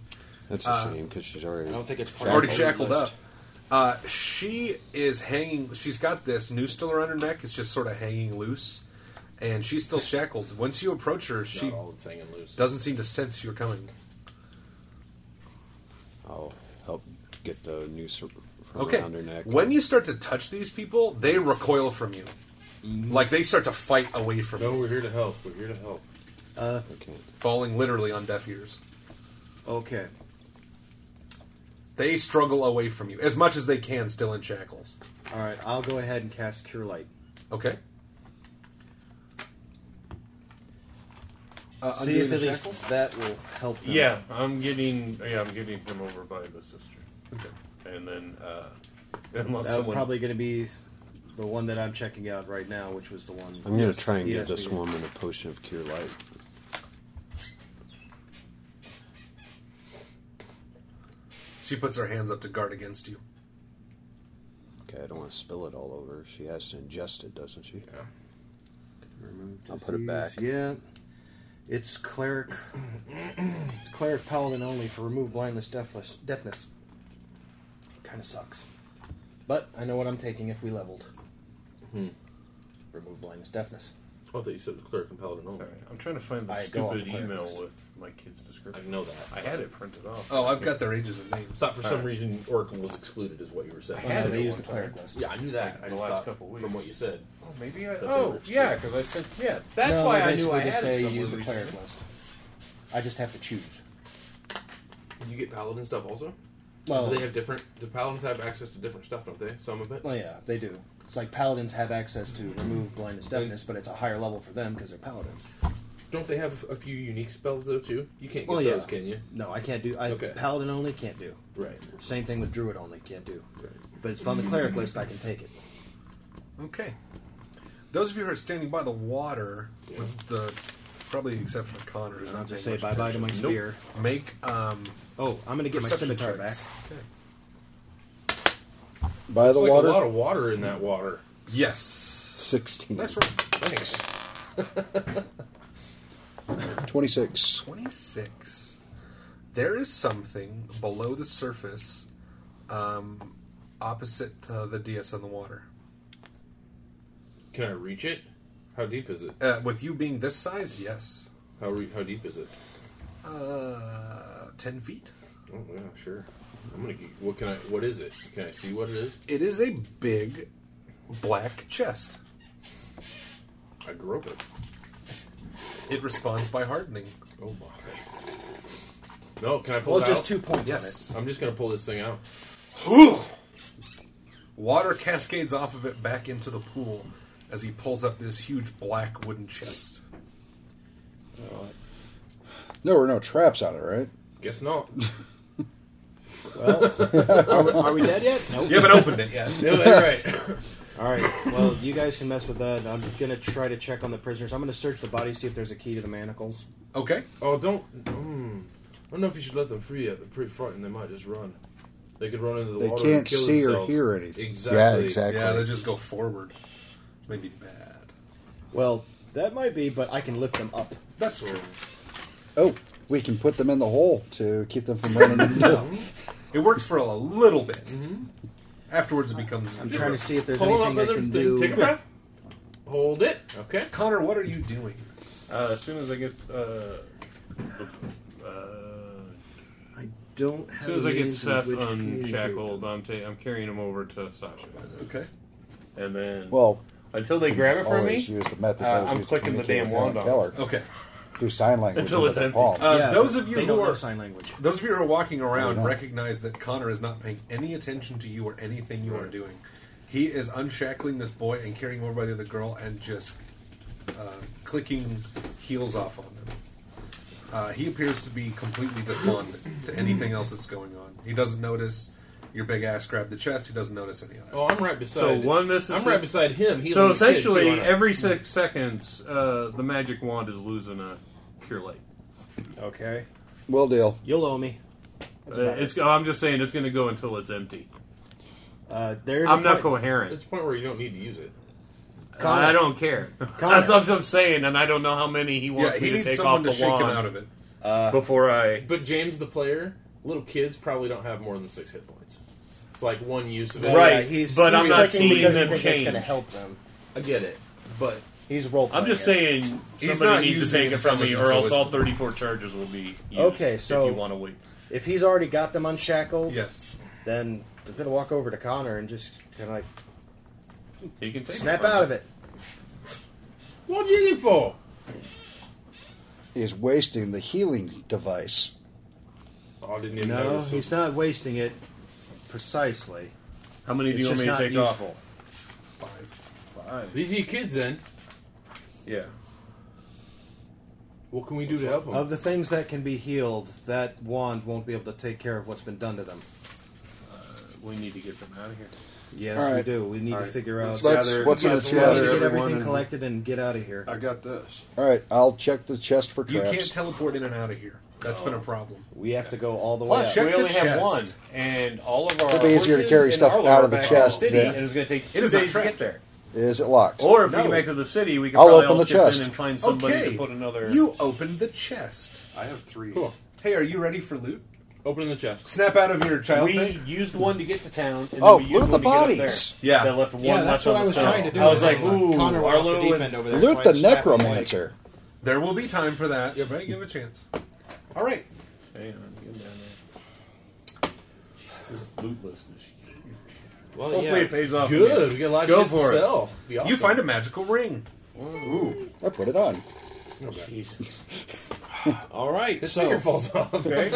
Speaker 5: That's a
Speaker 9: Uh,
Speaker 5: shame because she's already.
Speaker 12: I don't think it's part
Speaker 9: already
Speaker 12: of the
Speaker 9: shackled
Speaker 12: list.
Speaker 9: up. Uh, she is hanging. She's got this noose still around her neck. It's just sort of hanging loose, and she's
Speaker 10: *laughs*
Speaker 9: still shackled. Once you approach her, she
Speaker 10: Not all that's hanging loose.
Speaker 9: doesn't seem to sense you're coming.
Speaker 5: I'll help get the noose ar- from
Speaker 9: Okay.
Speaker 5: around her neck.
Speaker 9: When you start to touch these people, they recoil from you. Like they start to fight away from
Speaker 10: Mm-hmm. No,
Speaker 9: you,
Speaker 10: we're here to help. We're here to help.
Speaker 12: Uh,
Speaker 5: Okay.
Speaker 9: falling literally on deaf ears.
Speaker 12: okay.
Speaker 9: They struggle away from you as much as they can, still in shackles.
Speaker 12: All right, I'll go ahead and cast Cure Light.
Speaker 9: Okay. Uh,
Speaker 12: See
Speaker 9: undo
Speaker 12: if
Speaker 9: the
Speaker 12: at least
Speaker 9: shackles?
Speaker 12: that will help. Them.
Speaker 11: Yeah, I'm getting. Yeah, I'm getting him over by the sister. Okay. And then, uh, *laughs* unless
Speaker 12: That's
Speaker 11: someone
Speaker 12: probably going to be the one that I'm checking out right now, which was the one.
Speaker 5: I'm gonna
Speaker 12: Yes, E
Speaker 5: try and
Speaker 12: yes,
Speaker 5: get this
Speaker 12: we-
Speaker 5: woman a potion of cure light.
Speaker 9: She puts her hands up to guard against you.
Speaker 5: Okay, I don't want to spill it all over. She has to ingest it, doesn't she? Yeah.
Speaker 12: Remove
Speaker 5: I'll put it
Speaker 12: disease.
Speaker 5: back.
Speaker 12: Yeah. It's cleric. it's cleric paladin only for remove blindness, deafness. Deafness. Kind of sucks. But I know what I'm taking if we leveled.
Speaker 10: Hmm.
Speaker 12: Remove blindness, deafness.
Speaker 10: Oh, I thought you said the cleric and paladin only.
Speaker 11: I'm trying to find the
Speaker 12: I go off
Speaker 11: stupid
Speaker 12: the player
Speaker 11: email
Speaker 12: list.
Speaker 11: with my kid's description.
Speaker 10: I know that.
Speaker 11: I had it printed off.
Speaker 9: Oh, I've got their ages and names.
Speaker 10: Thought for some reason Oracle was excluded, is what you were saying.
Speaker 12: I had
Speaker 11: it
Speaker 12: they
Speaker 11: at
Speaker 12: use
Speaker 11: one
Speaker 12: the cleric list.
Speaker 10: Yeah, I knew that. I
Speaker 11: Like, the
Speaker 10: just
Speaker 11: last
Speaker 10: thought
Speaker 11: couple
Speaker 10: from what you said.
Speaker 11: Oh, maybe I.
Speaker 10: That they
Speaker 11: Oh,
Speaker 10: were
Speaker 11: yeah, because I said yeah. That's
Speaker 12: No,
Speaker 11: why
Speaker 12: they
Speaker 11: I knew
Speaker 12: basically
Speaker 11: I
Speaker 12: just
Speaker 11: had
Speaker 12: say
Speaker 11: it
Speaker 12: use the
Speaker 11: somewhere
Speaker 12: cleric
Speaker 11: recently.
Speaker 12: list. I just have to choose.
Speaker 10: You get paladin stuff also.
Speaker 12: Well-
Speaker 10: do they have different. Do paladins have access to different stuff? Don't they? Some of it.
Speaker 12: Well, Oh, yeah, they do. It's like paladins have access to remove blindness, deafness, but it's a higher level for them because they're paladins.
Speaker 10: Don't they have a few unique spells though too? You can't get
Speaker 12: Well, yeah.
Speaker 10: those, can you?
Speaker 12: No, I can't do. I
Speaker 10: Okay.
Speaker 12: paladin only can't do.
Speaker 10: Right.
Speaker 12: Same thing with druid only can't do.
Speaker 10: Right.
Speaker 12: But it's on the cleric list. I can take it.
Speaker 9: Okay. Those of you who are standing by the water, with the probably the exception of Connor, who's not
Speaker 12: I'll just say
Speaker 9: paying much
Speaker 12: bye bye to my
Speaker 9: attention.
Speaker 12: spear.
Speaker 9: Nope. Make um,
Speaker 12: Oh, I'm gonna get my
Speaker 9: perception
Speaker 12: scimitar
Speaker 9: checks. Okay.
Speaker 13: By the
Speaker 10: It's like
Speaker 13: water.
Speaker 10: a lot of water in that water.
Speaker 9: Yes.
Speaker 13: 16.
Speaker 9: Nice roll.
Speaker 10: Thanks.
Speaker 13: 26.
Speaker 9: 26. There is something below the surface, um, opposite uh, the DS on the water.
Speaker 10: Can I reach it? How deep is it?
Speaker 9: Uh, with you being this size, yes.
Speaker 10: How re- how deep is it?
Speaker 9: Uh, 10 feet.
Speaker 10: Oh yeah, sure. I'm gonna. Get, what can I? What is it? Can I see what it is?
Speaker 9: It is a big black chest.
Speaker 10: I grope it.
Speaker 9: It responds by hardening.
Speaker 10: Oh my. No, can I pull
Speaker 12: Well,
Speaker 10: it
Speaker 12: just
Speaker 10: out?
Speaker 12: two points
Speaker 9: Yes.
Speaker 10: I'm just gonna pull this thing out.
Speaker 9: Water cascades off of it back into the pool as he pulls up this huge black wooden chest.
Speaker 13: There were no traps on it, right?
Speaker 10: Guess
Speaker 11: *laughs*
Speaker 10: not.
Speaker 12: on it. Are, we dead yet? Nope.
Speaker 9: You haven't opened it yet.
Speaker 10: no, that's *laughs* right.
Speaker 12: All right. Well, you guys can mess with that. I'm gonna try to check on the prisoners. I'm gonna search the body, see if there's a key to the manacles.
Speaker 9: Okay.
Speaker 10: Oh, don't. Mm, I don't know if you should let them free yet. They're pretty frightened. They might just run. They could run into the
Speaker 13: They
Speaker 10: water
Speaker 13: can't
Speaker 10: and kill
Speaker 13: see or
Speaker 10: themselves.
Speaker 13: hear anything.
Speaker 10: Exactly.
Speaker 13: Yeah, exactly.
Speaker 9: Yeah, they just go forward. Maybe bad.
Speaker 12: Well, that might be, but I can lift them up.
Speaker 9: That's true.
Speaker 13: Oh, we can put them in the hole to keep them from running into
Speaker 11: *laughs*
Speaker 9: It works for a little bit. Afterwards, it becomes.
Speaker 12: Mm-hmm. I'm trying to see if there's
Speaker 10: Hold on,
Speaker 12: anything I
Speaker 10: brother.
Speaker 12: can
Speaker 10: Thing- Take a
Speaker 12: do.
Speaker 10: breath. Hold it. Okay.
Speaker 9: Connor, what are you doing?
Speaker 11: Uh, as soon as I get, uh, the- uh,
Speaker 12: I don't
Speaker 11: as
Speaker 12: have.
Speaker 11: soon as I get Seth
Speaker 12: unshackled.
Speaker 11: unshackled, I'm, ta- I'm carrying him over to Sasha,
Speaker 9: Okay.
Speaker 11: and then
Speaker 13: Well,
Speaker 11: until they grab it from me,
Speaker 13: always use the method
Speaker 11: uh,
Speaker 13: that was
Speaker 11: I'm
Speaker 13: used to
Speaker 11: clicking the
Speaker 13: communicate
Speaker 11: damn
Speaker 13: with Helen
Speaker 11: wand on.
Speaker 13: Keller.
Speaker 9: Okay.
Speaker 13: do sign language
Speaker 11: Until
Speaker 13: with
Speaker 11: it's
Speaker 13: the
Speaker 11: empty.
Speaker 13: Paul.
Speaker 9: Uh, those of
Speaker 12: they
Speaker 9: you
Speaker 12: don't
Speaker 9: who
Speaker 12: know
Speaker 9: are
Speaker 12: sign language.
Speaker 9: Those of you who are walking around
Speaker 12: don't.
Speaker 9: recognize that Connor is not paying any attention to you or anything you are doing. He is unshackling this boy and carrying him over by the other girl and just uh, clicking heels off on them. Uh, he appears to be completely despondent to anything else that's going on. He doesn't notice your big ass grab the chest. He doesn't notice any of it.
Speaker 10: Oh, I'm right beside.
Speaker 11: So one misses.
Speaker 10: I'm right beside him. He's
Speaker 11: so
Speaker 10: on the kid,
Speaker 11: essentially,
Speaker 10: too, aren't I?
Speaker 11: every six seconds, uh, the magic wand is losing a cure light.
Speaker 12: Okay.
Speaker 13: Will deal.
Speaker 12: You'll owe me. That's
Speaker 11: Uh,
Speaker 12: about it.
Speaker 11: it's. I'm just saying it's going to go until it's empty.
Speaker 12: Uh, there's
Speaker 11: I'm
Speaker 12: a
Speaker 11: not
Speaker 12: point-
Speaker 11: coherent.
Speaker 10: It's a point where you don't need to use it.
Speaker 12: Connor.
Speaker 11: I don't care.
Speaker 12: Connor.
Speaker 11: That's what I'm saying, and I don't know how many he wants
Speaker 9: Yeah, he
Speaker 11: me to
Speaker 9: needs
Speaker 11: take
Speaker 9: someone
Speaker 11: off
Speaker 9: to
Speaker 11: the
Speaker 9: shake him
Speaker 11: wand
Speaker 9: out of it.
Speaker 11: before I.
Speaker 10: But James, the player, little kids probably don't have more than six hit points. It's like one use of it.
Speaker 12: Well, yeah, he's,
Speaker 11: but
Speaker 12: he's
Speaker 11: I'm not
Speaker 12: clicking
Speaker 11: seeing
Speaker 12: because
Speaker 11: them
Speaker 12: he thinks it's
Speaker 11: change.
Speaker 12: going to help them.
Speaker 10: I get it, but
Speaker 12: he's role.
Speaker 11: I'm just
Speaker 12: playing it.
Speaker 11: saying
Speaker 12: He's
Speaker 11: somebody
Speaker 12: not
Speaker 11: needs to
Speaker 12: using
Speaker 11: take it
Speaker 12: his
Speaker 11: from me, or else
Speaker 12: intelligence.
Speaker 11: all 34 charges will be used.
Speaker 12: Okay, so-
Speaker 11: if you want to wait,
Speaker 12: If he's already got them unshackled,
Speaker 9: yes,
Speaker 12: then they're going to walk over to Connor and just kind of like
Speaker 11: he can take
Speaker 12: snap
Speaker 11: it from
Speaker 12: out
Speaker 11: me.
Speaker 12: of it.
Speaker 10: What would you need for?
Speaker 13: Is wasting the healing device.
Speaker 10: Oh, I didn't even
Speaker 12: No,
Speaker 10: notice.
Speaker 12: he's not wasting it precisely.
Speaker 11: How many do
Speaker 12: It's
Speaker 11: you want
Speaker 12: just
Speaker 11: me to
Speaker 12: not
Speaker 11: take
Speaker 12: useful.
Speaker 11: off? Five.
Speaker 10: These are your kids, then.
Speaker 11: Yeah.
Speaker 10: What can we do to help them?
Speaker 12: Of the things that can be healed, that wand won't be able to take care of what's been done to them.
Speaker 11: We need to get them out of here.
Speaker 12: Yes,
Speaker 13: All
Speaker 12: we
Speaker 13: right.
Speaker 12: do. We need
Speaker 13: All
Speaker 12: to
Speaker 13: right.
Speaker 12: figure out.
Speaker 13: Let's- let's-
Speaker 12: Gather-
Speaker 13: what's in the
Speaker 12: Yes, we
Speaker 13: chest?
Speaker 12: need to get
Speaker 13: Everyone
Speaker 12: everything
Speaker 13: in-
Speaker 12: collected and get out of here.
Speaker 19: I got this.
Speaker 13: All right, I'll check the chest for
Speaker 9: you
Speaker 13: traps.
Speaker 9: can't teleport in and out of here. That's been a problem.
Speaker 12: We have to go all the way
Speaker 11: Plus,
Speaker 12: up.
Speaker 9: check
Speaker 11: we
Speaker 9: the
Speaker 11: only have
Speaker 9: chest.
Speaker 11: one, and all of our
Speaker 13: It'll be easier to
Speaker 11: horses
Speaker 13: carry
Speaker 11: and
Speaker 13: stuff
Speaker 11: Arlo
Speaker 13: out
Speaker 11: are
Speaker 13: of the
Speaker 11: back
Speaker 13: chest
Speaker 11: in the city,
Speaker 13: than-
Speaker 11: and it's going to take
Speaker 9: It
Speaker 11: two
Speaker 9: is not
Speaker 11: days to
Speaker 9: tracked.
Speaker 11: get there.
Speaker 13: Is it locked?
Speaker 11: Or if we
Speaker 9: No.
Speaker 11: make it to the city, we can
Speaker 13: I'll
Speaker 11: probably
Speaker 13: open
Speaker 11: all
Speaker 13: the
Speaker 11: chip
Speaker 13: chest.
Speaker 11: in and find somebody to put another.
Speaker 9: You opened the chest.
Speaker 19: I have three.
Speaker 10: Cool.
Speaker 9: Hey, are you ready for loot?
Speaker 10: Open the chest.
Speaker 9: Snap out of your child
Speaker 11: we
Speaker 9: thing.
Speaker 11: used one to get to town. And
Speaker 13: Oh,
Speaker 11: then we
Speaker 13: look
Speaker 11: used
Speaker 13: at
Speaker 11: one
Speaker 13: the
Speaker 11: To get up
Speaker 13: bodies.
Speaker 11: there.
Speaker 9: Yeah.
Speaker 11: That left one
Speaker 12: yeah,
Speaker 11: left
Speaker 12: that's
Speaker 11: on
Speaker 12: what I
Speaker 11: the
Speaker 12: was
Speaker 11: stone.
Speaker 12: trying to do.
Speaker 11: I was like,
Speaker 12: Connor
Speaker 11: ooh,
Speaker 12: Connor went off
Speaker 11: Arlo
Speaker 12: the deep
Speaker 11: and-
Speaker 12: end over there.
Speaker 13: Loot
Speaker 12: so I
Speaker 13: the
Speaker 12: just snapped him away.
Speaker 13: necromancer.
Speaker 9: There will be time for that. You better give a chance. All right.
Speaker 11: Hang on, get down there. This loot list is huge.
Speaker 10: Well,
Speaker 11: Hopefully
Speaker 10: yeah.
Speaker 11: it pays off.
Speaker 10: Good.
Speaker 11: Yeah.
Speaker 10: We got a lot of
Speaker 11: Go
Speaker 10: shit
Speaker 11: for
Speaker 10: to
Speaker 11: it.
Speaker 10: sell. Be
Speaker 9: You
Speaker 10: awesome.
Speaker 9: find a magical ring.
Speaker 13: Ooh, I put it on.
Speaker 11: Jesus.
Speaker 12: All right.
Speaker 10: His
Speaker 12: So,
Speaker 10: finger falls off.
Speaker 11: Okay.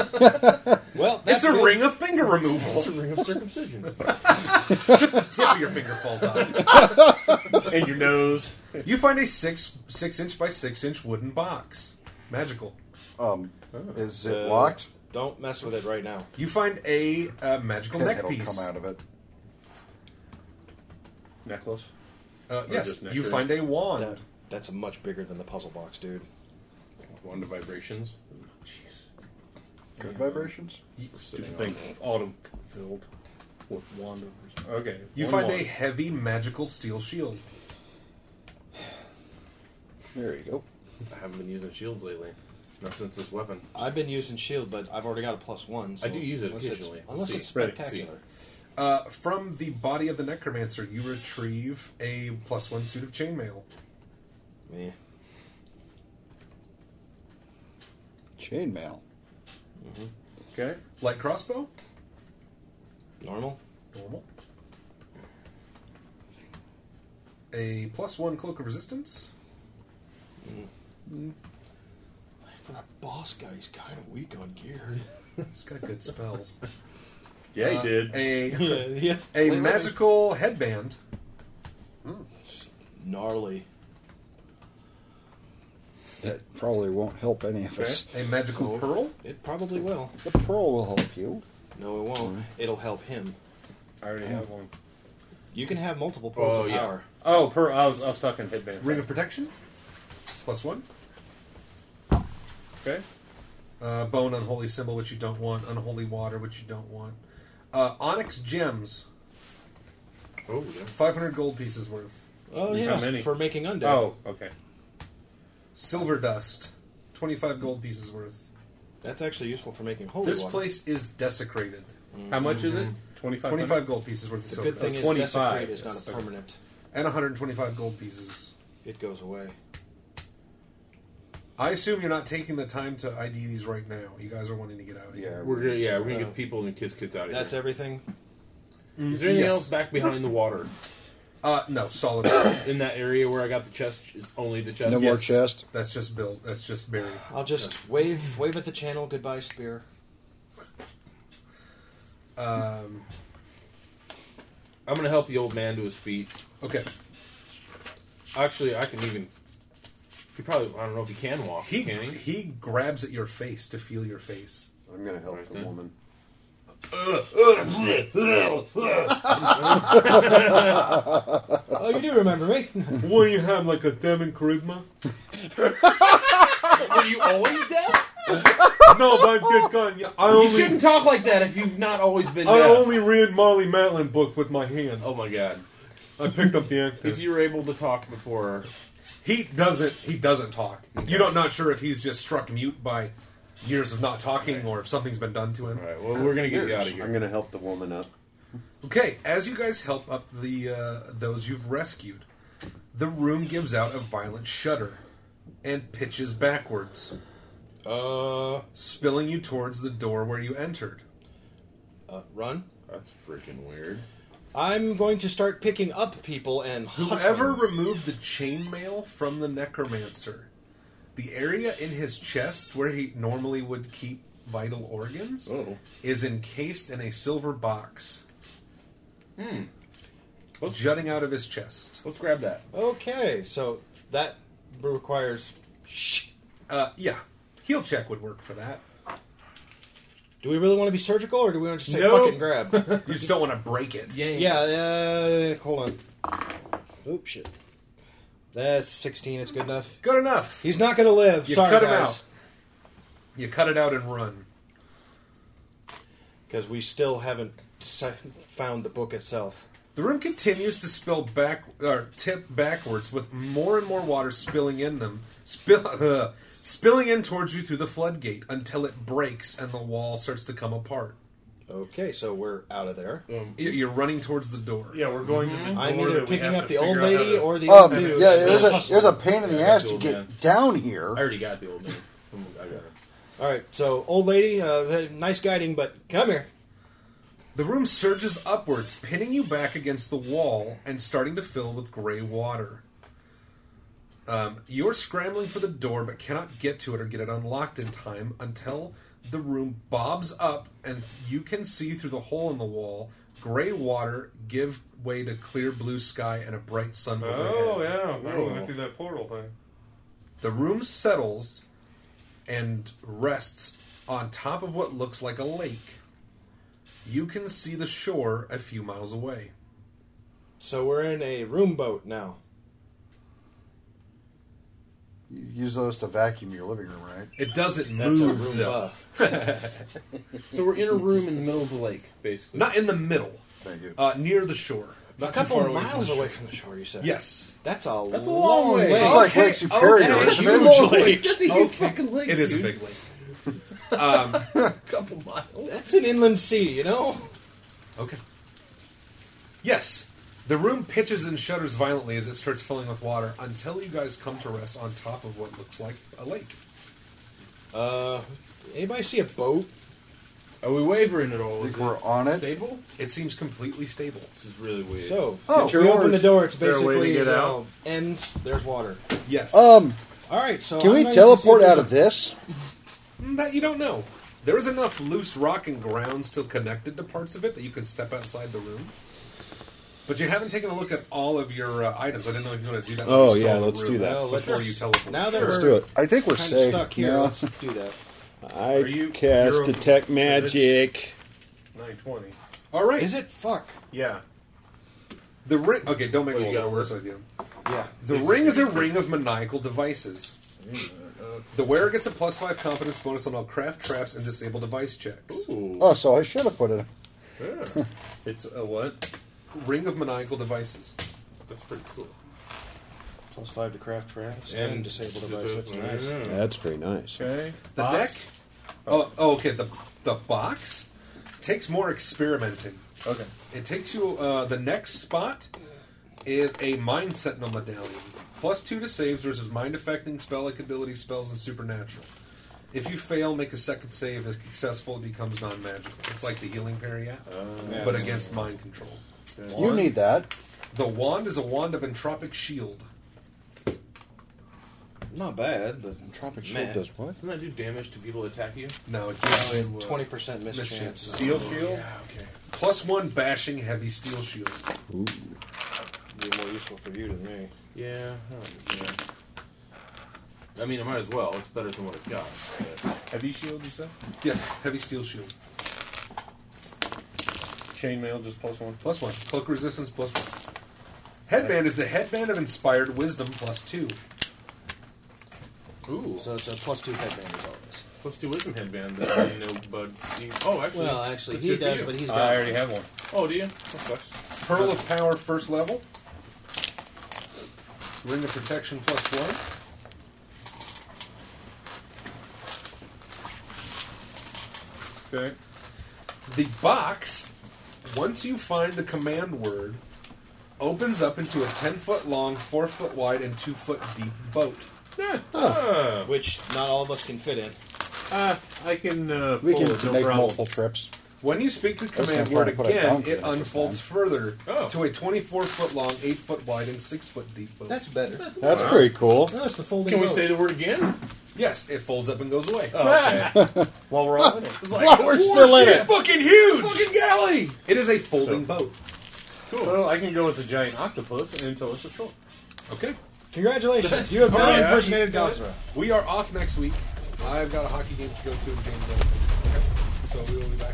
Speaker 12: well,
Speaker 9: It's
Speaker 12: that's
Speaker 9: a
Speaker 12: good.
Speaker 9: ring of finger removal.
Speaker 10: It's a ring
Speaker 9: *laughs*
Speaker 10: of circumcision.
Speaker 9: Just the tip of your finger falls off. *laughs*
Speaker 11: and your nose.
Speaker 9: You find a six six inch by six inch wooden box. Magical.
Speaker 13: Um, is it locked?
Speaker 12: Don't mess with it right now.
Speaker 9: You find a uh, magical neck
Speaker 13: It'll
Speaker 9: piece.
Speaker 13: come out of it.
Speaker 11: Necklace.
Speaker 9: Uh,
Speaker 11: Or
Speaker 9: yes,
Speaker 11: just neck
Speaker 9: you
Speaker 11: ring.
Speaker 9: find a wand.
Speaker 12: That, that's much bigger than the puzzle box, dude.
Speaker 10: Wand of vibrations.
Speaker 13: Good vibrations.
Speaker 11: Stupid thing. Autumn filled with wand. of- Okay.
Speaker 9: You
Speaker 11: one
Speaker 9: find
Speaker 11: wand.
Speaker 9: a heavy magical steel shield.
Speaker 13: There you go.
Speaker 10: I haven't been using shields lately. Not since this weapon.
Speaker 12: I've been using shield, but I've already got a plus one. So
Speaker 10: I do use it
Speaker 12: unless it's-
Speaker 10: occasionally.
Speaker 12: Unless
Speaker 10: See,
Speaker 12: it's
Speaker 10: right,
Speaker 12: spectacular.
Speaker 9: Uh, from the body of the necromancer, you retrieve a plus one suit of chainmail.
Speaker 12: Yeah.
Speaker 13: Chainmail.
Speaker 11: Okay.
Speaker 9: Light crossbow,
Speaker 12: Normal.
Speaker 9: normal. A plus one cloak of resistance.
Speaker 19: For a boss guy, he's kind of weak on
Speaker 10: *laughs*
Speaker 19: gear.
Speaker 9: It's got good spells.
Speaker 11: Yeah,
Speaker 10: Uh,
Speaker 11: he did.
Speaker 9: A
Speaker 12: yeah.
Speaker 9: a magical headband.
Speaker 12: Gnarly.
Speaker 13: That probably won't help any of us.
Speaker 9: A magical pearl.
Speaker 12: It probably will.
Speaker 13: The pearl will help you.
Speaker 12: No, it won't. It'll help him. Um,
Speaker 11: I already have one.
Speaker 12: You can have multiple points
Speaker 10: Oh,
Speaker 12: of
Speaker 10: yeah.
Speaker 12: power.
Speaker 11: Oh, per, I was I was talking headband.
Speaker 9: Ring of protection. Plus one.
Speaker 11: Okay.
Speaker 9: Uh, bone unholy symbol, which you don't want. Unholy water, which you don't want. Uh, onyx gems.
Speaker 10: Oh, yeah.
Speaker 9: Five hundred gold pieces worth.
Speaker 12: Oh
Speaker 11: How
Speaker 12: yeah,
Speaker 11: many?
Speaker 12: for making undead.
Speaker 11: Oh, okay.
Speaker 9: Silver dust. Twenty-five gold pieces worth.
Speaker 12: that's actually useful for making holy
Speaker 9: This
Speaker 12: water.
Speaker 9: place is desecrated.
Speaker 11: How much is it?
Speaker 10: Mm-hmm.
Speaker 11: Twenty five.
Speaker 9: Twenty-five gold pieces worth of
Speaker 12: The
Speaker 9: silver
Speaker 12: good thing
Speaker 9: dust,
Speaker 12: is
Speaker 11: 25,
Speaker 12: desecrate is
Speaker 11: yes.
Speaker 12: not a permanent.
Speaker 9: and one hundred and twenty-five gold pieces.
Speaker 12: It goes away.
Speaker 9: I assume you're not taking the time to ID these right now. You guys are wanting to get out of here.
Speaker 10: We're gonna yeah, we're gonna
Speaker 12: Yeah.
Speaker 10: get the people and the kids kids out of
Speaker 12: Uh, That's
Speaker 10: here.
Speaker 12: everything.
Speaker 10: Is there anything
Speaker 9: Yes.
Speaker 10: else back behind the water?
Speaker 9: Uh, no, solid.
Speaker 12: *coughs*
Speaker 10: In that area where I got the chest, it's only the chest.
Speaker 13: No more chest.
Speaker 9: That's just built. That's just buried.
Speaker 12: I'll just wave wave at the channel. Goodbye, spear.
Speaker 9: Um,
Speaker 10: I'm gonna help the old man to his feet.
Speaker 9: Okay.
Speaker 10: Actually, I can even. He probably. I don't know if he can walk.
Speaker 9: He
Speaker 10: can he?
Speaker 9: he grabs at your face to feel your face.
Speaker 5: I'm gonna help the woman.
Speaker 12: oh, you do remember me? *laughs*
Speaker 9: what do you have, like a demon charisma?
Speaker 10: Were you always deaf?
Speaker 9: no, but I'm good gun. Yeah, I
Speaker 10: you
Speaker 9: only,
Speaker 10: shouldn't talk like that if you've not always been
Speaker 11: Oh,
Speaker 9: I
Speaker 10: deaf.
Speaker 9: only read Marley Matlin book with my hand.
Speaker 10: oh my god!
Speaker 9: I picked up the actor.
Speaker 10: If you were able to talk before,
Speaker 9: he doesn't. He doesn't talk. You're not, not sure if he's just struck mute by years of not talking, or if something's been done to him.
Speaker 10: all right. Well, we're gonna get you out of
Speaker 5: I'm
Speaker 10: here.
Speaker 5: gonna help the woman up.
Speaker 9: Okay, as you guys help up the uh, those you've rescued, the room gives out a violent shudder and pitches backwards,
Speaker 12: Uh,
Speaker 9: spilling you towards the door where you entered.
Speaker 12: uh, run.
Speaker 10: That's freaking weird.
Speaker 12: I'm going to start picking up people and
Speaker 9: Whoever
Speaker 12: hustling.
Speaker 9: removed the chainmail from the necromancer, the area in his chest where he normally would keep vital organs
Speaker 10: Oh.
Speaker 9: is encased in a silver box
Speaker 10: Hmm.
Speaker 9: jutting out of his chest.
Speaker 10: Let's grab that.
Speaker 12: Okay, so that requires.
Speaker 9: Uh, yeah, heal check would work for
Speaker 12: *laughs*
Speaker 9: that.
Speaker 12: Do we really want to be surgical, or do we want to just say
Speaker 9: No. *laughs*
Speaker 12: fucking grab?
Speaker 9: You just don't want to break it.
Speaker 12: yeah. Uh, hold on. Oop shit. That's 16. It's good enough.
Speaker 9: Good enough.
Speaker 12: He's not going to live.
Speaker 9: You
Speaker 12: Sorry,
Speaker 9: cut him
Speaker 12: guys.
Speaker 9: out. You cut it out and run.
Speaker 12: Because we still haven't si- found the book itself.
Speaker 9: The room continues to spill back or tip backwards with more and more water spilling in them, spill, *laughs* uh, spilling in towards you through the floodgate until it breaks and the wall starts to come apart.
Speaker 12: Okay, so we're out of there.
Speaker 9: You- You're running towards the door.
Speaker 17: Yeah, we're going to the
Speaker 10: Mm-hmm.
Speaker 17: door
Speaker 12: I'm
Speaker 17: that
Speaker 12: either
Speaker 17: we
Speaker 12: picking
Speaker 17: have
Speaker 12: up
Speaker 17: to
Speaker 12: the old
Speaker 17: figure out how
Speaker 12: lady
Speaker 17: to-
Speaker 12: or the
Speaker 13: Um,
Speaker 12: old dude.
Speaker 13: yeah, there's a, there's a pain in the
Speaker 10: Yeah,
Speaker 13: ass
Speaker 10: that's
Speaker 13: to
Speaker 10: old
Speaker 13: get
Speaker 10: man.
Speaker 13: down
Speaker 10: I
Speaker 13: here.
Speaker 10: already got the old man. I got her.
Speaker 12: All right, so old lady, uh, hey, nice guiding, but come here.
Speaker 9: The room surges upwards, pinning you back against the wall and starting to fill with gray water. Um, you're scrambling for the door but cannot get to it or get it unlocked in time until the room bobs up and you can see through the hole in the wall gray water give way to clear blue sky and a bright sun overhead.
Speaker 17: Oh yeah, I went through that portal thing.
Speaker 9: The room settles and rests on top of what looks like a lake. You can see the shore a few miles away.
Speaker 12: So we're in a room boat now.
Speaker 13: You use those to vacuum your living room, right?
Speaker 9: It doesn't
Speaker 12: That's a
Speaker 9: move, though.
Speaker 12: Roomba.
Speaker 10: So we're in a room in the middle of the lake, basically.
Speaker 9: Not in the middle,
Speaker 13: Thank you.
Speaker 9: uh, near the shore. Not
Speaker 12: A
Speaker 9: too
Speaker 12: couple
Speaker 9: far away from
Speaker 12: miles
Speaker 9: the
Speaker 12: away
Speaker 9: shore.
Speaker 12: from the shore, you said.
Speaker 9: Yes.
Speaker 12: That's a,
Speaker 10: That's a long
Speaker 12: long
Speaker 10: way.
Speaker 12: way.
Speaker 13: it's like Lake Superior,
Speaker 9: okay,
Speaker 13: isn't
Speaker 9: you
Speaker 13: it?
Speaker 9: Huge
Speaker 10: lake.
Speaker 9: lake.
Speaker 10: That's a huge
Speaker 11: oh.
Speaker 10: fucking lake.
Speaker 9: It is a
Speaker 10: dude.
Speaker 9: big lake.
Speaker 10: Couple miles.
Speaker 12: That's an inland sea, you know?
Speaker 9: Okay. Yes. The room pitches and shudders violently as it starts filling with water until you guys come to rest on top of what looks like a lake.
Speaker 12: Uh, anybody see a boat?
Speaker 10: Are we wavering at all?
Speaker 13: I think
Speaker 10: Is
Speaker 13: we're
Speaker 10: it
Speaker 13: on it.
Speaker 10: Stable?
Speaker 9: It seems completely stable.
Speaker 10: This is really weird.
Speaker 12: So,
Speaker 13: Oh,
Speaker 12: if you open the
Speaker 13: doors.
Speaker 12: door, it's
Speaker 17: there a way to
Speaker 12: basically
Speaker 17: get
Speaker 12: you
Speaker 17: out?
Speaker 12: know, ends, there's water.
Speaker 9: Yes.
Speaker 13: Um,
Speaker 12: All right, so.
Speaker 13: can
Speaker 12: I'm
Speaker 13: we
Speaker 12: going to
Speaker 13: teleport
Speaker 12: see if
Speaker 13: out
Speaker 12: there's
Speaker 13: of this?
Speaker 9: That you don't know. There is enough loose rock and ground still connected to parts of it that you can step outside the room. But you haven't taken a look at all of your uh, items. I didn't know if you want to do that. when
Speaker 5: Oh,
Speaker 9: you're still
Speaker 5: yeah,
Speaker 9: in the
Speaker 5: let's
Speaker 9: room
Speaker 5: do that.
Speaker 12: Well, let's-
Speaker 9: before you teleport.
Speaker 12: Now that
Speaker 13: Let's
Speaker 12: we're
Speaker 13: do it. I think we're
Speaker 12: kinda
Speaker 13: safe.
Speaker 12: stuck here,
Speaker 13: now.
Speaker 12: let's do that.
Speaker 5: I
Speaker 17: you-
Speaker 5: cast
Speaker 17: you're-
Speaker 5: detect
Speaker 17: you're-
Speaker 5: magic.
Speaker 17: Nine twenty.
Speaker 9: All right.
Speaker 12: Is it? Fuck.
Speaker 17: Yeah.
Speaker 9: the ring? Okay, don't make
Speaker 10: Oh, you
Speaker 9: me
Speaker 10: got
Speaker 9: a worse
Speaker 10: work.
Speaker 9: idea.
Speaker 12: Yeah.
Speaker 9: The ring is a ring of maniacal devices. The wearer gets a plus five competence bonus on all craft traps and disable device checks.
Speaker 13: Oh, so I should have put it.
Speaker 17: Yeah. it's a what?
Speaker 9: Ring of maniacal devices.
Speaker 17: That's pretty cool.
Speaker 12: Plus five to craft traps
Speaker 10: And
Speaker 12: and, disabled
Speaker 10: just
Speaker 12: device. That's
Speaker 10: open
Speaker 12: nice.
Speaker 10: it.
Speaker 5: That's pretty nice.
Speaker 17: Okay.
Speaker 9: The
Speaker 17: Box?
Speaker 9: deck. Oh, oh, okay. The the box takes more experimenting.
Speaker 17: Okay.
Speaker 9: It takes you. Uh, the next spot is a mind sentinel medallion. Plus two to saves versus mind affecting spell like ability spells and supernatural. If you fail, make a second save. If successful, it becomes non Oh, magical. It's like the healing parry app, but against mind control.
Speaker 13: You need that.
Speaker 9: The wand is a wand of entropic shield.
Speaker 24: Not bad, but
Speaker 25: entropic shield does what?
Speaker 10: Doesn't that do damage to people that attack you?
Speaker 9: No, it's usually
Speaker 24: twenty percent miss chance.
Speaker 9: Steel shield. Yeah, okay. Plus one bashing heavy steel shield.
Speaker 25: Ooh.
Speaker 3: Be more useful for you than me.
Speaker 10: Yeah. I, don't know. I mean, it might as well. It's better than what it got. but-
Speaker 3: Heavy shield, you said?
Speaker 9: Yes, heavy steel shield.
Speaker 3: Chainmail, just plus one.
Speaker 9: Plus one. Cloak resistance plus one. Headband is the headband of inspired wisdom plus two.
Speaker 10: Ooh.
Speaker 24: So it's a plus two headband is all this.
Speaker 10: Plus two wisdom headband that you know, bud. you- Oh, actually.
Speaker 24: Well, actually,
Speaker 10: that's
Speaker 24: he
Speaker 10: good for
Speaker 24: does,
Speaker 10: you.
Speaker 24: but he's
Speaker 3: I
Speaker 24: got.
Speaker 3: already have one.
Speaker 10: Oh, do you? That sucks.
Speaker 9: Pearl of power first level. Ring of protection plus one.
Speaker 3: Okay.
Speaker 9: The box, once you find the command word, opens up into a 10 foot long, 4 foot wide, and 2 foot deep boat.
Speaker 24: Which not all of us can fit in.
Speaker 3: Uh, I can uh,
Speaker 13: We
Speaker 11: Oh,
Speaker 3: pull
Speaker 13: can
Speaker 3: it, no
Speaker 13: make
Speaker 3: problem.
Speaker 11: *laughs*
Speaker 13: multiple trips.
Speaker 9: When you speak the
Speaker 13: That's
Speaker 9: command
Speaker 13: no
Speaker 9: word
Speaker 13: problem, put a
Speaker 9: again,
Speaker 13: donkey
Speaker 9: it
Speaker 13: in it this
Speaker 9: unfolds
Speaker 13: time.
Speaker 9: further
Speaker 10: Oh.
Speaker 9: to a 24 foot long, 8 foot wide, and 6 foot deep boat.
Speaker 24: That's better.
Speaker 13: That's pretty cool.
Speaker 24: That's the folding.
Speaker 10: Can we
Speaker 24: boat.
Speaker 10: say the word again?
Speaker 9: yes, it folds up and goes away.
Speaker 10: Oh, okay.
Speaker 3: While we're all in it.
Speaker 10: It's like,
Speaker 13: We're
Speaker 10: "Whoa,
Speaker 13: still in
Speaker 10: shit,
Speaker 13: it.
Speaker 9: It's fucking huge!
Speaker 10: Fucking galley!
Speaker 9: It is a folding boat.
Speaker 10: Cool.
Speaker 3: Well, I can go as a giant octopus and until it's a short.
Speaker 9: Okay.
Speaker 24: Congratulations, you have now
Speaker 9: Alright,
Speaker 24: impersonated
Speaker 9: you got it.
Speaker 24: Gosra.
Speaker 9: We are off next week. I've got a hockey game to go to in Gainesville. So we will be back.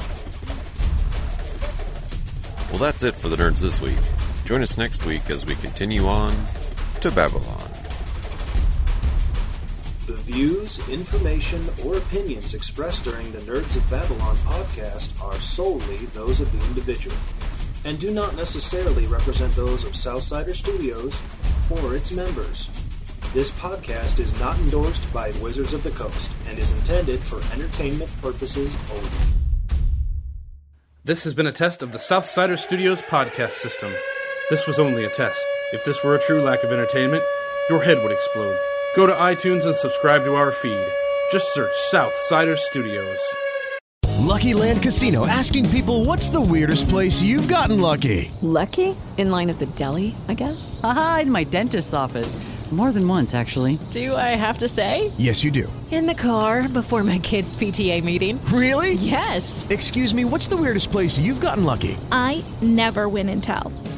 Speaker 26: Well, that's it for the nerds this week. Join us next week as we continue on to Babylon.
Speaker 12: The views, information, or opinions expressed during the Nerds of Babylon podcast are solely those of the individual and do not necessarily represent those of Southsider Studios or its members. This podcast is not endorsed by Wizards of the Coast and is intended for entertainment purposes only.
Speaker 11: This has been a test of the Southsider Studios podcast system. This was only a test. If this were a true lack of entertainment, your head would explode. Go to iTunes and subscribe to our feed. Just search Southsider Studios.
Speaker 27: Lucky Land Casino asking people what's the weirdest place you've gotten lucky?
Speaker 28: Lucky? In line at the deli, I guess?
Speaker 29: Aha, in my dentist's office. More than once, actually.
Speaker 28: Do I have to say?
Speaker 27: Yes, you do.
Speaker 28: In the car before my kids' PTA meeting.
Speaker 27: Really?
Speaker 28: Yes.
Speaker 27: Excuse me, what's the weirdest place you've gotten lucky?
Speaker 30: I never win and tell.